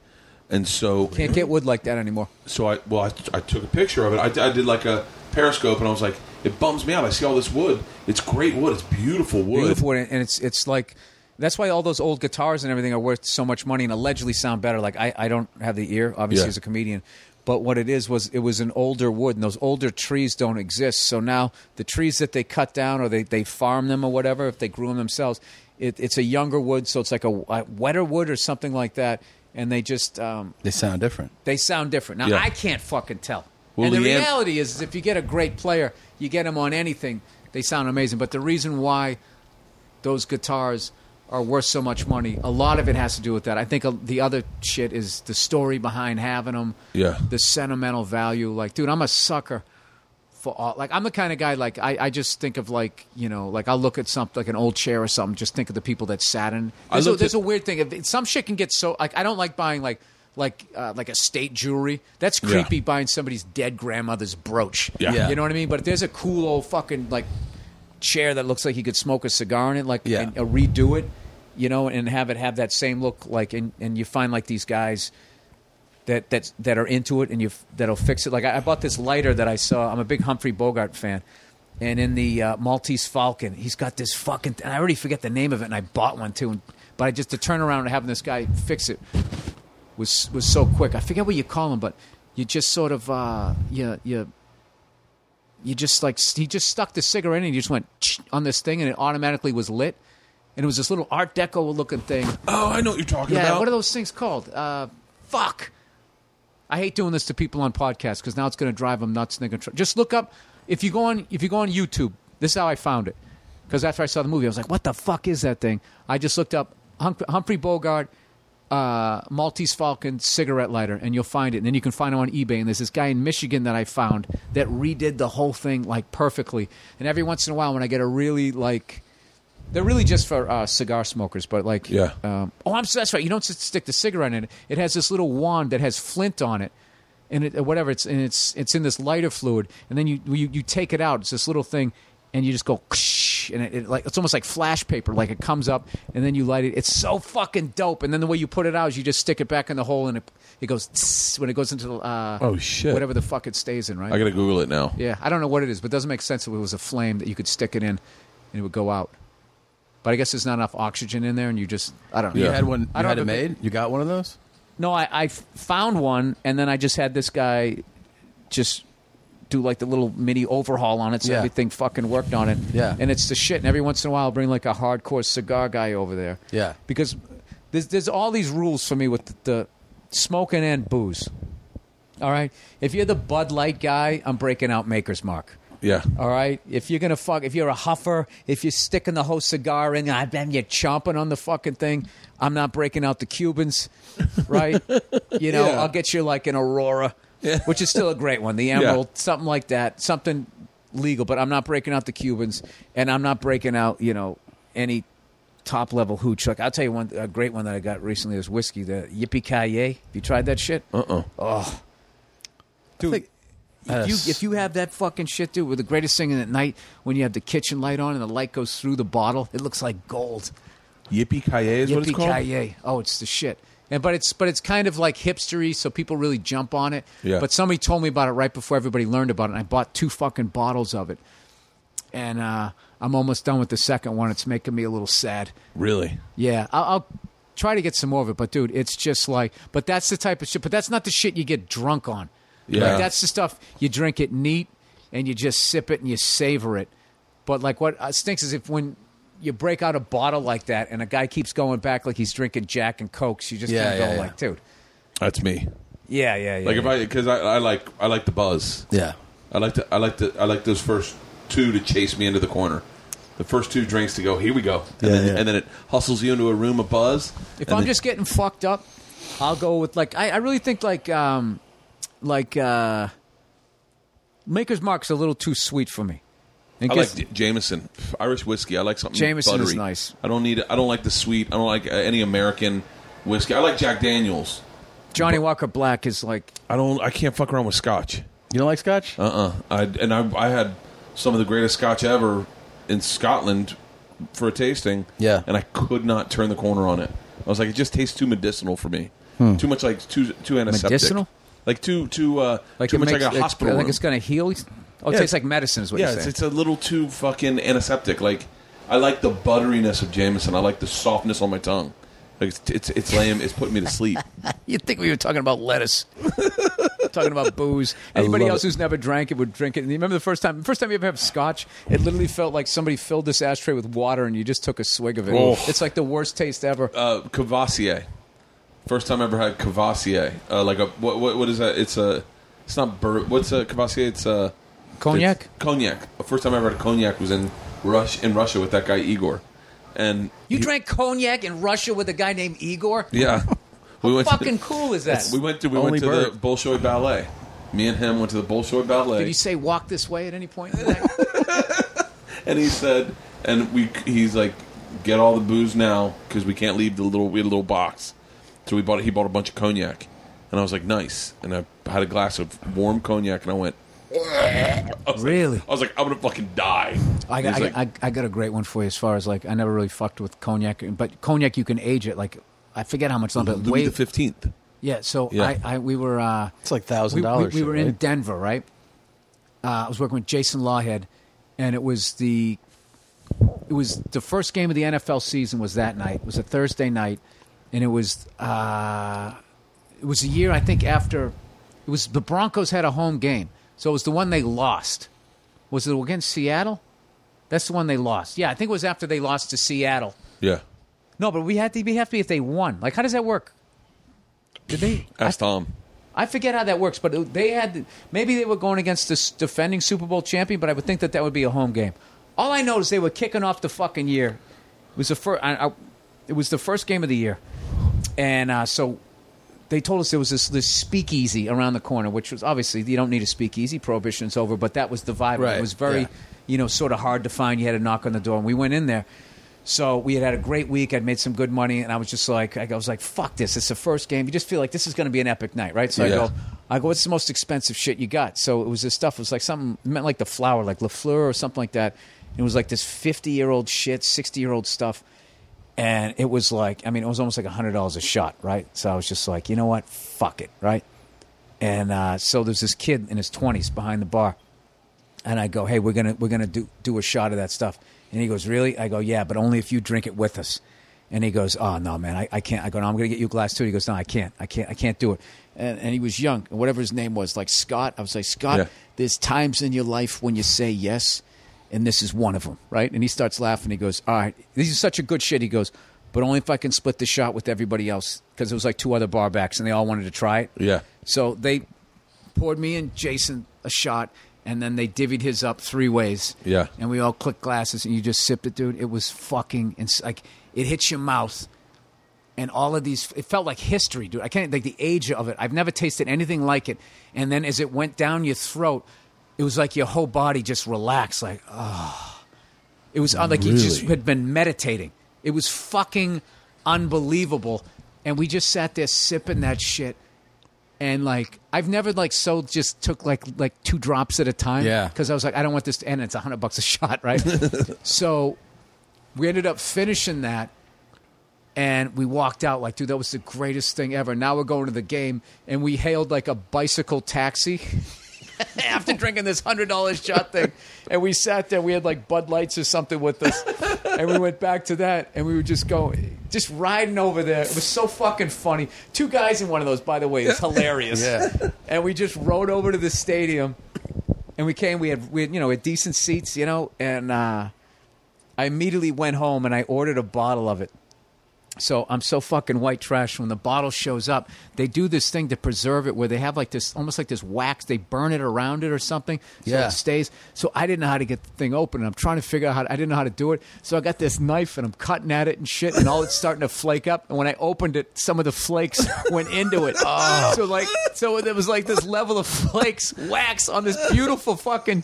and so Can't get wood like that anymore. so I well I, I took a picture of it. I, I did like a periscope, and I was like, it bums me out. I see all this wood. It's great wood. It's beautiful wood. Beautiful, and and it's it's like that's why all those old guitars and everything are worth so much money and allegedly sound better. Like I, I don't have the ear, obviously Yeah. as a comedian, but what it is was it was an older wood, and those older trees don't exist. So now the trees that they cut down or they they farm them or whatever, if they grew them themselves, it, it's a younger wood, so it's like a, a wetter wood or something like that, and they just um, They sound different. they sound different. Now Yeah. I can't fucking tell. Well, and the Leanne- reality is, is, if you get a great player, you get them on anything, they sound amazing. But the reason why those guitars are worth so much money, a lot of it has to do with that. I think uh, the other shit is the story behind having them. Yeah. The sentimental value. Like, dude, I'm a sucker for all. Like, I'm the kind of guy, like, I, I just think of, like, you know, like, I'll look at something, like an old chair or something, just think of the people that sat in. I There's, a, looked there's at- a weird thing. If- Some shit can get so, like, I don't like buying, like, like uh, like estate jewelry. That's Yeah. creepy buying somebody's dead grandmother's brooch. Yeah. Yeah. You know what I mean? But if there's a cool old fucking like chair that looks like you could smoke a cigar in it, like Yeah. and, uh, redo it, you know, and have it have that same look like and, and you find like these guys that that that are into it and you that'll fix it. Like I, I bought this lighter that I saw. I'm a big Humphrey Bogart fan. And in the uh, Maltese Falcon, he's got this fucking. And I already forget the name of it, and I bought one too. And, but I just to turn around and having this guy fix it was was so quick. I forget what you call him, but you just sort of uh, you you you just like he just stuck the cigarette in and he just went on this thing and it automatically was lit, and it was this little Art Deco looking thing. Oh, I know what you're talking Yeah, about. what are those things called? Uh, fuck. I hate doing this to people on podcasts because now it's going to drive them nuts. And they're going to just look up if you go on if you go on YouTube. This is how I found it because after I saw the movie, I was like, "What the fuck is that thing?" I just looked up Hum- Humphrey Bogart uh, Maltese Falcon cigarette lighter, and you'll find it. And then you can find them on eBay. And there's this guy in Michigan that I found that redid the whole thing like perfectly. And every once in a while, when I get a really like they're really just for uh, cigar smokers, but like, Yeah. Um, oh, I'm that's right. You don't just stick the cigarette in it. It has this little wand that has flint on it, and it, uh, whatever. It's and it's it's in this lighter fluid, and then you you, you take it out. It's this little thing, and you just go, and it, it like it's almost like flash paper. Like it comes up, and then you light it. It's so fucking dope. And then the way you put it out is you just stick it back in the hole, and it it goes tss when it goes into the uh, Oh, shit. whatever the fuck it stays in, right? I gotta Google it now. Yeah, I don't know what it is, but it doesn't make sense if it was a flame that you could stick it in and it would go out. But I guess there's not enough oxygen in there, and you just I don't know. You had one. You I don't had know it if made. You got one of those. No, I, I found one, and then I just had this guy just do like the little mini overhaul on it, so Yeah. everything fucking worked on it. Yeah. and it's the shit. And every once in a while, I'll bring like a hardcore cigar guy over there. Yeah. because there's there's all these rules for me with the, the smoking and booze. All right, if you're the Bud Light guy, I'm breaking out Maker's Mark. Yeah. All right. If you're gonna fuck, if you're a huffer, if you're sticking the whole cigar in, I then you're chomping on the fucking thing. I'm not breaking out the Cubans, right? you know, I'll get you like an Aurora, which is still a great one, the Emerald, something like that, something legal. But I'm not breaking out the Cubans, and I'm not breaking out, you know, any top level hooch. Like I'll tell you one a great one that I got recently is whiskey, the Yippee Ki Yay. Have you tried that shit? Uh uh Oh, dude. If you, if you have that fucking shit, dude, with the greatest thing in at night when you have the kitchen light on and the light goes through the bottle, it looks like gold. Yippee ki yay is what it's called. Yippee-ki-yay. Oh, it's the shit. And but it's but it's kind of like hipstery, so people really jump on it. Yeah. But somebody told me about it right before everybody learned about it, and I bought two fucking bottles of it. And uh, I'm almost done with the second one. It's making me a little sad. Really? Yeah, I'll, I'll try to get some more of it. But dude, it's just like, but that's the type of shit. But that's not the shit you get drunk on. Yeah. like, that's the stuff you drink it neat and you just sip it and you savor it. But like, what uh, stinks is if when you break out a bottle like that and a guy keeps going back like he's drinking Jack and Cokes, you just Yeah, kind of yeah, go yeah. like, dude, That's me. yeah, yeah, yeah. Like yeah. if I because I, I like I like the buzz. Yeah. I like to I like to I like those first two to chase me into the corner. The first two drinks to go. Here we go. And, Yeah, then, yeah. and then it hustles you into a room of buzz. If and I'm then- just getting fucked up, I'll go with like I, I really think like um like uh Maker's Mark's a little too sweet for me. And I guess- like Jameson, Irish whiskey. I like something Jameson is buttery. nice. I don't need. I don't like the sweet. I don't like uh, any American whiskey. I like Jack Daniels. Johnny Walker Black is like I don't. I can't fuck around with Scotch. You don't like scotch? Uh uh I and I, I had some of the greatest scotch ever in Scotland for a tasting. Yeah. And I could not turn the corner on it. I was like, it just tastes too medicinal for me. Too much like too too antiseptic. Hmm. Medicinal? Like too too uh too it much makes- like a it's- hospital. Like room. it's gonna heal. Oh, it Yeah, tastes it's- like medicine is what yeah, you're it's, saying. it's a little too fucking antiseptic. Like I like the butteriness of Jameson. I like the softness on my tongue. Like it's it's, it's lame. It's putting me to sleep. You'd think we were talking about lettuce, talking about booze. Anybody love else who's never drank it would drink it. And you remember the first time, first time you ever have scotch, it literally felt like somebody filled this ashtray with water and you just took a swig of it. Oh. It's like the worst taste ever. uh, Cavassier. First time I ever had Cavassier. Uh, like a what, what? What is that? It's a It's not bur. What's uh, Kvassi? It's uh, Cognac? it's cognac. The first time I ever had cognac was in Rush in Russia with that guy Igor, and You drank cognac in Russia with a guy named Igor? yeah, we went Fucking to, cool is that? We went to we went Only to the bird. Bolshoi Ballet. Me and him went to the Bolshoi Ballet. Did you say walk this way at any point? and he said, and we he's like, get all the booze now because we can't leave the little we had a little box. So we bought he bought a bunch of cognac, and I was like, nice. And I had a glass of warm cognac, and I went. I was like- Really? I was like, I'm gonna fucking die. I, And got, he's I, like, I, I got a great one for you as far as like I never really fucked with cognac, but cognac you can age it like I forget how much longer. Louis Way- the Fifteenth. yeah, so Yeah. I, I we were uh, It's like we, we- $1,000 we shit, were in right? Denver, right? Uh, I was working with Jason Lawhead, and it was the it was the first game of the NFL season was that night. It was a Thursday night, and it was uh, it was a year I think after it was the Broncos had a home game, so it was the one they lost. Was it against Seattle? That's the one they lost. Yeah, I think it was after they lost to Seattle. Yeah, No, but we had to we have to be if they won. Like, how does that work? Did they? ask Tom. I forget how that works, but it- they had maybe they were going against this defending Super Bowl champion, but I would think that that would be a home game. All I know is they were kicking off the fucking year. It was the first. I, I, it was the first game of the year, and uh, so they told us there was this this speakeasy around the corner, which was obviously you don't need a speakeasy. Prohibition's over, but that was the vibe. Right, It was very, yeah. you know, sort of hard to find. You had to knock on the door, and we went in there. So we had had a great week. I'd made some good money, and I was just like, I was like, fuck this. It's the first game. You just feel like this is going to be an epic night, right? So I Yeah. go, I go, what's the most expensive shit you got? So it was this stuff. It was like something it meant like the flower, like Lafleur or something like that. And it was like this fifty year old shit, sixty year old stuff and it was like I mean it was almost like hundred dollars a shot, right? So I was just like, you know what, fuck it, right? And uh, so there's this kid in his twenties behind the bar, and I go, hey, we're gonna we're gonna do do a shot of that stuff, and he goes, really? I go, yeah, but only if you drink it with us. And he goes, oh no, man, I, I can't. I go, no, I'm gonna get you a glass too. He goes, no, I can't, I can't, I can't do it. And, and he was young, whatever his name was, like Scott. I was like, Scott, Yeah. there's times in your life when you say yes, and this is one of them, right? And he starts laughing. He goes, All right, this is such a good shit. He goes, But only if I can split the shot with everybody else because it was like two other bar backs and they all wanted to try it. Yeah. So they poured me and Jason a shot and then they divvied his up three ways. Yeah. And we all clicked glasses and you just sipped it, dude. It was fucking, ins- like, it hits your mouth and all of these it felt like history dude i can't like the age of it i've never tasted anything like it and then as it went down your throat it was like your whole body just relaxed like oh it was uh, like you just Really? had been meditating it was fucking unbelievable and we just sat there sipping that shit and like I've never like so just took like like two drops at a time. Yeah. because I was like, I don't want this to end. It's a hundred bucks a shot, right? so we ended up finishing that, and we walked out like, dude, that was the greatest thing ever. Now we're going to the game, and we hailed like a bicycle taxi. After drinking this hundred dollars shot thing, and we sat there, we had like Bud Lights or something with us, and we went back to that, and we would just go, just riding over there. It was so fucking funny. Two guys in one of those, by the way, is hilarious. Yeah. And we just rode over to the stadium, and we came. We had, we had you know, we had decent seats, you know, and uh, I immediately went home and I ordered a bottle of it. So I'm so fucking white trash. When the bottle shows up, they do this thing to preserve it, where they have like this, almost like this wax. They burn it around it or something, so Yeah. it stays. So I didn't know how to get the thing open, and I'm trying to figure out how. To, I didn't know how to do it. So I got this knife, and I'm cutting at it and shit, and all it's starting to flake up. And when I opened it, some of the flakes went into it. So like, so there was like this level of flakes wax on this beautiful fucking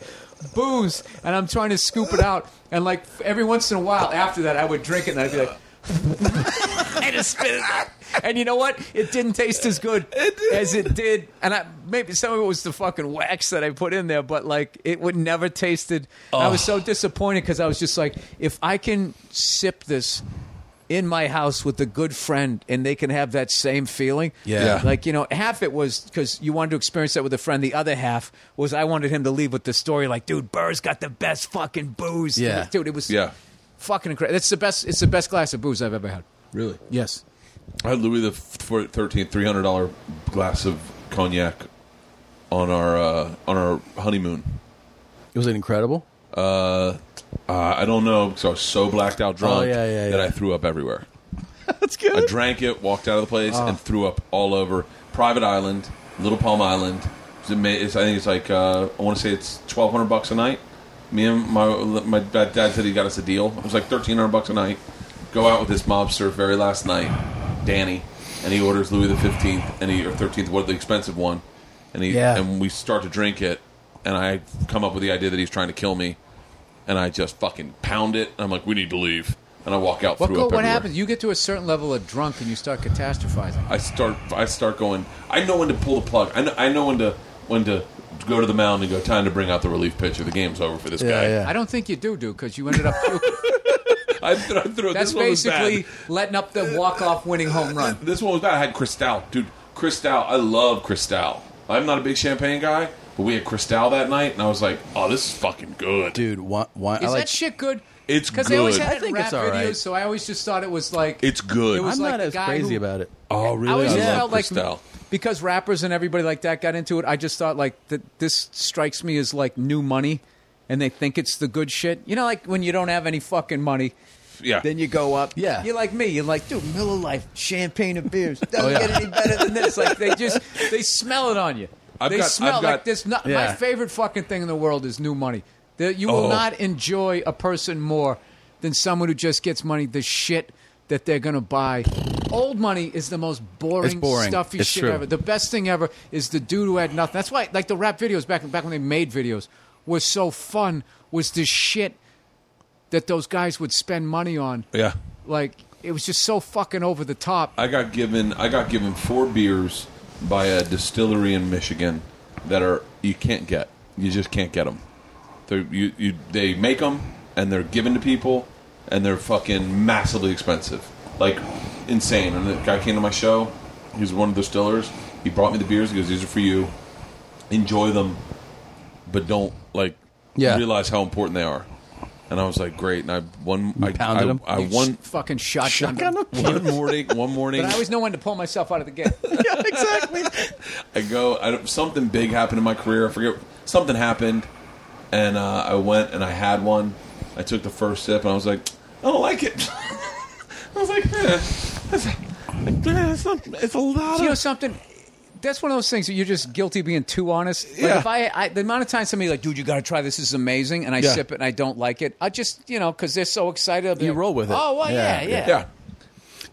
booze, and I'm trying to scoop it out. And like every once in a while, after that, I would drink it, and I'd be like and it spit it out. And you know what? It didn't taste as good as it did. And I, maybe some of it was the fucking wax that I put in there, but like it would never tasted. I was so disappointed because I was just like, if I can sip this in my house with a good friend and they can have that same feeling. Yeah. Yeah. Like, you know, half it was because you wanted to experience that with a friend. The other half was I wanted him to leave with the story like, dude, Burr's got the best fucking booze. Yeah. Dude, it was Yeah. fucking incredible. It's the best, it's the best glass of booze I've ever had. Really? Yes. I had Louis the Thirteenth three hundred dollar glass of cognac on our uh, on our honeymoon. Was it incredible? Uh, uh, I don't know because I was so blacked out drunk Oh, yeah, yeah, that yeah. I threw up everywhere. That's good. Ah. I drank it, walked out of the place, and threw up all over Private Island, Little Palm Island, It's ama- it's- I think it's like uh, I want to say it's twelve hundred bucks a night. Me and my my dad dad said he got us a deal. It was like thirteen hundred bucks a night. Go out with this mobster very last night, Danny, and he orders Louis the fifteenth and he or thirteenth, what the expensive one, and he Yeah. and we start to drink it, and I come up with the idea that he's trying to kill me, and I just fucking pound it. And I'm like, we need to leave, and I walk out. What, through go, up what everywhere. happens? You get to a certain level of drunk and you start catastrophizing. I start I start going. I know when to pull the plug. I know, I know when to when to go to the mound and go. Time to bring out the relief pitcher. The game's over for this guy. yeah. I don't think you do, dude, because you ended up. I, th- I threw, that's this one was basically bad. letting up the walk-off winning home run. This one was bad. I had Cristal, dude. Cristal. I love Cristal. I'm not a big champagne guy, but we had Cristal that night, and I was like, "Oh, this is fucking good." Dude, why? why I Is like, that shit good? It's because they always good. had I it in think rap it's all videos, right. so I always just thought it was like It's good. It was I'm like not the as guy crazy who- about it. oh, I always just love felt like Cristal. because rappers and everybody like that got into it. I just thought like that this strikes me as like new money, and they think it's the good shit. You know, like when you don't have any fucking money. Yeah. Then you go up. Yeah. You're like me. You're like, dude, Miller Life, champagne and beers. Doesn't get any better than this. Like they just they smell it on you. I've they got- smell I've like got- this. Not, My Yeah. favorite fucking thing in the world is new money. That you will Oh. not enjoy a person more than someone who just gets money. The shit that they're gonna buy. Old money is the most boring, It's boring. stuffy It's shit true. ever. The best thing ever is the dude who had nothing. That's why, like the rap videos back back when they made videos, was so fun. Was this shit that those guys would spend money on? Yeah. like it was just so fucking over the top. I got given I got given four beers by a distillery in Michigan that are you can't get. You just can't get them. They're, you, you, they make them and they're given to people and they're fucking massively expensive, like insane. And the guy came to my show. He was one of the distillers. He brought me the beers. He goes, "These are for you. Enjoy them, but don't like Yeah. realize how important they are." And I was like, "Great!" And I one I pounded I, 'em? I You one fucking shotgun. them. one morning one morning But I always know when to pull myself out of the game. I go. I, don't- something big happened in my career. I forget. Something happened, and uh, I went and I had one. I took the first sip, and I was like, I don't like it. I was like, eh, that's, eh, it's, not, it's a lot Do you know of. something? That's one of those things that you're just guilty being too honest. Like Yeah. if I, I the amount of times somebody like, dude, you got to try this. This is amazing, and I Yeah. sip it and I don't like it. I just, you know, because they're so excited. I'll be You like, roll with it. Oh, well, yeah, Yeah. yeah.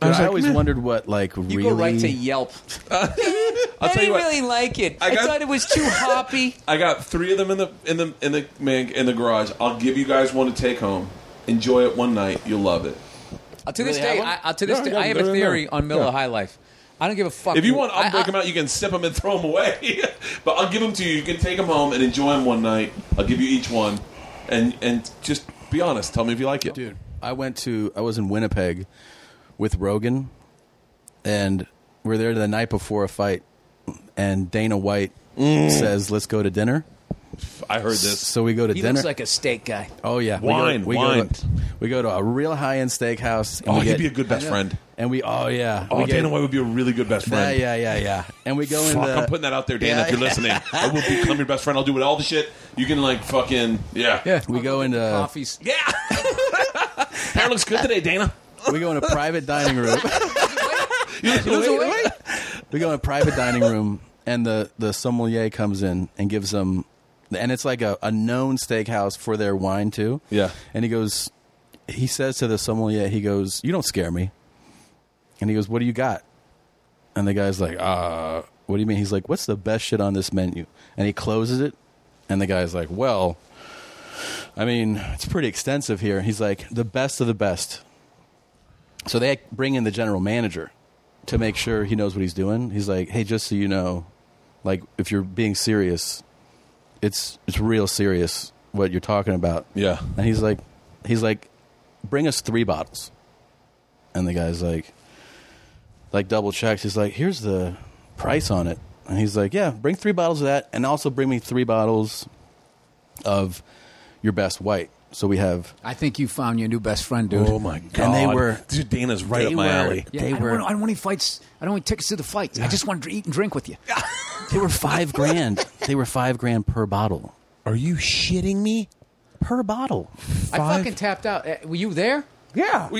Yeah, I, always wondered what like You really. go right to Yelp. I'll I tell you didn't what. really like it. I I, got- thought it was too hoppy. I got three of them in the in the in the man in the garage. I'll give you guys one to take home. Enjoy it one night. You'll love it. Uh, to this Really day, have 'em? I, uh, to this Yeah, day, yeah, I have they're a in theory there. on Miller Yeah. High Life. I don't give a fuck. If you want, I- I'll break I- them out. You can sip them and throw them away. but I'll give them to you. You can take them home and enjoy them one night. I'll give you each one, and and just be honest. Tell me if you like it, dude. I went to I was in Winnipeg with Rogan, and we're there the night before a fight, and Dana White Mm. says, "Let's go to dinner." I heard this. So we go to He dinner. looks like a steak guy. oh yeah, Wine, we go, we wine. Go to, we go to a real high end steakhouse. And Oh, we he'd get- be a good best friend. And we oh yeah, Oh, we get- Dana White would be a really good best Yeah, friend. yeah, yeah, yeah. And we go in Fuck, the I'm putting that out there, Dana. Yeah, if you're listening, I will become your best friend. I'll do with all the shit. You can like fucking yeah, we go into Coffees. yeah. Hair looks good today, Dana. we go in a private dining room. You look Lose wait, weight. wait. We go in a private dining room, and the the sommelier comes in and gives them, and it's like a, a known steakhouse for their wine too. Yeah. and he goes, he says to the sommelier, he goes, "You don't scare me," and he goes, "What do you got?" And the guy's like, "Uh, what do you mean?" He's like, "What's the best shit on this menu?" And he closes it, and the guy's like, "Well." I mean, it's pretty extensive here. He's like the best of the best. So they bring in the general manager to make sure he knows what he's doing. He's like, "Hey, just so you know, like if you're being serious, it's it's real serious what you're talking about." Yeah. And he's like, he's like, "Bring us three bottles." And the guy's like, like double checks. He's like, "Here's the price on it." And he's like, "Yeah, bring three bottles of that, and also bring me three bottles of your best white." So we have I think you found your new best friend, dude. Oh my god! And they were- dude. Dana's right they up my were- alley. Yeah, They I, don't were- want, I don't want any fights. I don't want tickets to the fights. I just want to eat and drink with you. They were five grand. they were five grand per bottle. Are you shitting me? Per bottle. I fucking tapped out. Uh, were you there? Yeah.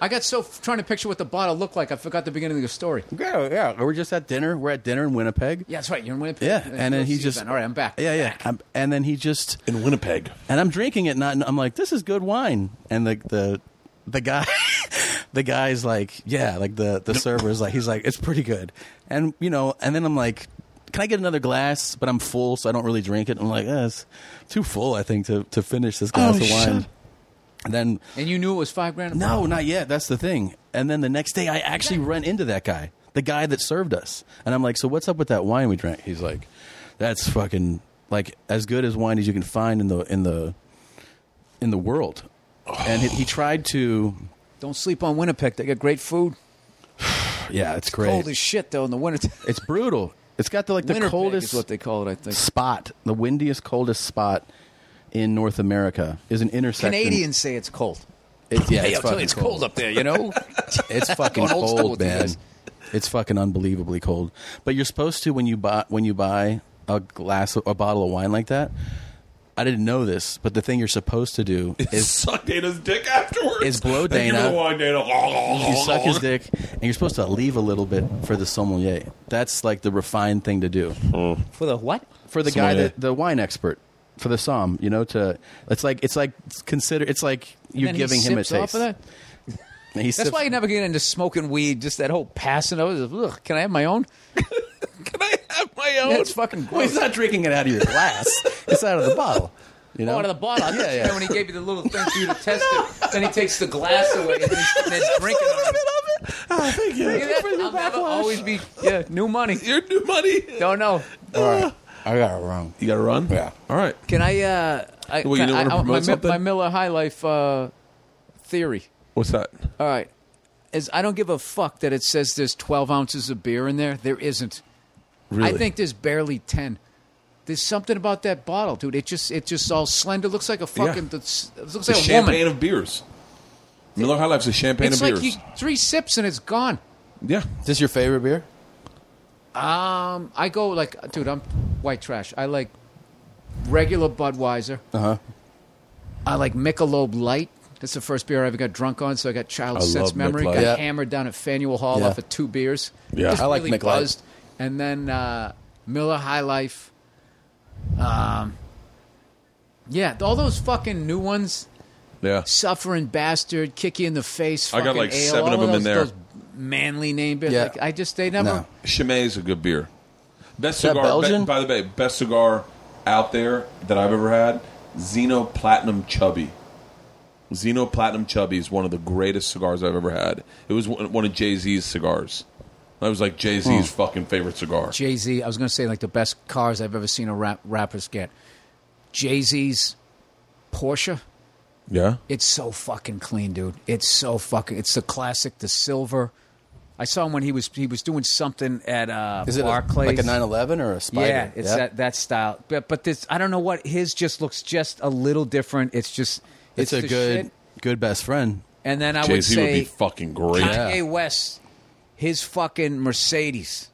I got so f- trying to picture what the bottle looked like. I forgot the beginning of the story. Yeah, yeah. We're just at dinner. We're at dinner in Winnipeg. Yeah, that's right. You're in Winnipeg. Yeah, and then you'll he see just Ben. all right. I'm back. Yeah, yeah. I'm, and then he just in Winnipeg. and I'm drinking it, and I- and I'm like, this is good wine. And the the the guy, the guy's like, yeah, like the the server's like, he's like, it's pretty good. And you know, and then I'm like, can I get another glass? But I'm full, so I don't really drink it. I'm like, eh, it's too full, I think, to to finish this glass of wine. And then And you knew it was five grand. a no, not yet. That's the thing. And then the next day, I actually run into that guy, the guy that served us. And I'm like, so what's up with that wine we drank? He's like, that's fucking like as good as wine as you can find in the in the in the world. And he, he tried to, Don't sleep on Winnipeg. They got great food. yeah, it's great. Cold as shit though in the winter. it's brutal. It's got the like the Winnipeg coldest is what they call it. I think spot, the windiest, coldest spot in North America is an intersection. Canadians say it's cold. It- yeah, Hey, it's I'll tell you, fucking it's cold up there. You know. It's fucking Going old school cold, with you man. guys. It's fucking unbelievably cold. But you're supposed to when you buy when you buy a glass a bottle of wine like that. I didn't know this, but the thing you're supposed to do is Suck Dana's dick afterwards. Is blow Thank you for Dana. the wine, Dana. you suck his dick and you're supposed to leave a little bit for the sommelier. That's like the refined thing to do. For the what? For the guy Sommelier. that the wine expert for the somm, you know, to it's like it's like consider it's like you're then he giving him a sips off taste. of that? And he That's sips- why you never get into smoking weed. Just that whole passing over. Ugh, can I have my own? Can I have my own? Yeah, it's fucking well, gross. he's not drinking it out of your glass. it's out of the bottle. You know? Out of the bottle. I Yeah, yeah, yeah. When he gave you the little thing for you to test it, then he takes the glass away and he's, and he's drinking on it. thank you. Look at that. I'll never always be yeah, new money. Your new money. Don't know. I got it wrong. You got to run? Yeah. All right. Can I? Uh, I Well, you can don't wanna I- I- promote my, Mi- something? my Miller High Life uh, theory. What's that? All right, is I don't give a fuck that it says there's 12 ounces of beer in there. There isn't. I think there's barely 10. There's something about that bottle, dude. It just it just all slender. Looks like a fucking. It looks It's a like a champagne woman. of beers. Miller High Life's a champagne It's of like beers. you, three sips and it's gone. yeah. Is this your favorite beer? Um, I go like, dude, I'm white trash. I like regular Budweiser. Uh Uh-huh. huh. I like Michelob Light. That's the first beer I ever got drunk on, so I got child I sense love memory. Michelob. Got Yeah. hammered down at Faneuil Hall Yeah. off of two beers. Yeah. Just I like really Michelob. buzzed. And then uh, Miller High Life. Um, yeah, all those fucking new ones. Yeah. Suffering bastard, kick you in the face. I got, fucking like, ale, seven all of 'em in those- there. Those manly name beers. Yeah. Like, I just they never. No. Chimay a good beer. Best that cigar, be- Belgian? by the way, best cigar out there that I've ever had. Xeno Platinum Chubby. Xeno Platinum Chubby is one of the greatest cigars I've ever had. It was one one of Jay Z's cigars. That was like Jay Z's fucking favorite cigar. Jay Z. I was going to say like the best cars I've ever seen a rap, rappers get. Jay Z's Porsche. yeah, It's so fucking clean, dude. It's so fucking. It's the classic, the silver. I saw him when he was he was doing something at uh, Is it a- oh Barclays. like a 911 or a spider? Yeah, it's that that style. But but this I don't know what his just looks just a little different. It's just it's, It's, a the good shit. good best friend. And then I Jay would Z would say be fucking great. Kanye West, his fucking Mercedes.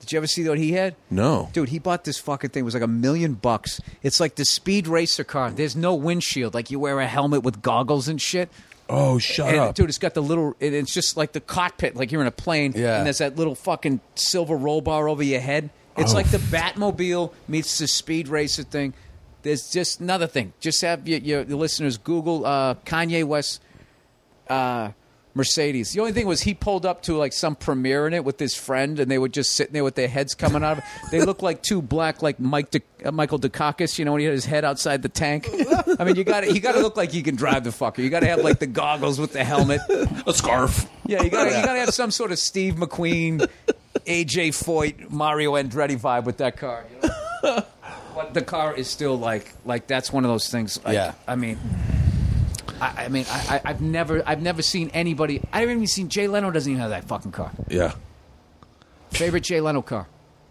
Did you ever see what he had? No. Dude, he bought this fucking thing. It was like a million bucks. It's like the speed racer car. There's no windshield. Like you wear a helmet with goggles and shit. Oh, shut and up! dude, it's got the little. It, it's just like the cockpit, like you're in a plane. Yeah. And there's that little fucking silver roll bar over your head. It's like the Batmobile meets the speed racer thing. There's just another thing. Just have your, your, your listeners Google uh, Kanye West uh, Mercedes. The only thing was he pulled up to like some premiere in it with his friend, and they were just sitting there with their heads coming out of it. They looked like two black, like Mike De- uh, Michael Dukakis, you know, when he had his head outside the tank. I mean, you got to you got to look like you can drive the fucker. You got to have like the goggles with the helmet. a scarf. Yeah, you got to you got to have some sort of Steve McQueen, AJ Foyt, Mario Andretti vibe with that car. You know? But the car is still like like that's one of those things. Like, Yeah. I mean. I, I mean, I, I- I've never, I've never seen anybody. I haven't even seen Jay Leno. Doesn't even have that fucking car. Yeah, Favorite Jay Leno car.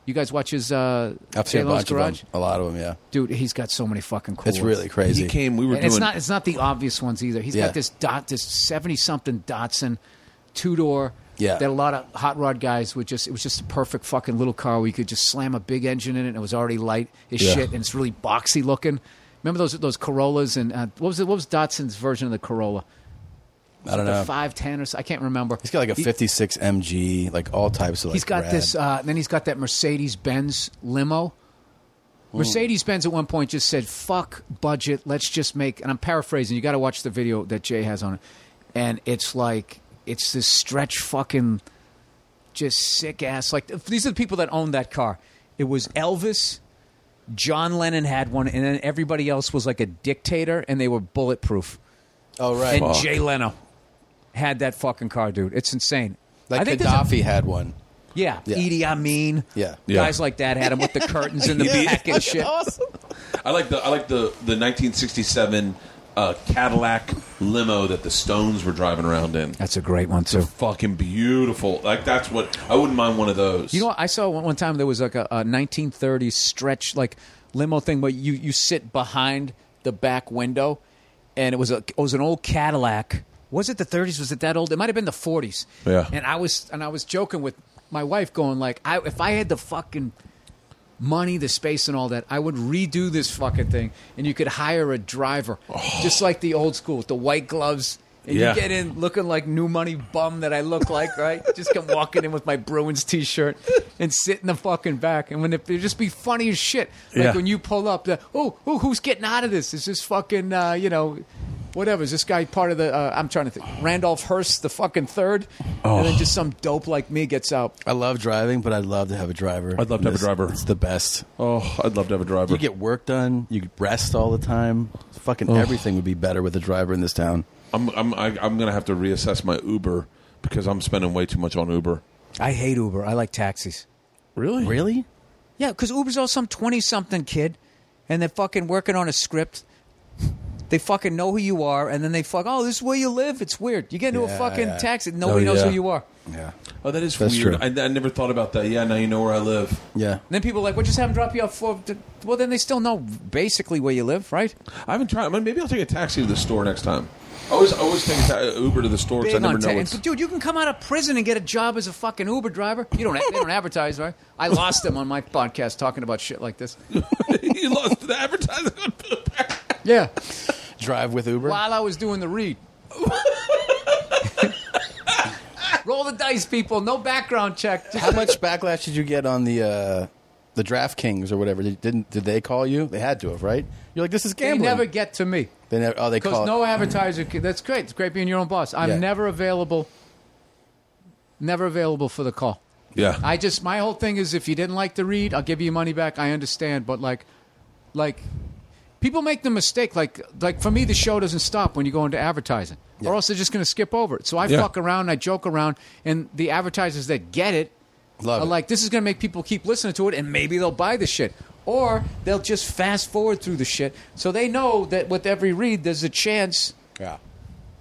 You guys watch his uh, I've Jay seen a Leno's bunch garage, of them. A lot of them, yeah. dude. He's got so many fucking cool. It's ones. really crazy. he came. We were And doing. it's not it's not the obvious ones either. He's Yeah. got this dot this seventy something Datsun two door. Yeah. That a lot of hot rod guys would just it was just a perfect fucking little car where you could just slam a big engine in it and it was already light as shit and it's really boxy looking. Remember those those Corollas and uh, what was it, what was Datsun's version of the Corolla? I don't the know. five ten or so, I can't remember. He's got like a He- 56 MG, like all types of. Like, He's got rad- this. Uh, then he's got that Mercedes Benz limo. Hmm. Mercedes Benz at one point just said, "Fuck budget, let's just make." And I'm paraphrasing. You got to watch the video that Jay has on it, and it's like it's this stretch fucking just sick ass. Like these are the people that owned that car. It was Elvis. John Lennon had one, and then everybody else was like a dictator, and they were bulletproof. oh right. And Jay Leno had that fucking car, dude. It's insane. like I think there's a- Gaddafi had one. yeah, Yeah. Edie Amin. Yeah. guys like that had him with the curtains in the back and shit. I like the I like the the 1967 uh, Cadillac limo that the Stones were driving around in. That's a great one too. Fucking beautiful. Like that's what I wouldn't mind one of those. You know, what? I saw one, one time there was like a, a 1930s stretch like limo thing where you you sit behind the back window, and it was a it was an old Cadillac. Was it the 30s? Was it that old? It might have been the 40s. Yeah. And I was and I was joking with my wife, going like, I, if I had the fucking money, the space, and all that, I would redo this fucking thing, and you could hire a driver, just like the old school with the white gloves. And Yeah. you get in looking like new money bum that I look like, right? just come walking in with my Bruins t-shirt and sit in the fucking back, and when it, it'd just be funny as shit. Like Yeah. when you pull up, the oh, oh, who's getting out of this? Is this fucking uh, you know? Whatever is this guy part of the? Uh, I'm trying to think. Randolph Hearst, the fucking third, and Oh. then just some dope like me gets out. I love driving, but I'd love to have a driver. I'd love to have a It's- driver. It's the best. oh, I'd love to have a driver. You get work done. You rest all the time. Fucking everything would be better with a driver in this town. I'm I'm I, I'm gonna have to reassess my Uber because I'm spending way too much on Uber. I hate Uber. I like taxis. Really? Really? Yeah, because Uber's all some 20 something kid and they're fucking working on a script. They fucking know who you are and then they fuck, oh, this is where you live. It's weird. You get into a Yeah, fucking yeah. taxi, nobody Oh, knows yeah. who you are. Yeah. Oh, that is That's weird. true. I, I never thought about that. Yeah, now you know where I live. Yeah. And then people are like, well, just have them drop you off. For, well, then they still know basically where you live, right? I haven't tried. I mean, maybe I'll take a taxi to the store next time. I always I always take a ta- uh, Uber to the store because I Big never on know. ta- What's, Dude, you can come out of prison and get a job as a fucking Uber driver. You don't, they don't advertise, right? I lost them on my podcast talking about shit like this. you lost the advertising on Uber. Yeah. Drive with Uber. while I was doing the read. Roll the dice, people. No background check. Just- How much backlash did you get on the uh, the DraftKings or whatever? Did, didn't did they call you? They had to have, right? You're like, this is They gambling. never get to me They never. Oh, they because call. no advertiser. can- That's great. It's great being your own boss. I'm Yeah. never available. Never available for the call. Yeah. I just my whole thing is if you didn't like the read, I'll give you your money back. I understand, but like, like people make the mistake. Like, like for me, the show doesn't stop when you go into advertising, or else they're just going to skip over it. So I Yeah. fuck around, and I joke around, and the advertisers that get it Love are it. like, this is going to make people keep listening to it, and maybe they'll buy the shit. Or they'll just fast forward through the shit, so they know that with every read, there's a chance Yeah.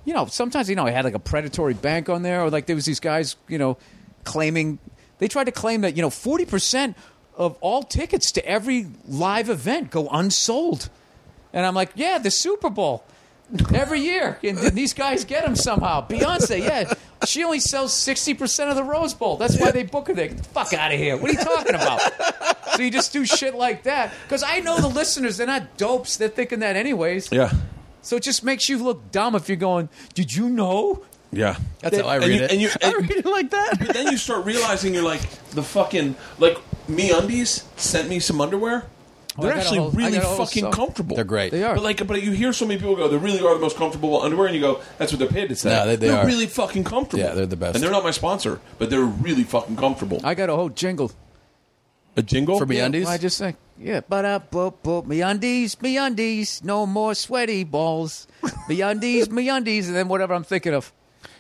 you know, sometimes you know, I had like a predatory bank on there, or like there was these guys, you know, claiming they tried to claim that you know forty percent of all tickets to every live event go unsold, and I'm like, yeah, the Super Bowl every year, and th- these guys get them somehow. Beyonce, yeah, she only sells sixty percent of the Rose Bowl. That's why they book her there. Get the fuck out of here. What are you talking about? so you just do shit like that because I know the listeners, they're not dopes. They're thinking that anyways. Yeah. So it just makes you look dumb if you're going, did you know? Yeah. That's how I and read you, it. And you, I and- read it like that. but then you start realizing you're like the fucking like me undies sent me some underwear. They're Oh, I got a actually whole- I really got a whole fucking sum. comfortable. They're great. They are. But like, but you hear so many people go, they really are the most comfortable underwear, and you go, that's what they're paid to say. No, they- they are are. really fucking comfortable. Yeah, they're the best. And they're not my sponsor, but they're really fucking comfortable. I got a whole jingle. A jingle For MeUndies? I just think, yeah, but up, boop, boop, me undies, me undies, no more sweaty balls. Me undies, me undies, and then whatever I'm thinking of.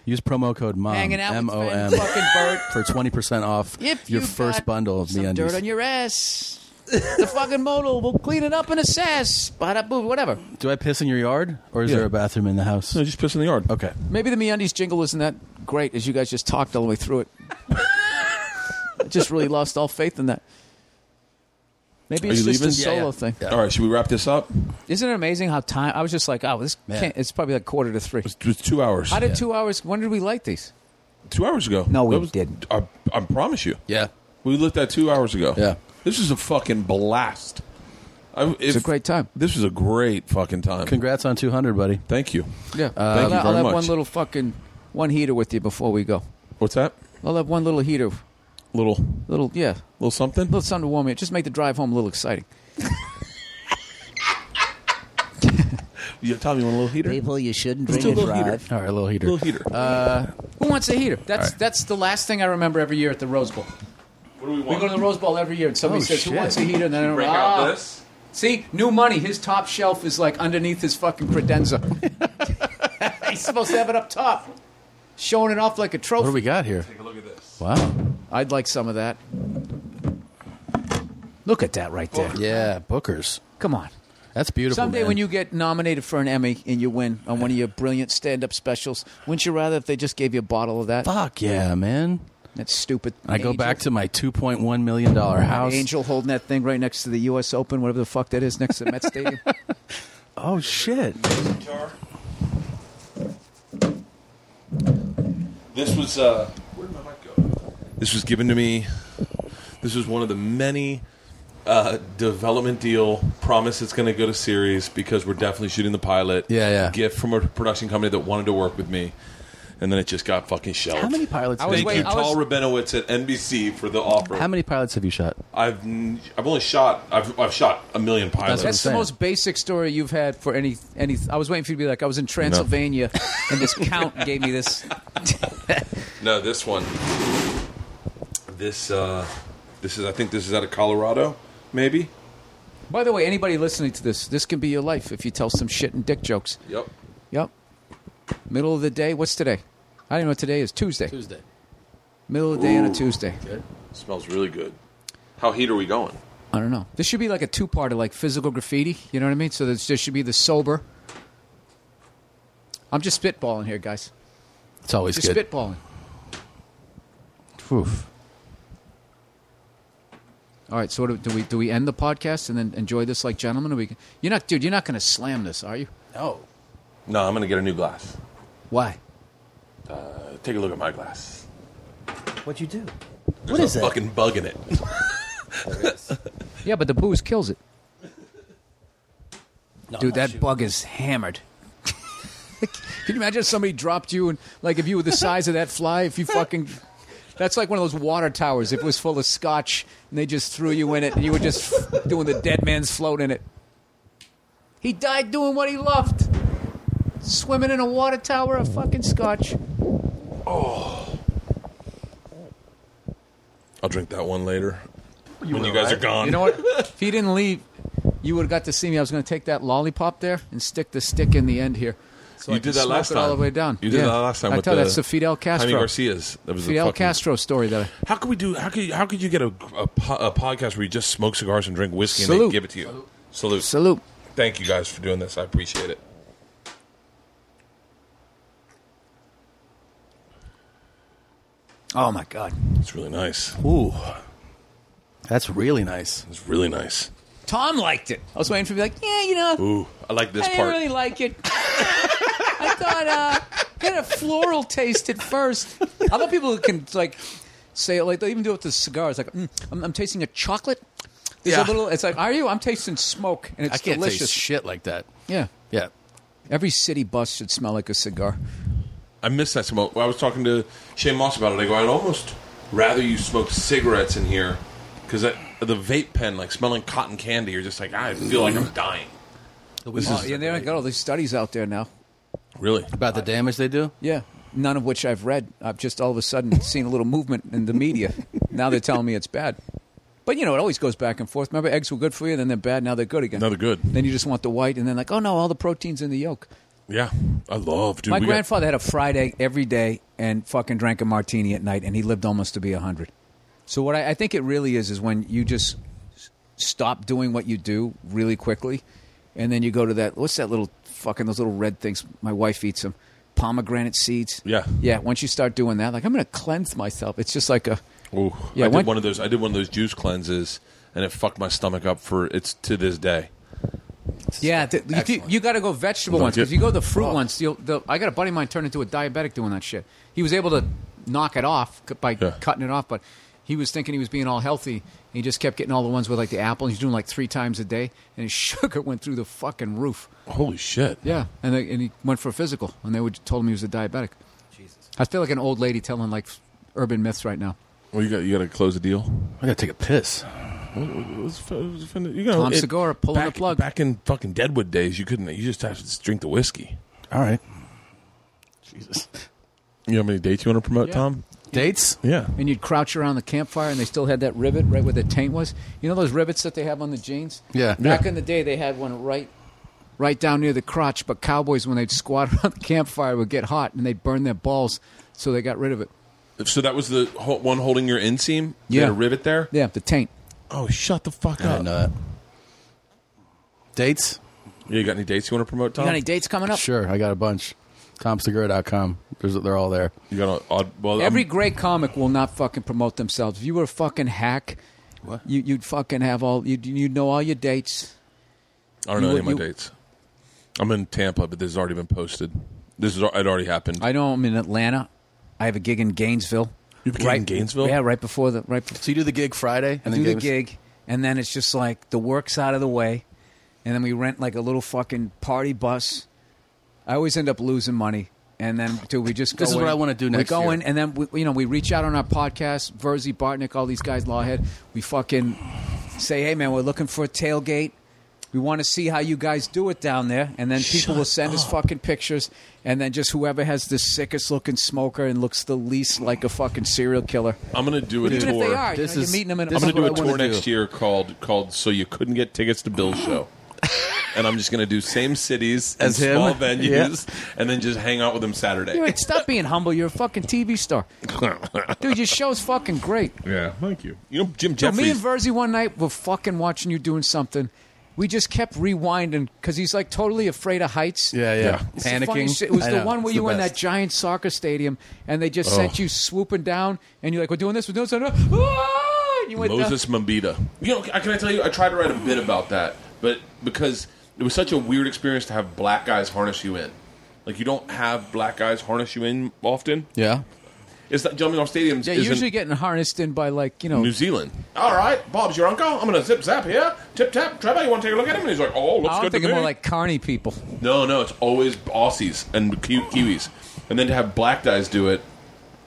Use promo code mom. Hanging out M O with M friends, fucking Bert. for twenty percent off If your you first got bundle of some the dirt on your ass. the fucking modal will clean it up in a sass. Bada boo, whatever. Do I piss in your yard or is Yeah. there a bathroom in the house? No, just piss in the yard. Okay. Maybe the MeUndies jingle isn't that great as you guys just talked all the way through it. I just really lost all faith in that. Maybe Are it's you just a leaving? solo thing. All right, should we wrap this up? Isn't it amazing how time? I was just like, oh, this Man. can't. It's probably like quarter to three. It was two hours. How did two hours? When did we light these? two hours ago? No, we That was- didn't. I, I promise you. Yeah. We looked at two hours ago. Yeah. This is a fucking blast. I, if, It's a great time. This was a great fucking time. Congrats on 200, buddy. Thank you. Yeah. Thank you Uh, I'll, very I'll have much. one little fucking one heater with you before we go. What's that? I'll have one little heater, Little little yeah, little something. little something to warm you. Just make the drive home a little exciting. You tell me you want a little heater. People, you shouldn't Let's drink do a and little heater. drive. All right, little heater. Little heater. Uh, Who wants a heater? That's that's the last thing I remember every year at the Rose Bowl. what do We go to the Rose Bowl every year, and somebody Oh, says, "Who shit. wants a heater?" And then I'm Break like, out "Ah." this. See, new money. His top shelf is like underneath his fucking credenza. He's supposed to have it up top, showing it off like a What trophy. do we got here? Take a look at this. Wow. I'd like some of that. Look at that right there. Yeah, Booker's. Come on. That's beautiful. Someday, man. when you get nominated for an Emmy and you win on one of your brilliant stand-up specials, wouldn't you rather if they just gave you a bottle of that? fuck yeah, man. That stupid. I go angel- back to my 2.1 million dollar house. angel holding that thing right next to the U.S. Open, whatever the fuck that is, next to the Met Stadium. Oh shit. This was uh, where did my mic go? This was given to me. This was one of the many uh, development deal promise it's going to go to series because we're definitely shooting the pilot. Yeah, yeah. Gift from a production company that wanted to work with me, and then it just got fucking shelved. How many pilots? I Have was you Thank wait- you, shot? Tal Rabinowitz at NBC for the offer. How many pilots have you shot? I've n- I've only shot I've I've shot a million pilots. what I'm That's the saying. most basic story you've had for any any. I was waiting for you to be like, I was in Transylvania, and this count gave me this. No, this one. This uh, this is I think this is out of Colorado, maybe. By the way, anybody listening to this, this can be your life if you tell some shit and dick jokes. Yep. Yep. Middle of the day. What's today? I don't even know what today is. Tuesday. Tuesday. Middle of the day on a Tuesday. Smells really good. How heat are we going? I don't know. This should be like a two parter, like physical graffiti. You know what I mean? So there's, there should be the sober. I'm just spitballing here, guys. It's always Just good. spitballing. Oof. All right. So what do, do we do? We end the podcast and then enjoy this like gentlemen. Or we can, you're not, dude. You're not going to slam this, are you? No. No, I'm gonna get a new glass. Why? Uh, Take a look at my glass. What'd you do? There's What is a that? fucking bug in it. Yeah, but the booze kills it. Dude, that bug is hammered. Can you imagine if somebody dropped you and like if you were the size of that fly, if you fucking that's like one of those water towers. If it was full of scotch and they just threw you in it and you were just doing the dead man's float in it. He died doing what he loved. Swimming in a water tower of fucking scotch. I'll drink that one later. when you guys are gone. You know what? if he didn't leave, you would have got to see me. I was going to take that lollipop there and stick the stick in the end here. So You I can did that smoke last it all time. the way down. You did Yeah. that last time I with tell you, the that's the Fidel Castro. Jaime Garcia's. That was the Fidel fucking- Castro story that I, How could we do? How could you, how could you get a, a, po- a podcast where you just smoke cigars and drink whiskey and Salute. they give it to you? Salute. salute. Thank you guys for doing this. I appreciate it. Oh my God, It's really nice. Ooh. That's really nice. It's really nice. Tom liked it. I was waiting for him to be like, yeah, you know, Ooh, I like this I didn't part. really like it. I thought uh, it had a floral taste at first. I love people who can like say it like they even do it with the cigars. Like mm, I'm, I'm tasting a chocolate. There's Yeah. a little. It's like, are you? I'm tasting smoke, and it's I can't delicious. taste shit like that. yeah, Yeah. every city bus should smell like a cigar. I miss that smoke. I was talking to Shane Moss about it. I go, I'd almost rather you smoke cigarettes in here because the vape pen, like smelling cotton candy, you're just like, I feel like I'm dying. This Oh, is yeah, they got all these studies out there now. really. About the damage they do? Yeah, none of which I've read. I've just all of a sudden seen a little movement in the media. Now they're telling me it's bad. But you know, it always goes back and forth. Remember, eggs were good for you, then they're bad. Now they're good again. Now they're good. Then you just want the white, and then like, oh no, all the proteins in the yolk. Yeah, I love. Dude, My we got- grandfather had a fried egg every day and fucking drank a martini at night, and he lived almost to be 100. So, what I, I think it really is is when you just s- stop doing what you do really quickly, and then you go to that what's that little fucking those little red things? My wife eats them pomegranate seeds. Yeah. Yeah. Once you start doing that, like, I'm going to cleanse myself. It's just like a. Ooh, Yeah, I did one- one of those. I did one of those juice cleanses, and it fucked my stomach up for it's to this day. Yeah, th- you- you, got to go vegetable ones it. because you go the fruit ones. You'll, the, I got a buddy of mine turned into a diabetic doing that shit. He was able to knock it off c- by Yeah. cutting it off, but He was thinking he was being all healthy, and he just kept getting all the ones with like the apple. And he's doing like three times a day, and his sugar went through the fucking roof. Holy shit. Yeah, and they, and he went for a physical, and they would told him he was a diabetic. Jesus, I feel like an old lady telling like urban myths right now. Well, you got you got to close the deal. I gotta take a piss. You know, Tom Segura pulling back, the plug. Back in fucking Deadwood days, you couldn't. You just have to drink the whiskey. All right. Jesus. You know how many dates you want to promote, Yeah. Tom? Dates? Yeah. and you'd crouch around the campfire, and they still had that rivet right where the taint was. You know those rivets that they have on the jeans? Yeah. Back in the day, they had one right, right down near the crotch. But cowboys, when they'd squat around the campfire, would get hot, and they'd burn their balls, so they got rid of it. So that was the ho- one holding your inseam. They Yeah. had a rivet there. Yeah, the taint. Oh, shut the fuck I up. didn't know that. Dates? Yeah, you got any dates you want to promote, Tom? You got any dates coming up? Sure, I got a bunch. TomSegura.com. There's, they're all there. You got a odd. Well, Every I'm- great comic will not fucking promote themselves. If you were a fucking hack, What? You, you'd fucking have all you'd, you'd know all your dates. I don't know you- any of my you- dates. I'm in Tampa, but this has already been posted. This is it already happened. I know I'm in Atlanta. I have a gig in Gainesville. You have a gig in Gainesville? Yeah, right before the right. Before, So you do the gig Friday? I And do then the gig, and then it's just like the work's out of the way, and then we rent like a little fucking party bus. I always end up losing money, and then dude, we just go This is what in. I wanna do next We go year. in, and then we, you know we reach out on our podcast, Verzi Bartnick, all these guys, Lawhead. We fucking say, hey man, we're looking for a tailgate. We want to see how you guys do it down there, and then people will send us fucking pictures, and then just whoever has the sickest looking smoker and looks the least like a fucking serial killer. I'm going to do a Even if tour. they are, This you know, is- you're meeting them in this I'm is going to do what a I wanna tour do. next year called called so you couldn't get tickets to Bill's show. and I'm just going to do same cities As and him? small venues, and then just hang out with him Saturday. Dude, stop being humble. You're a fucking TV star. Dude, your show's fucking great. yeah, thank you. You know Jim So me Jeffries. and Verzi one night were fucking watching you doing something. We just kept rewinding because he's like totally afraid of heights. Yeah, yeah. It's the funny Panicking. shit. It was I the know, one where it's you the were in best. that giant soccer stadium and they just sent you swooping down and you're like, we're doing this, we're doing something. Ah! And You went down. Moses Mambita. You know, can I tell you? I tried to write a bit about that, but because it was such a weird experience to have black guys harness you in. Like you don't have black guys harness you in often. Yeah. It's that jumping off stadiums. Yeah, isn't usually getting harnessed in by like, you know, New Zealand. All right, Bob's your uncle. I'm gonna zip zap here. Tip tap. Trevor, you want to take a look at him? And he's like, Oh, looks good I don't think to me. more like carny people. no, no, it's always Aussies and Ki- Kiwis, and then to have black guys do it.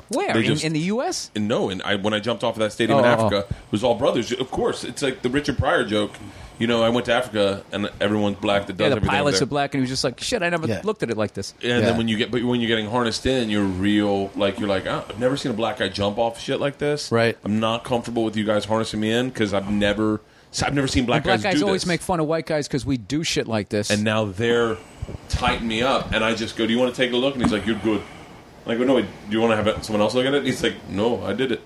Where? They In, just- in the U.S.? And no, and I, when I jumped off of that stadium Oh, in oh, Africa, it was all brothers. Of course, it's like the Richard Pryor joke. You know, I went to Africa and everyone's black that does Yeah, the everything. pilots there. are black, and he was just like, "Shit, I never Yeah. looked at it like this." And Yeah. then when you get, but when you're getting harnessed in, you're real. Like you're like, "Oh, I've never seen a black guy jump off shit like this. Right. I'm not comfortable with you guys harnessing me in because I've never, I've never seen black, black guys, guys, do always this. make fun of white guys because we do shit like this. and now they're tighten me up, and I just go, "Do you want to take a look?" And he's like, "You're good." I go, "No, wait, do you want to have someone else look at it?" And he's like, "No, I did it.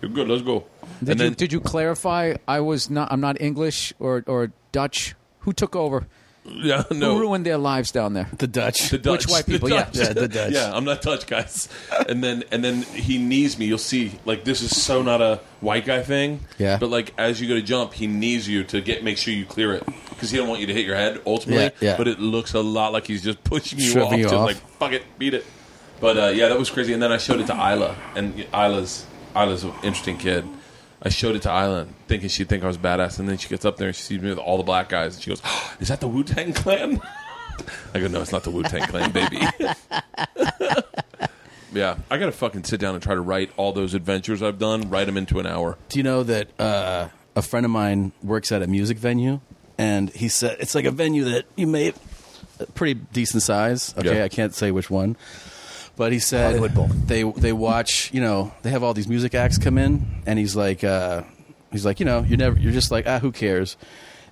You're good. Let's go." did, and you, did you clarify? I was not. I'm not English or or Dutch. Who took over? yeah, no, Who ruined their lives down there? The Dutch. the Dutch, Which white The people, yeah. Dutch. Yeah, the Dutch. yeah, I'm not Dutch, guys. And then and then he knees me. You'll see, like this is so not a white guy thing. Yeah. But like as you go to jump, he knees you to get make sure you clear it because he don't want you to hit your head ultimately. Yeah, yeah. But it looks a lot like he's just pushing you Shoving off, you just off. like fuck it, beat it. But uh, yeah, that was crazy. And then I showed it to Isla, and Isla's Isla's an interesting kid. I showed it to Isla, thinking she'd think I was badass, and then she gets up there and she sees me with all the black guys, and she goes, "Is that the Wu Tang Clan?" I go, no, it's not the Wu Tang Clan, baby. yeah, I got to fucking sit down and try to write all those adventures I've done, write them into an hour. Do you know that uh, a friend of mine works at a music venue, and he said it's like a venue that you may pretty decent size. Okay, Yeah. I can't say which one, but he said Hollywood Bowl. They they watch you know they have all these music acts come in, and he's like uh, he's like you know you're never you're just like ah who cares,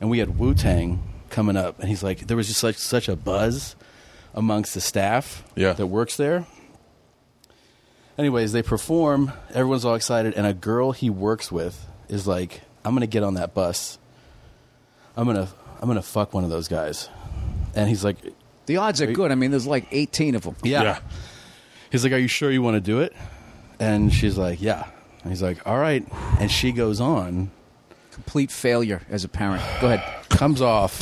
and we had Wu Tang coming up, and he's like there was just such such a buzz amongst the staff Yeah. that works there Anyways, they perform. Everyone's all excited, and a girl he works with is like, "I'm gonna get on that bus. I'm gonna, I'm gonna fuck one of those guys." And he's like, The odds are good. I mean, there's like 18 of them. "Yeah." Yeah. He's like, "Are you sure you want to do it?" And she's like, "Yeah." And he's like, "All right." And she goes on, Complete failure as a parent. Go ahead. comes off,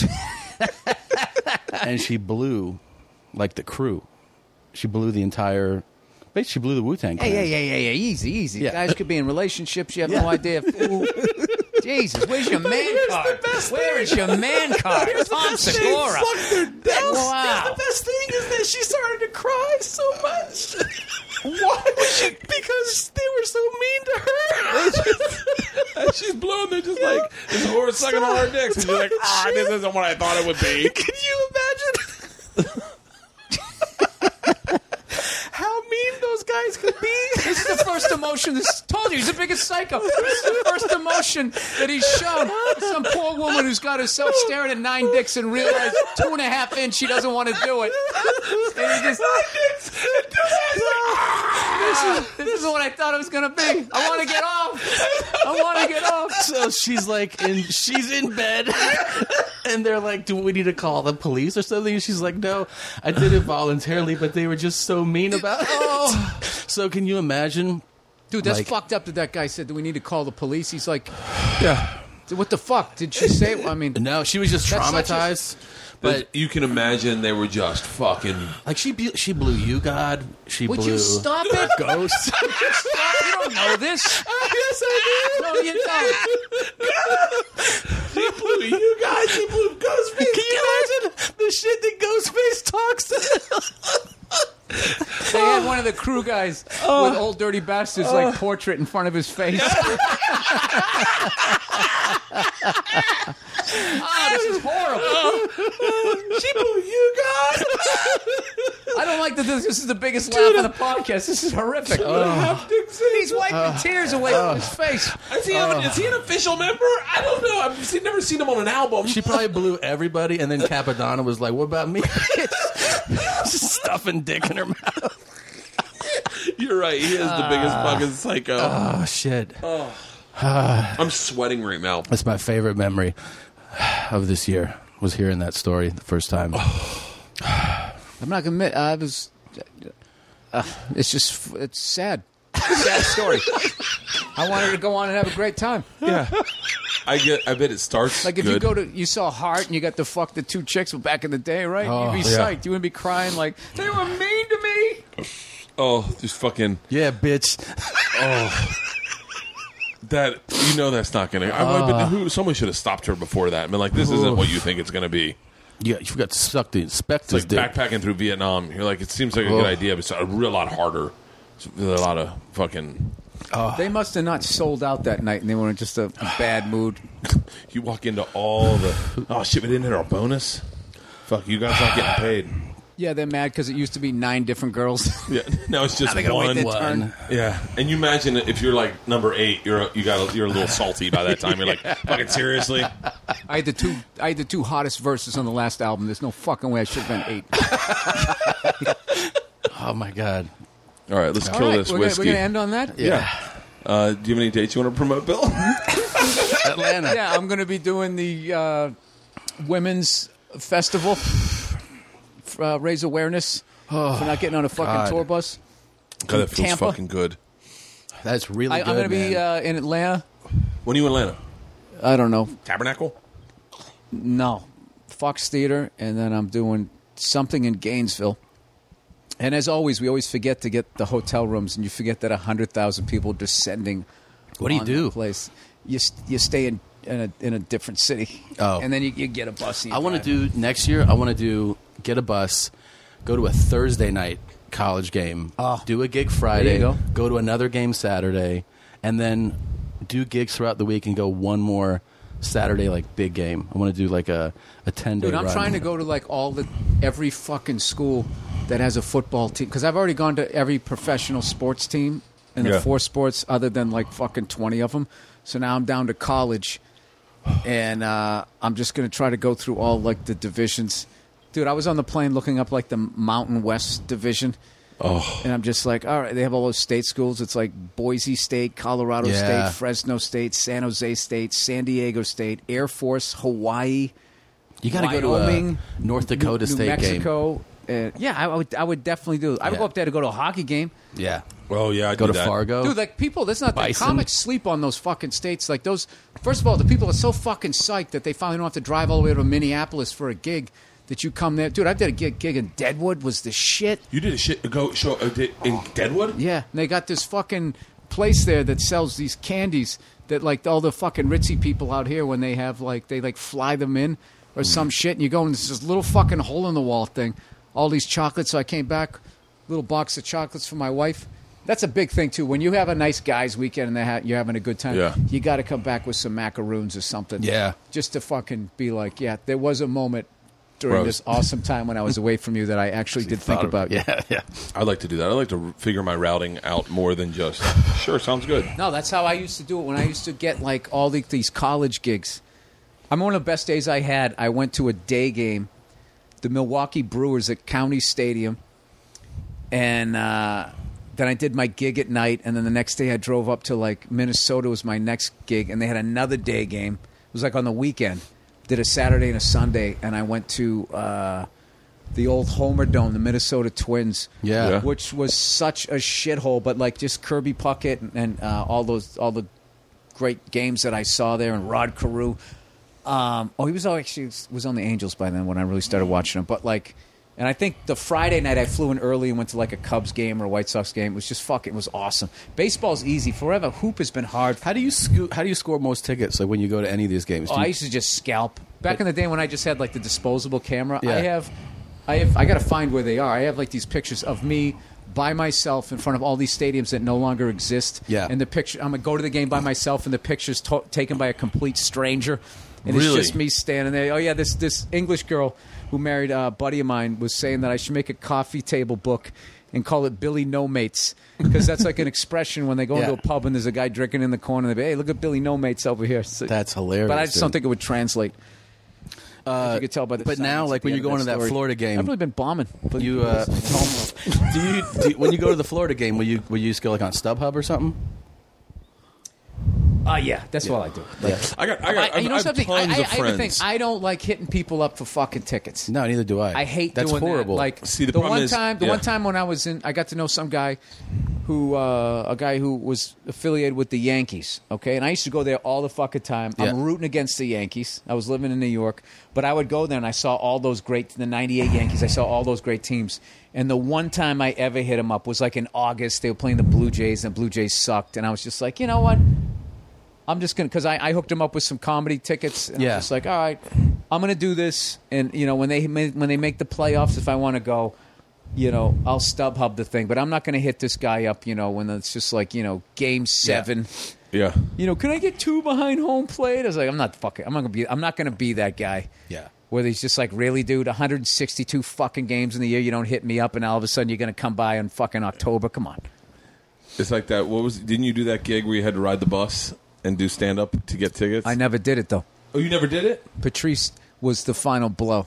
and she blew like the crew. She blew the entire But she blew the Wu Tang. Hey, yeah, yeah, yeah, yeah. Easy, easy. Yeah. Guys could be in relationships. You have no idea. Ooh. Jesus, where's your man card? Where is your man card? Tom Segura. Wow. best thing is that she started to cry so much. Why? Because they were so mean to her. She's blowing. They're just like, this whore's sucking on her dicks. And she's like, ah, this isn't what I thought it would be. Can you imagine how mean those guys could be? This is the first emotion. This told you he's the biggest psycho. This is the first emotion that he's shown. Some poor woman who's got herself staring at nine dicks and realized two and a half inch she doesn't want to do it. And he just, this is this is what I thought it was gonna be. I want to get off. I want to get off. So she's like, in, she's in bed, and they're like, "Do we need to call the police or something?" And she's like, "No, I did it voluntarily, but they were just so mean about it." Oh. So can you imagine? Dude, that's Like- fucked up that that guy said, Do we need to call the police? He's like, Yeah. What the fuck? Did she say? I mean, No, she was just That's such a- traumatized. But you can imagine they were just fucking. like she be- she blew you, God. She would blew you stop it? ghosts. You don't know this. yes, I No, you don't. You guys, she blew Ghostface. Can you imagine the shit that Ghostface talks? They had one of the crew guys Oh. with old dirty bastards like portrait in front of his face. Ah, this is Oh. horrible. She blew you guys. I don't like that this, this is the biggest laugh on the podcast. This is horrific. He's wiping tears away Oh. from his face. Is he, an, is he an official member? I don't know. I've seen, never seen him on an album. She probably blew everybody, and then Capadonna was like, "What about me?" Stuffing dick in her mouth. You're right. He is the biggest fucking psycho. Oh shit! uh, I'm sweating right now. That's my favorite memory of this year. Was hearing that story the first time. Oh, I'm not gonna admit I was. uh, it's just it's sad. Sad story. I wanted to go on and have a great time. I get. I bet it starts Like if you go to you saw Heart and you got to fuck the two chicks back in the day, right? Oh, You'd be yeah. psyched. You wouldn't be crying like they were mean to me. oh, just fucking Yeah, bitch. that. You know that's not gonna. I, but who? Someone should have stopped her before that. I mean, like this isn't what you think it's gonna be. Yeah, you forgot to suck the It's like inspector's dick. backpacking through Vietnam. You're like, it seems like a Ugh. good idea, but it's a real lot harder. It's a lot of fucking. They must have not sold out that night and they were in just a, a bad mood. You walk into all the. Oh shit! We didn't hit our bonus. Fuck, you guys not getting paid. Yeah, they're mad because it used to be nine different girls. Yeah, now it's just one. One. Yeah, and you imagine if you're like number eight, you're you got a, you're a little salty by that time. You're like, fucking seriously. I had the two I had the two hottest verses on the last album. There's no fucking way I should have been eight. Oh my god. All right, let's All kill right, this we're gonna, whiskey. we're gonna end on that. yeah. Uh, do you have any dates you want to promote, Bill? Atlanta. yeah, I'm going to be doing the uh, women's festival. f- Uh, raise awareness for not getting on a fucking Oh, God. tour bus. God, that feels Tampa. fucking good. That's really I, good. I'm going to be man. uh, in Atlanta. When are you in Atlanta? I don't know. Tabernacle. No, Fox Theater, and then I'm doing something in Gainesville. And as always, we always forget to get the hotel rooms, and you forget that hundred thousand people descending. What do you on that do? Place you s- you stay in in a, in a different city. Oh. and then you, you get a bus. and you I want drive. to do next year. I want to do get a bus, go to a Thursday night college game, Oh. do a gig Friday, go. to another game Saturday, and then do gigs throughout the week and go one more Saturday like big game. I want to do like a a ten day. Dude, I'm run. trying to go to like all the every fucking school that has a football team because I've already gone to every professional sports team and the Yeah. four sports other than like fucking twenty of them. So now I'm down to college, and uh, I'm just gonna try to go through all like the divisions. Dude, I was on the plane looking up like the Mountain West division. Oh. And I'm just like, all right, they have all those state schools. It's like Boise State, Colorado Yeah. State, Fresno State, San Jose State, San Diego State, Air Force, Hawaii. You got to go to Wyoming, a North Dakota New, State New game. Mexico. uh, yeah, I, I would. I would definitely do. it. I would Yeah. go up there to go to a hockey game, Yeah, Oh yeah, I go to Fargo. dude. Like people, that's not. The, Bison. how much sleep on those fucking states? Like those. First of all, the people are so fucking psyched that they finally don't have to drive all the way to Minneapolis for a gig. that you come there, dude. I did a gig, gig in Deadwood. Was the shit. You did a shit go show uh, did- in Deadwood. Yeah, and they got this fucking place there that sells these candies that like all the fucking ritzy people out here when they have like they like fly them in or some shit, and you go and there's this little fucking hole in the wall thing, all these chocolates. So I came back, little box of chocolates for my wife. That's a big thing too. When you have a nice guys weekend and they ha- you're having a good time, Yeah. you got to come back with some macaroons or something. Yeah. just to fucking be like, yeah, there was a moment during this awesome time when I was away from you that I actually did think about. you. Yeah, yeah. I'd like to do that. I'd like to r- figure my routing out more than just sure. Sounds good. No, that's how I used to do it when I used to get like all the, these college gigs. I am one of the best days I had. I went to a day game, the Milwaukee Brewers at County Stadium, and uh, then I did my gig at night. And then the next day, I drove up to like Minnesota was my next gig, and they had another day game. It was like on the weekend. Did a Saturday and a Sunday, and I went to uh, the old Homer Dome, the Minnesota Twins Yeah. Yeah. which was such a shithole. But like just Kirby Puckett and, and uh, all those all the great games that I saw there, and Rod Carew. Um, oh, he was all- actually was on the Angels by then when I really started watching him. But like, and I think the Friday night I flew in early and went to like a Cubs game or a White Sox game. It was just fuck. It was awesome. Baseball's easy forever. Hoop has been hard. How do you sco- how do you score most tickets? Like when you go to any of these games? Oh, Do you- I used to just scalp. Back in the day when I just had like the disposable camera, Yeah. I have, I have, I got to find where they are. I have like these pictures of me by myself in front of all these stadiums that no longer exist. Yeah. And the picture, I'm gonna go to the game by myself, and the pictures to- taken by a complete stranger. And it's Really? just me standing there. Oh yeah, this this English girl who married a buddy of mine was saying that I should make a coffee table book and call it Billy No Mates because that's like an expression when they go into Yeah. a pub and there's a guy drinking in the corner. They be, hey, look at Billy No Mates over here. So- That's hilarious, But I just don't dude. think it would translate. As you could tell by the. but now, silence like at when the end you go of into that story. Florida game- I've really been bombing. But You uh, do you do, when you go to the Florida game? Will you will you just go like on StubHub or something? oh yeah, that's what I do. Like, I got. I got. I- I, you know I have something? I, Tons of I, I have a thing. friends. I don't like hitting people up for fucking tickets. No, neither do I. I hate that's doing horrible. That. Like See, the problem one is- time, the yeah. one time when I was in, I got to know some guy who uh, a guy who was affiliated with the Yankees. Okay, and I used to go there all the fucking time. I'm Yeah. rooting against the Yankees. I was living in New York, but I would go there and I saw all those great the '98 Yankees. I saw all those great teams. And the one time I ever hit him up was like in August. They were playing the Blue Jays, and the Blue Jays sucked. And I was just like, you know what? I'm just gonna because I, I hooked him up with some comedy tickets. And Yeah. I'm just like, all right, I'm gonna do this, and you know when they ma- when they make the playoffs, if I want to go, you know, I'll stub hub the thing, but I'm not gonna hit this guy up. You know, when it's just like you know game seven. yeah. You know, can I get two behind home plate? I was like, I'm not fucking. I'm not gonna be. I'm not gonna be that guy. Yeah. Where he's just like, really, dude, 162 fucking games in the year. You don't hit me up, and all of a sudden you're gonna come by in fucking October. Come on. It's like that. What was? Didn't you do that gig where you had to ride the bus and do stand up to get tickets? I never did it though. Oh, you never did it. Patrice was the final blow.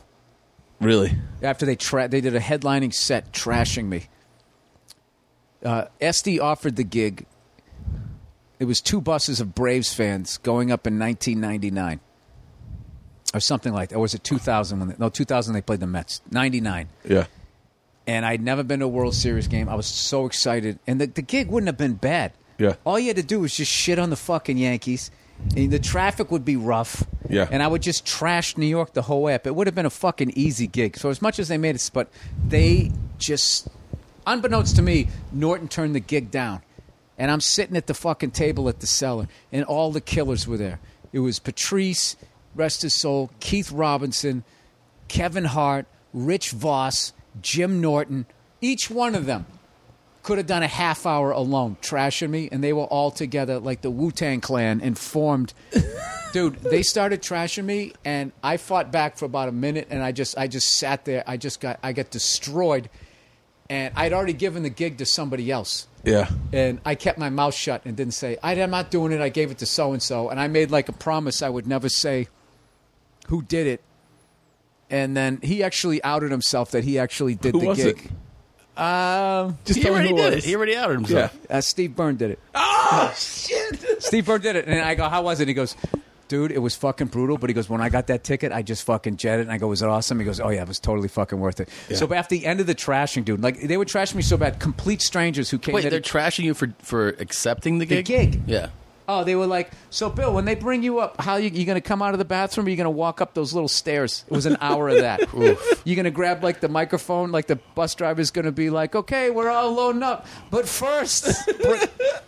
Really? after they tra- they did a headlining set trashing me. Uh, SD offered the gig. It was two buses of Braves fans going up in 1999 or something like that. Or was it 2000 when they, no 2000 they played the Mets 99 Yeah. and I'd never been to a World Series game. I was so excited, and the, the gig wouldn't have been bad. Yeah. all you had to do was just shit on the fucking Yankees, and the traffic would be rough. Yeah. and I would just trash New York the whole way up. It would have been a fucking easy gig. So as much as they made it, but they just, unbeknownst to me, Norton turned the gig down, and I'm sitting at the fucking table at the cellar, and all the killers were there. It was Patrice, rest his soul, Keith Robinson. Kevin Hart, Rich Voss, Jim Norton, each one of them could have done a half hour alone trashing me, and they were all together like the Wu Tang Clan and formed. Dude, they started trashing me, and I fought back for about a minute, and I just, I just sat there. I just got, I got destroyed, and I'd already given the gig to somebody else. Yeah. And I kept my mouth shut and didn't say, I, I'm not doing it. I gave it to so and so. And I made like a promise I would never say who did it. And then he actually outed himself that he actually did Who the was gig. Um, he tell me already who it did it. was. He already outed himself. Uh, Steve Byrne did it. Oh, shit. Steve Byrne did it. And I go, how was it? He goes, dude, it was fucking brutal. But he goes, when I got that ticket, I just fucking jetted. And I go, was it awesome? He goes, oh, yeah, it was totally fucking worth it. So but after the end of the trashing, dude, like they would trash me so bad, complete strangers who came Wait, in- they're trashing you for for accepting the The gig. gig. Yeah. Oh, they were like, so Bill, when they bring you up, how you, you going to come out of the bathroom? Or you going to walk up those little stairs? It was an hour of that. you going to grab like the microphone, like the bus driver's going to be like, okay, we're all loading up, but first, br-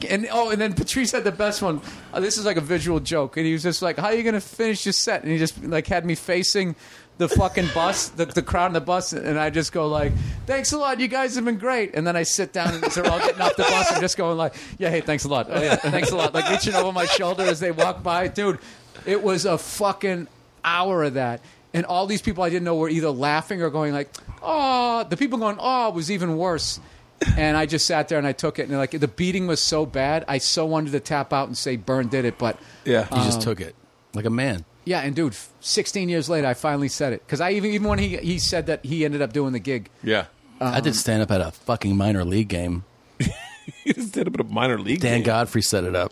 and oh, and then Patrice had the best one. Uh, this is like a visual joke, and he was just like, how you going to finish your set? And he just like had me facing the fucking bus, the, the crowd in the bus, and I just go like, "Thanks a lot, you guys have been great." And then I sit down and they're all getting off the bus. I'm just going like, "Yeah, hey, thanks a lot. Oh yeah, thanks a lot." Like reaching over my shoulder as they walk by, dude. It was a fucking hour of that, and all these people I didn't know were either laughing or going like, "Oh." The people going, "Oh," was even worse. And I just sat there and I took it, and like the beating was so bad, I so wanted to tap out and say, "Burn did it," but Yeah. You Uh-huh. just took it like a man. yeah, and dude, f- 16 years later, I finally said it because I even even when he he said that he ended up doing the gig. Uh, Yeah. I did stand up at a fucking minor league game. You just did a bit of minor league. Dan game. Godfrey set it up.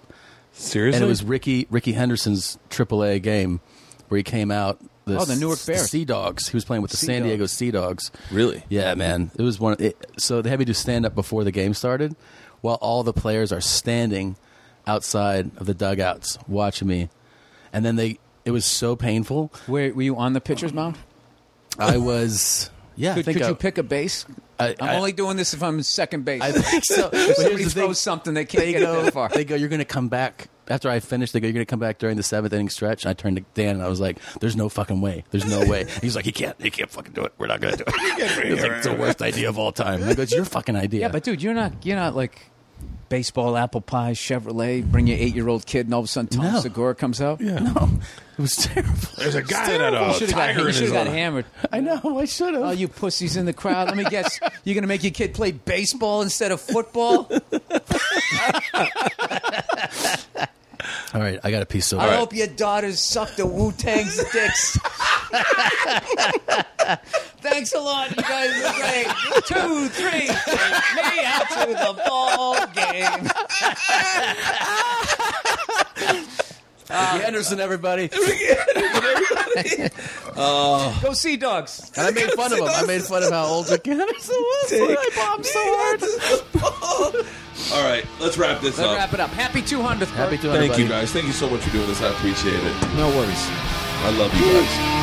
Seriously? And it was Ricky Ricky Henderson's AAA game where he came out. The, Oh, the Newark S- Bears. Sea Dogs. He was playing with the Sea San Diego Dogs. Sea Dogs. Really? Yeah, man. It was one. It, so they had me do stand up before the game started, while all the players are standing outside of the dugouts watching me, and then they. It was so painful. Where were you on the pitcher's mound? I was. Yeah, I Could, think could I, you pick a base? I- am I- only doing this if I'm in second base. I think so. But if here's somebody the throws thing. something, they can't they get it go, that far. They go, you're going to come back. After I finish, they go, you're going to come back during the seventh inning stretch. And I turned to Dan and I was like, there's no fucking way. There's no way. He's like, he can't. He can't fucking do it. We're not going to do it. He's like, it's the worst idea of all time. And I go, it's your fucking idea. yeah, but dude, you're not you're not like baseball, apple pie, Chevrolet. Bring your eight year old kid, and all of a sudden Tom No. Segura comes out. Yeah, no, it was terrible. There's a guy that uh, had a should have tiger got, in his should've got eye. hammered. I know. I should have. All you pussies in the crowd. Let me guess, you're gonna make your kid play baseball instead of football. all right, I got a piece of I hope your daughters suck the Wu Tang's dicks. Thanks a lot, you guys are great. Two, three, take me out to the ball game. Anderson, everybody. Go see dogs. And I made fun of him. I made fun of how old Rick Anderson was. when I bombed so hard. All right, let's wrap this Let's up. wrap it up. Happy 200th. Happy birthday. to Thank everybody. you guys. Thank you so much for doing this. I appreciate it. No worries. I love you guys.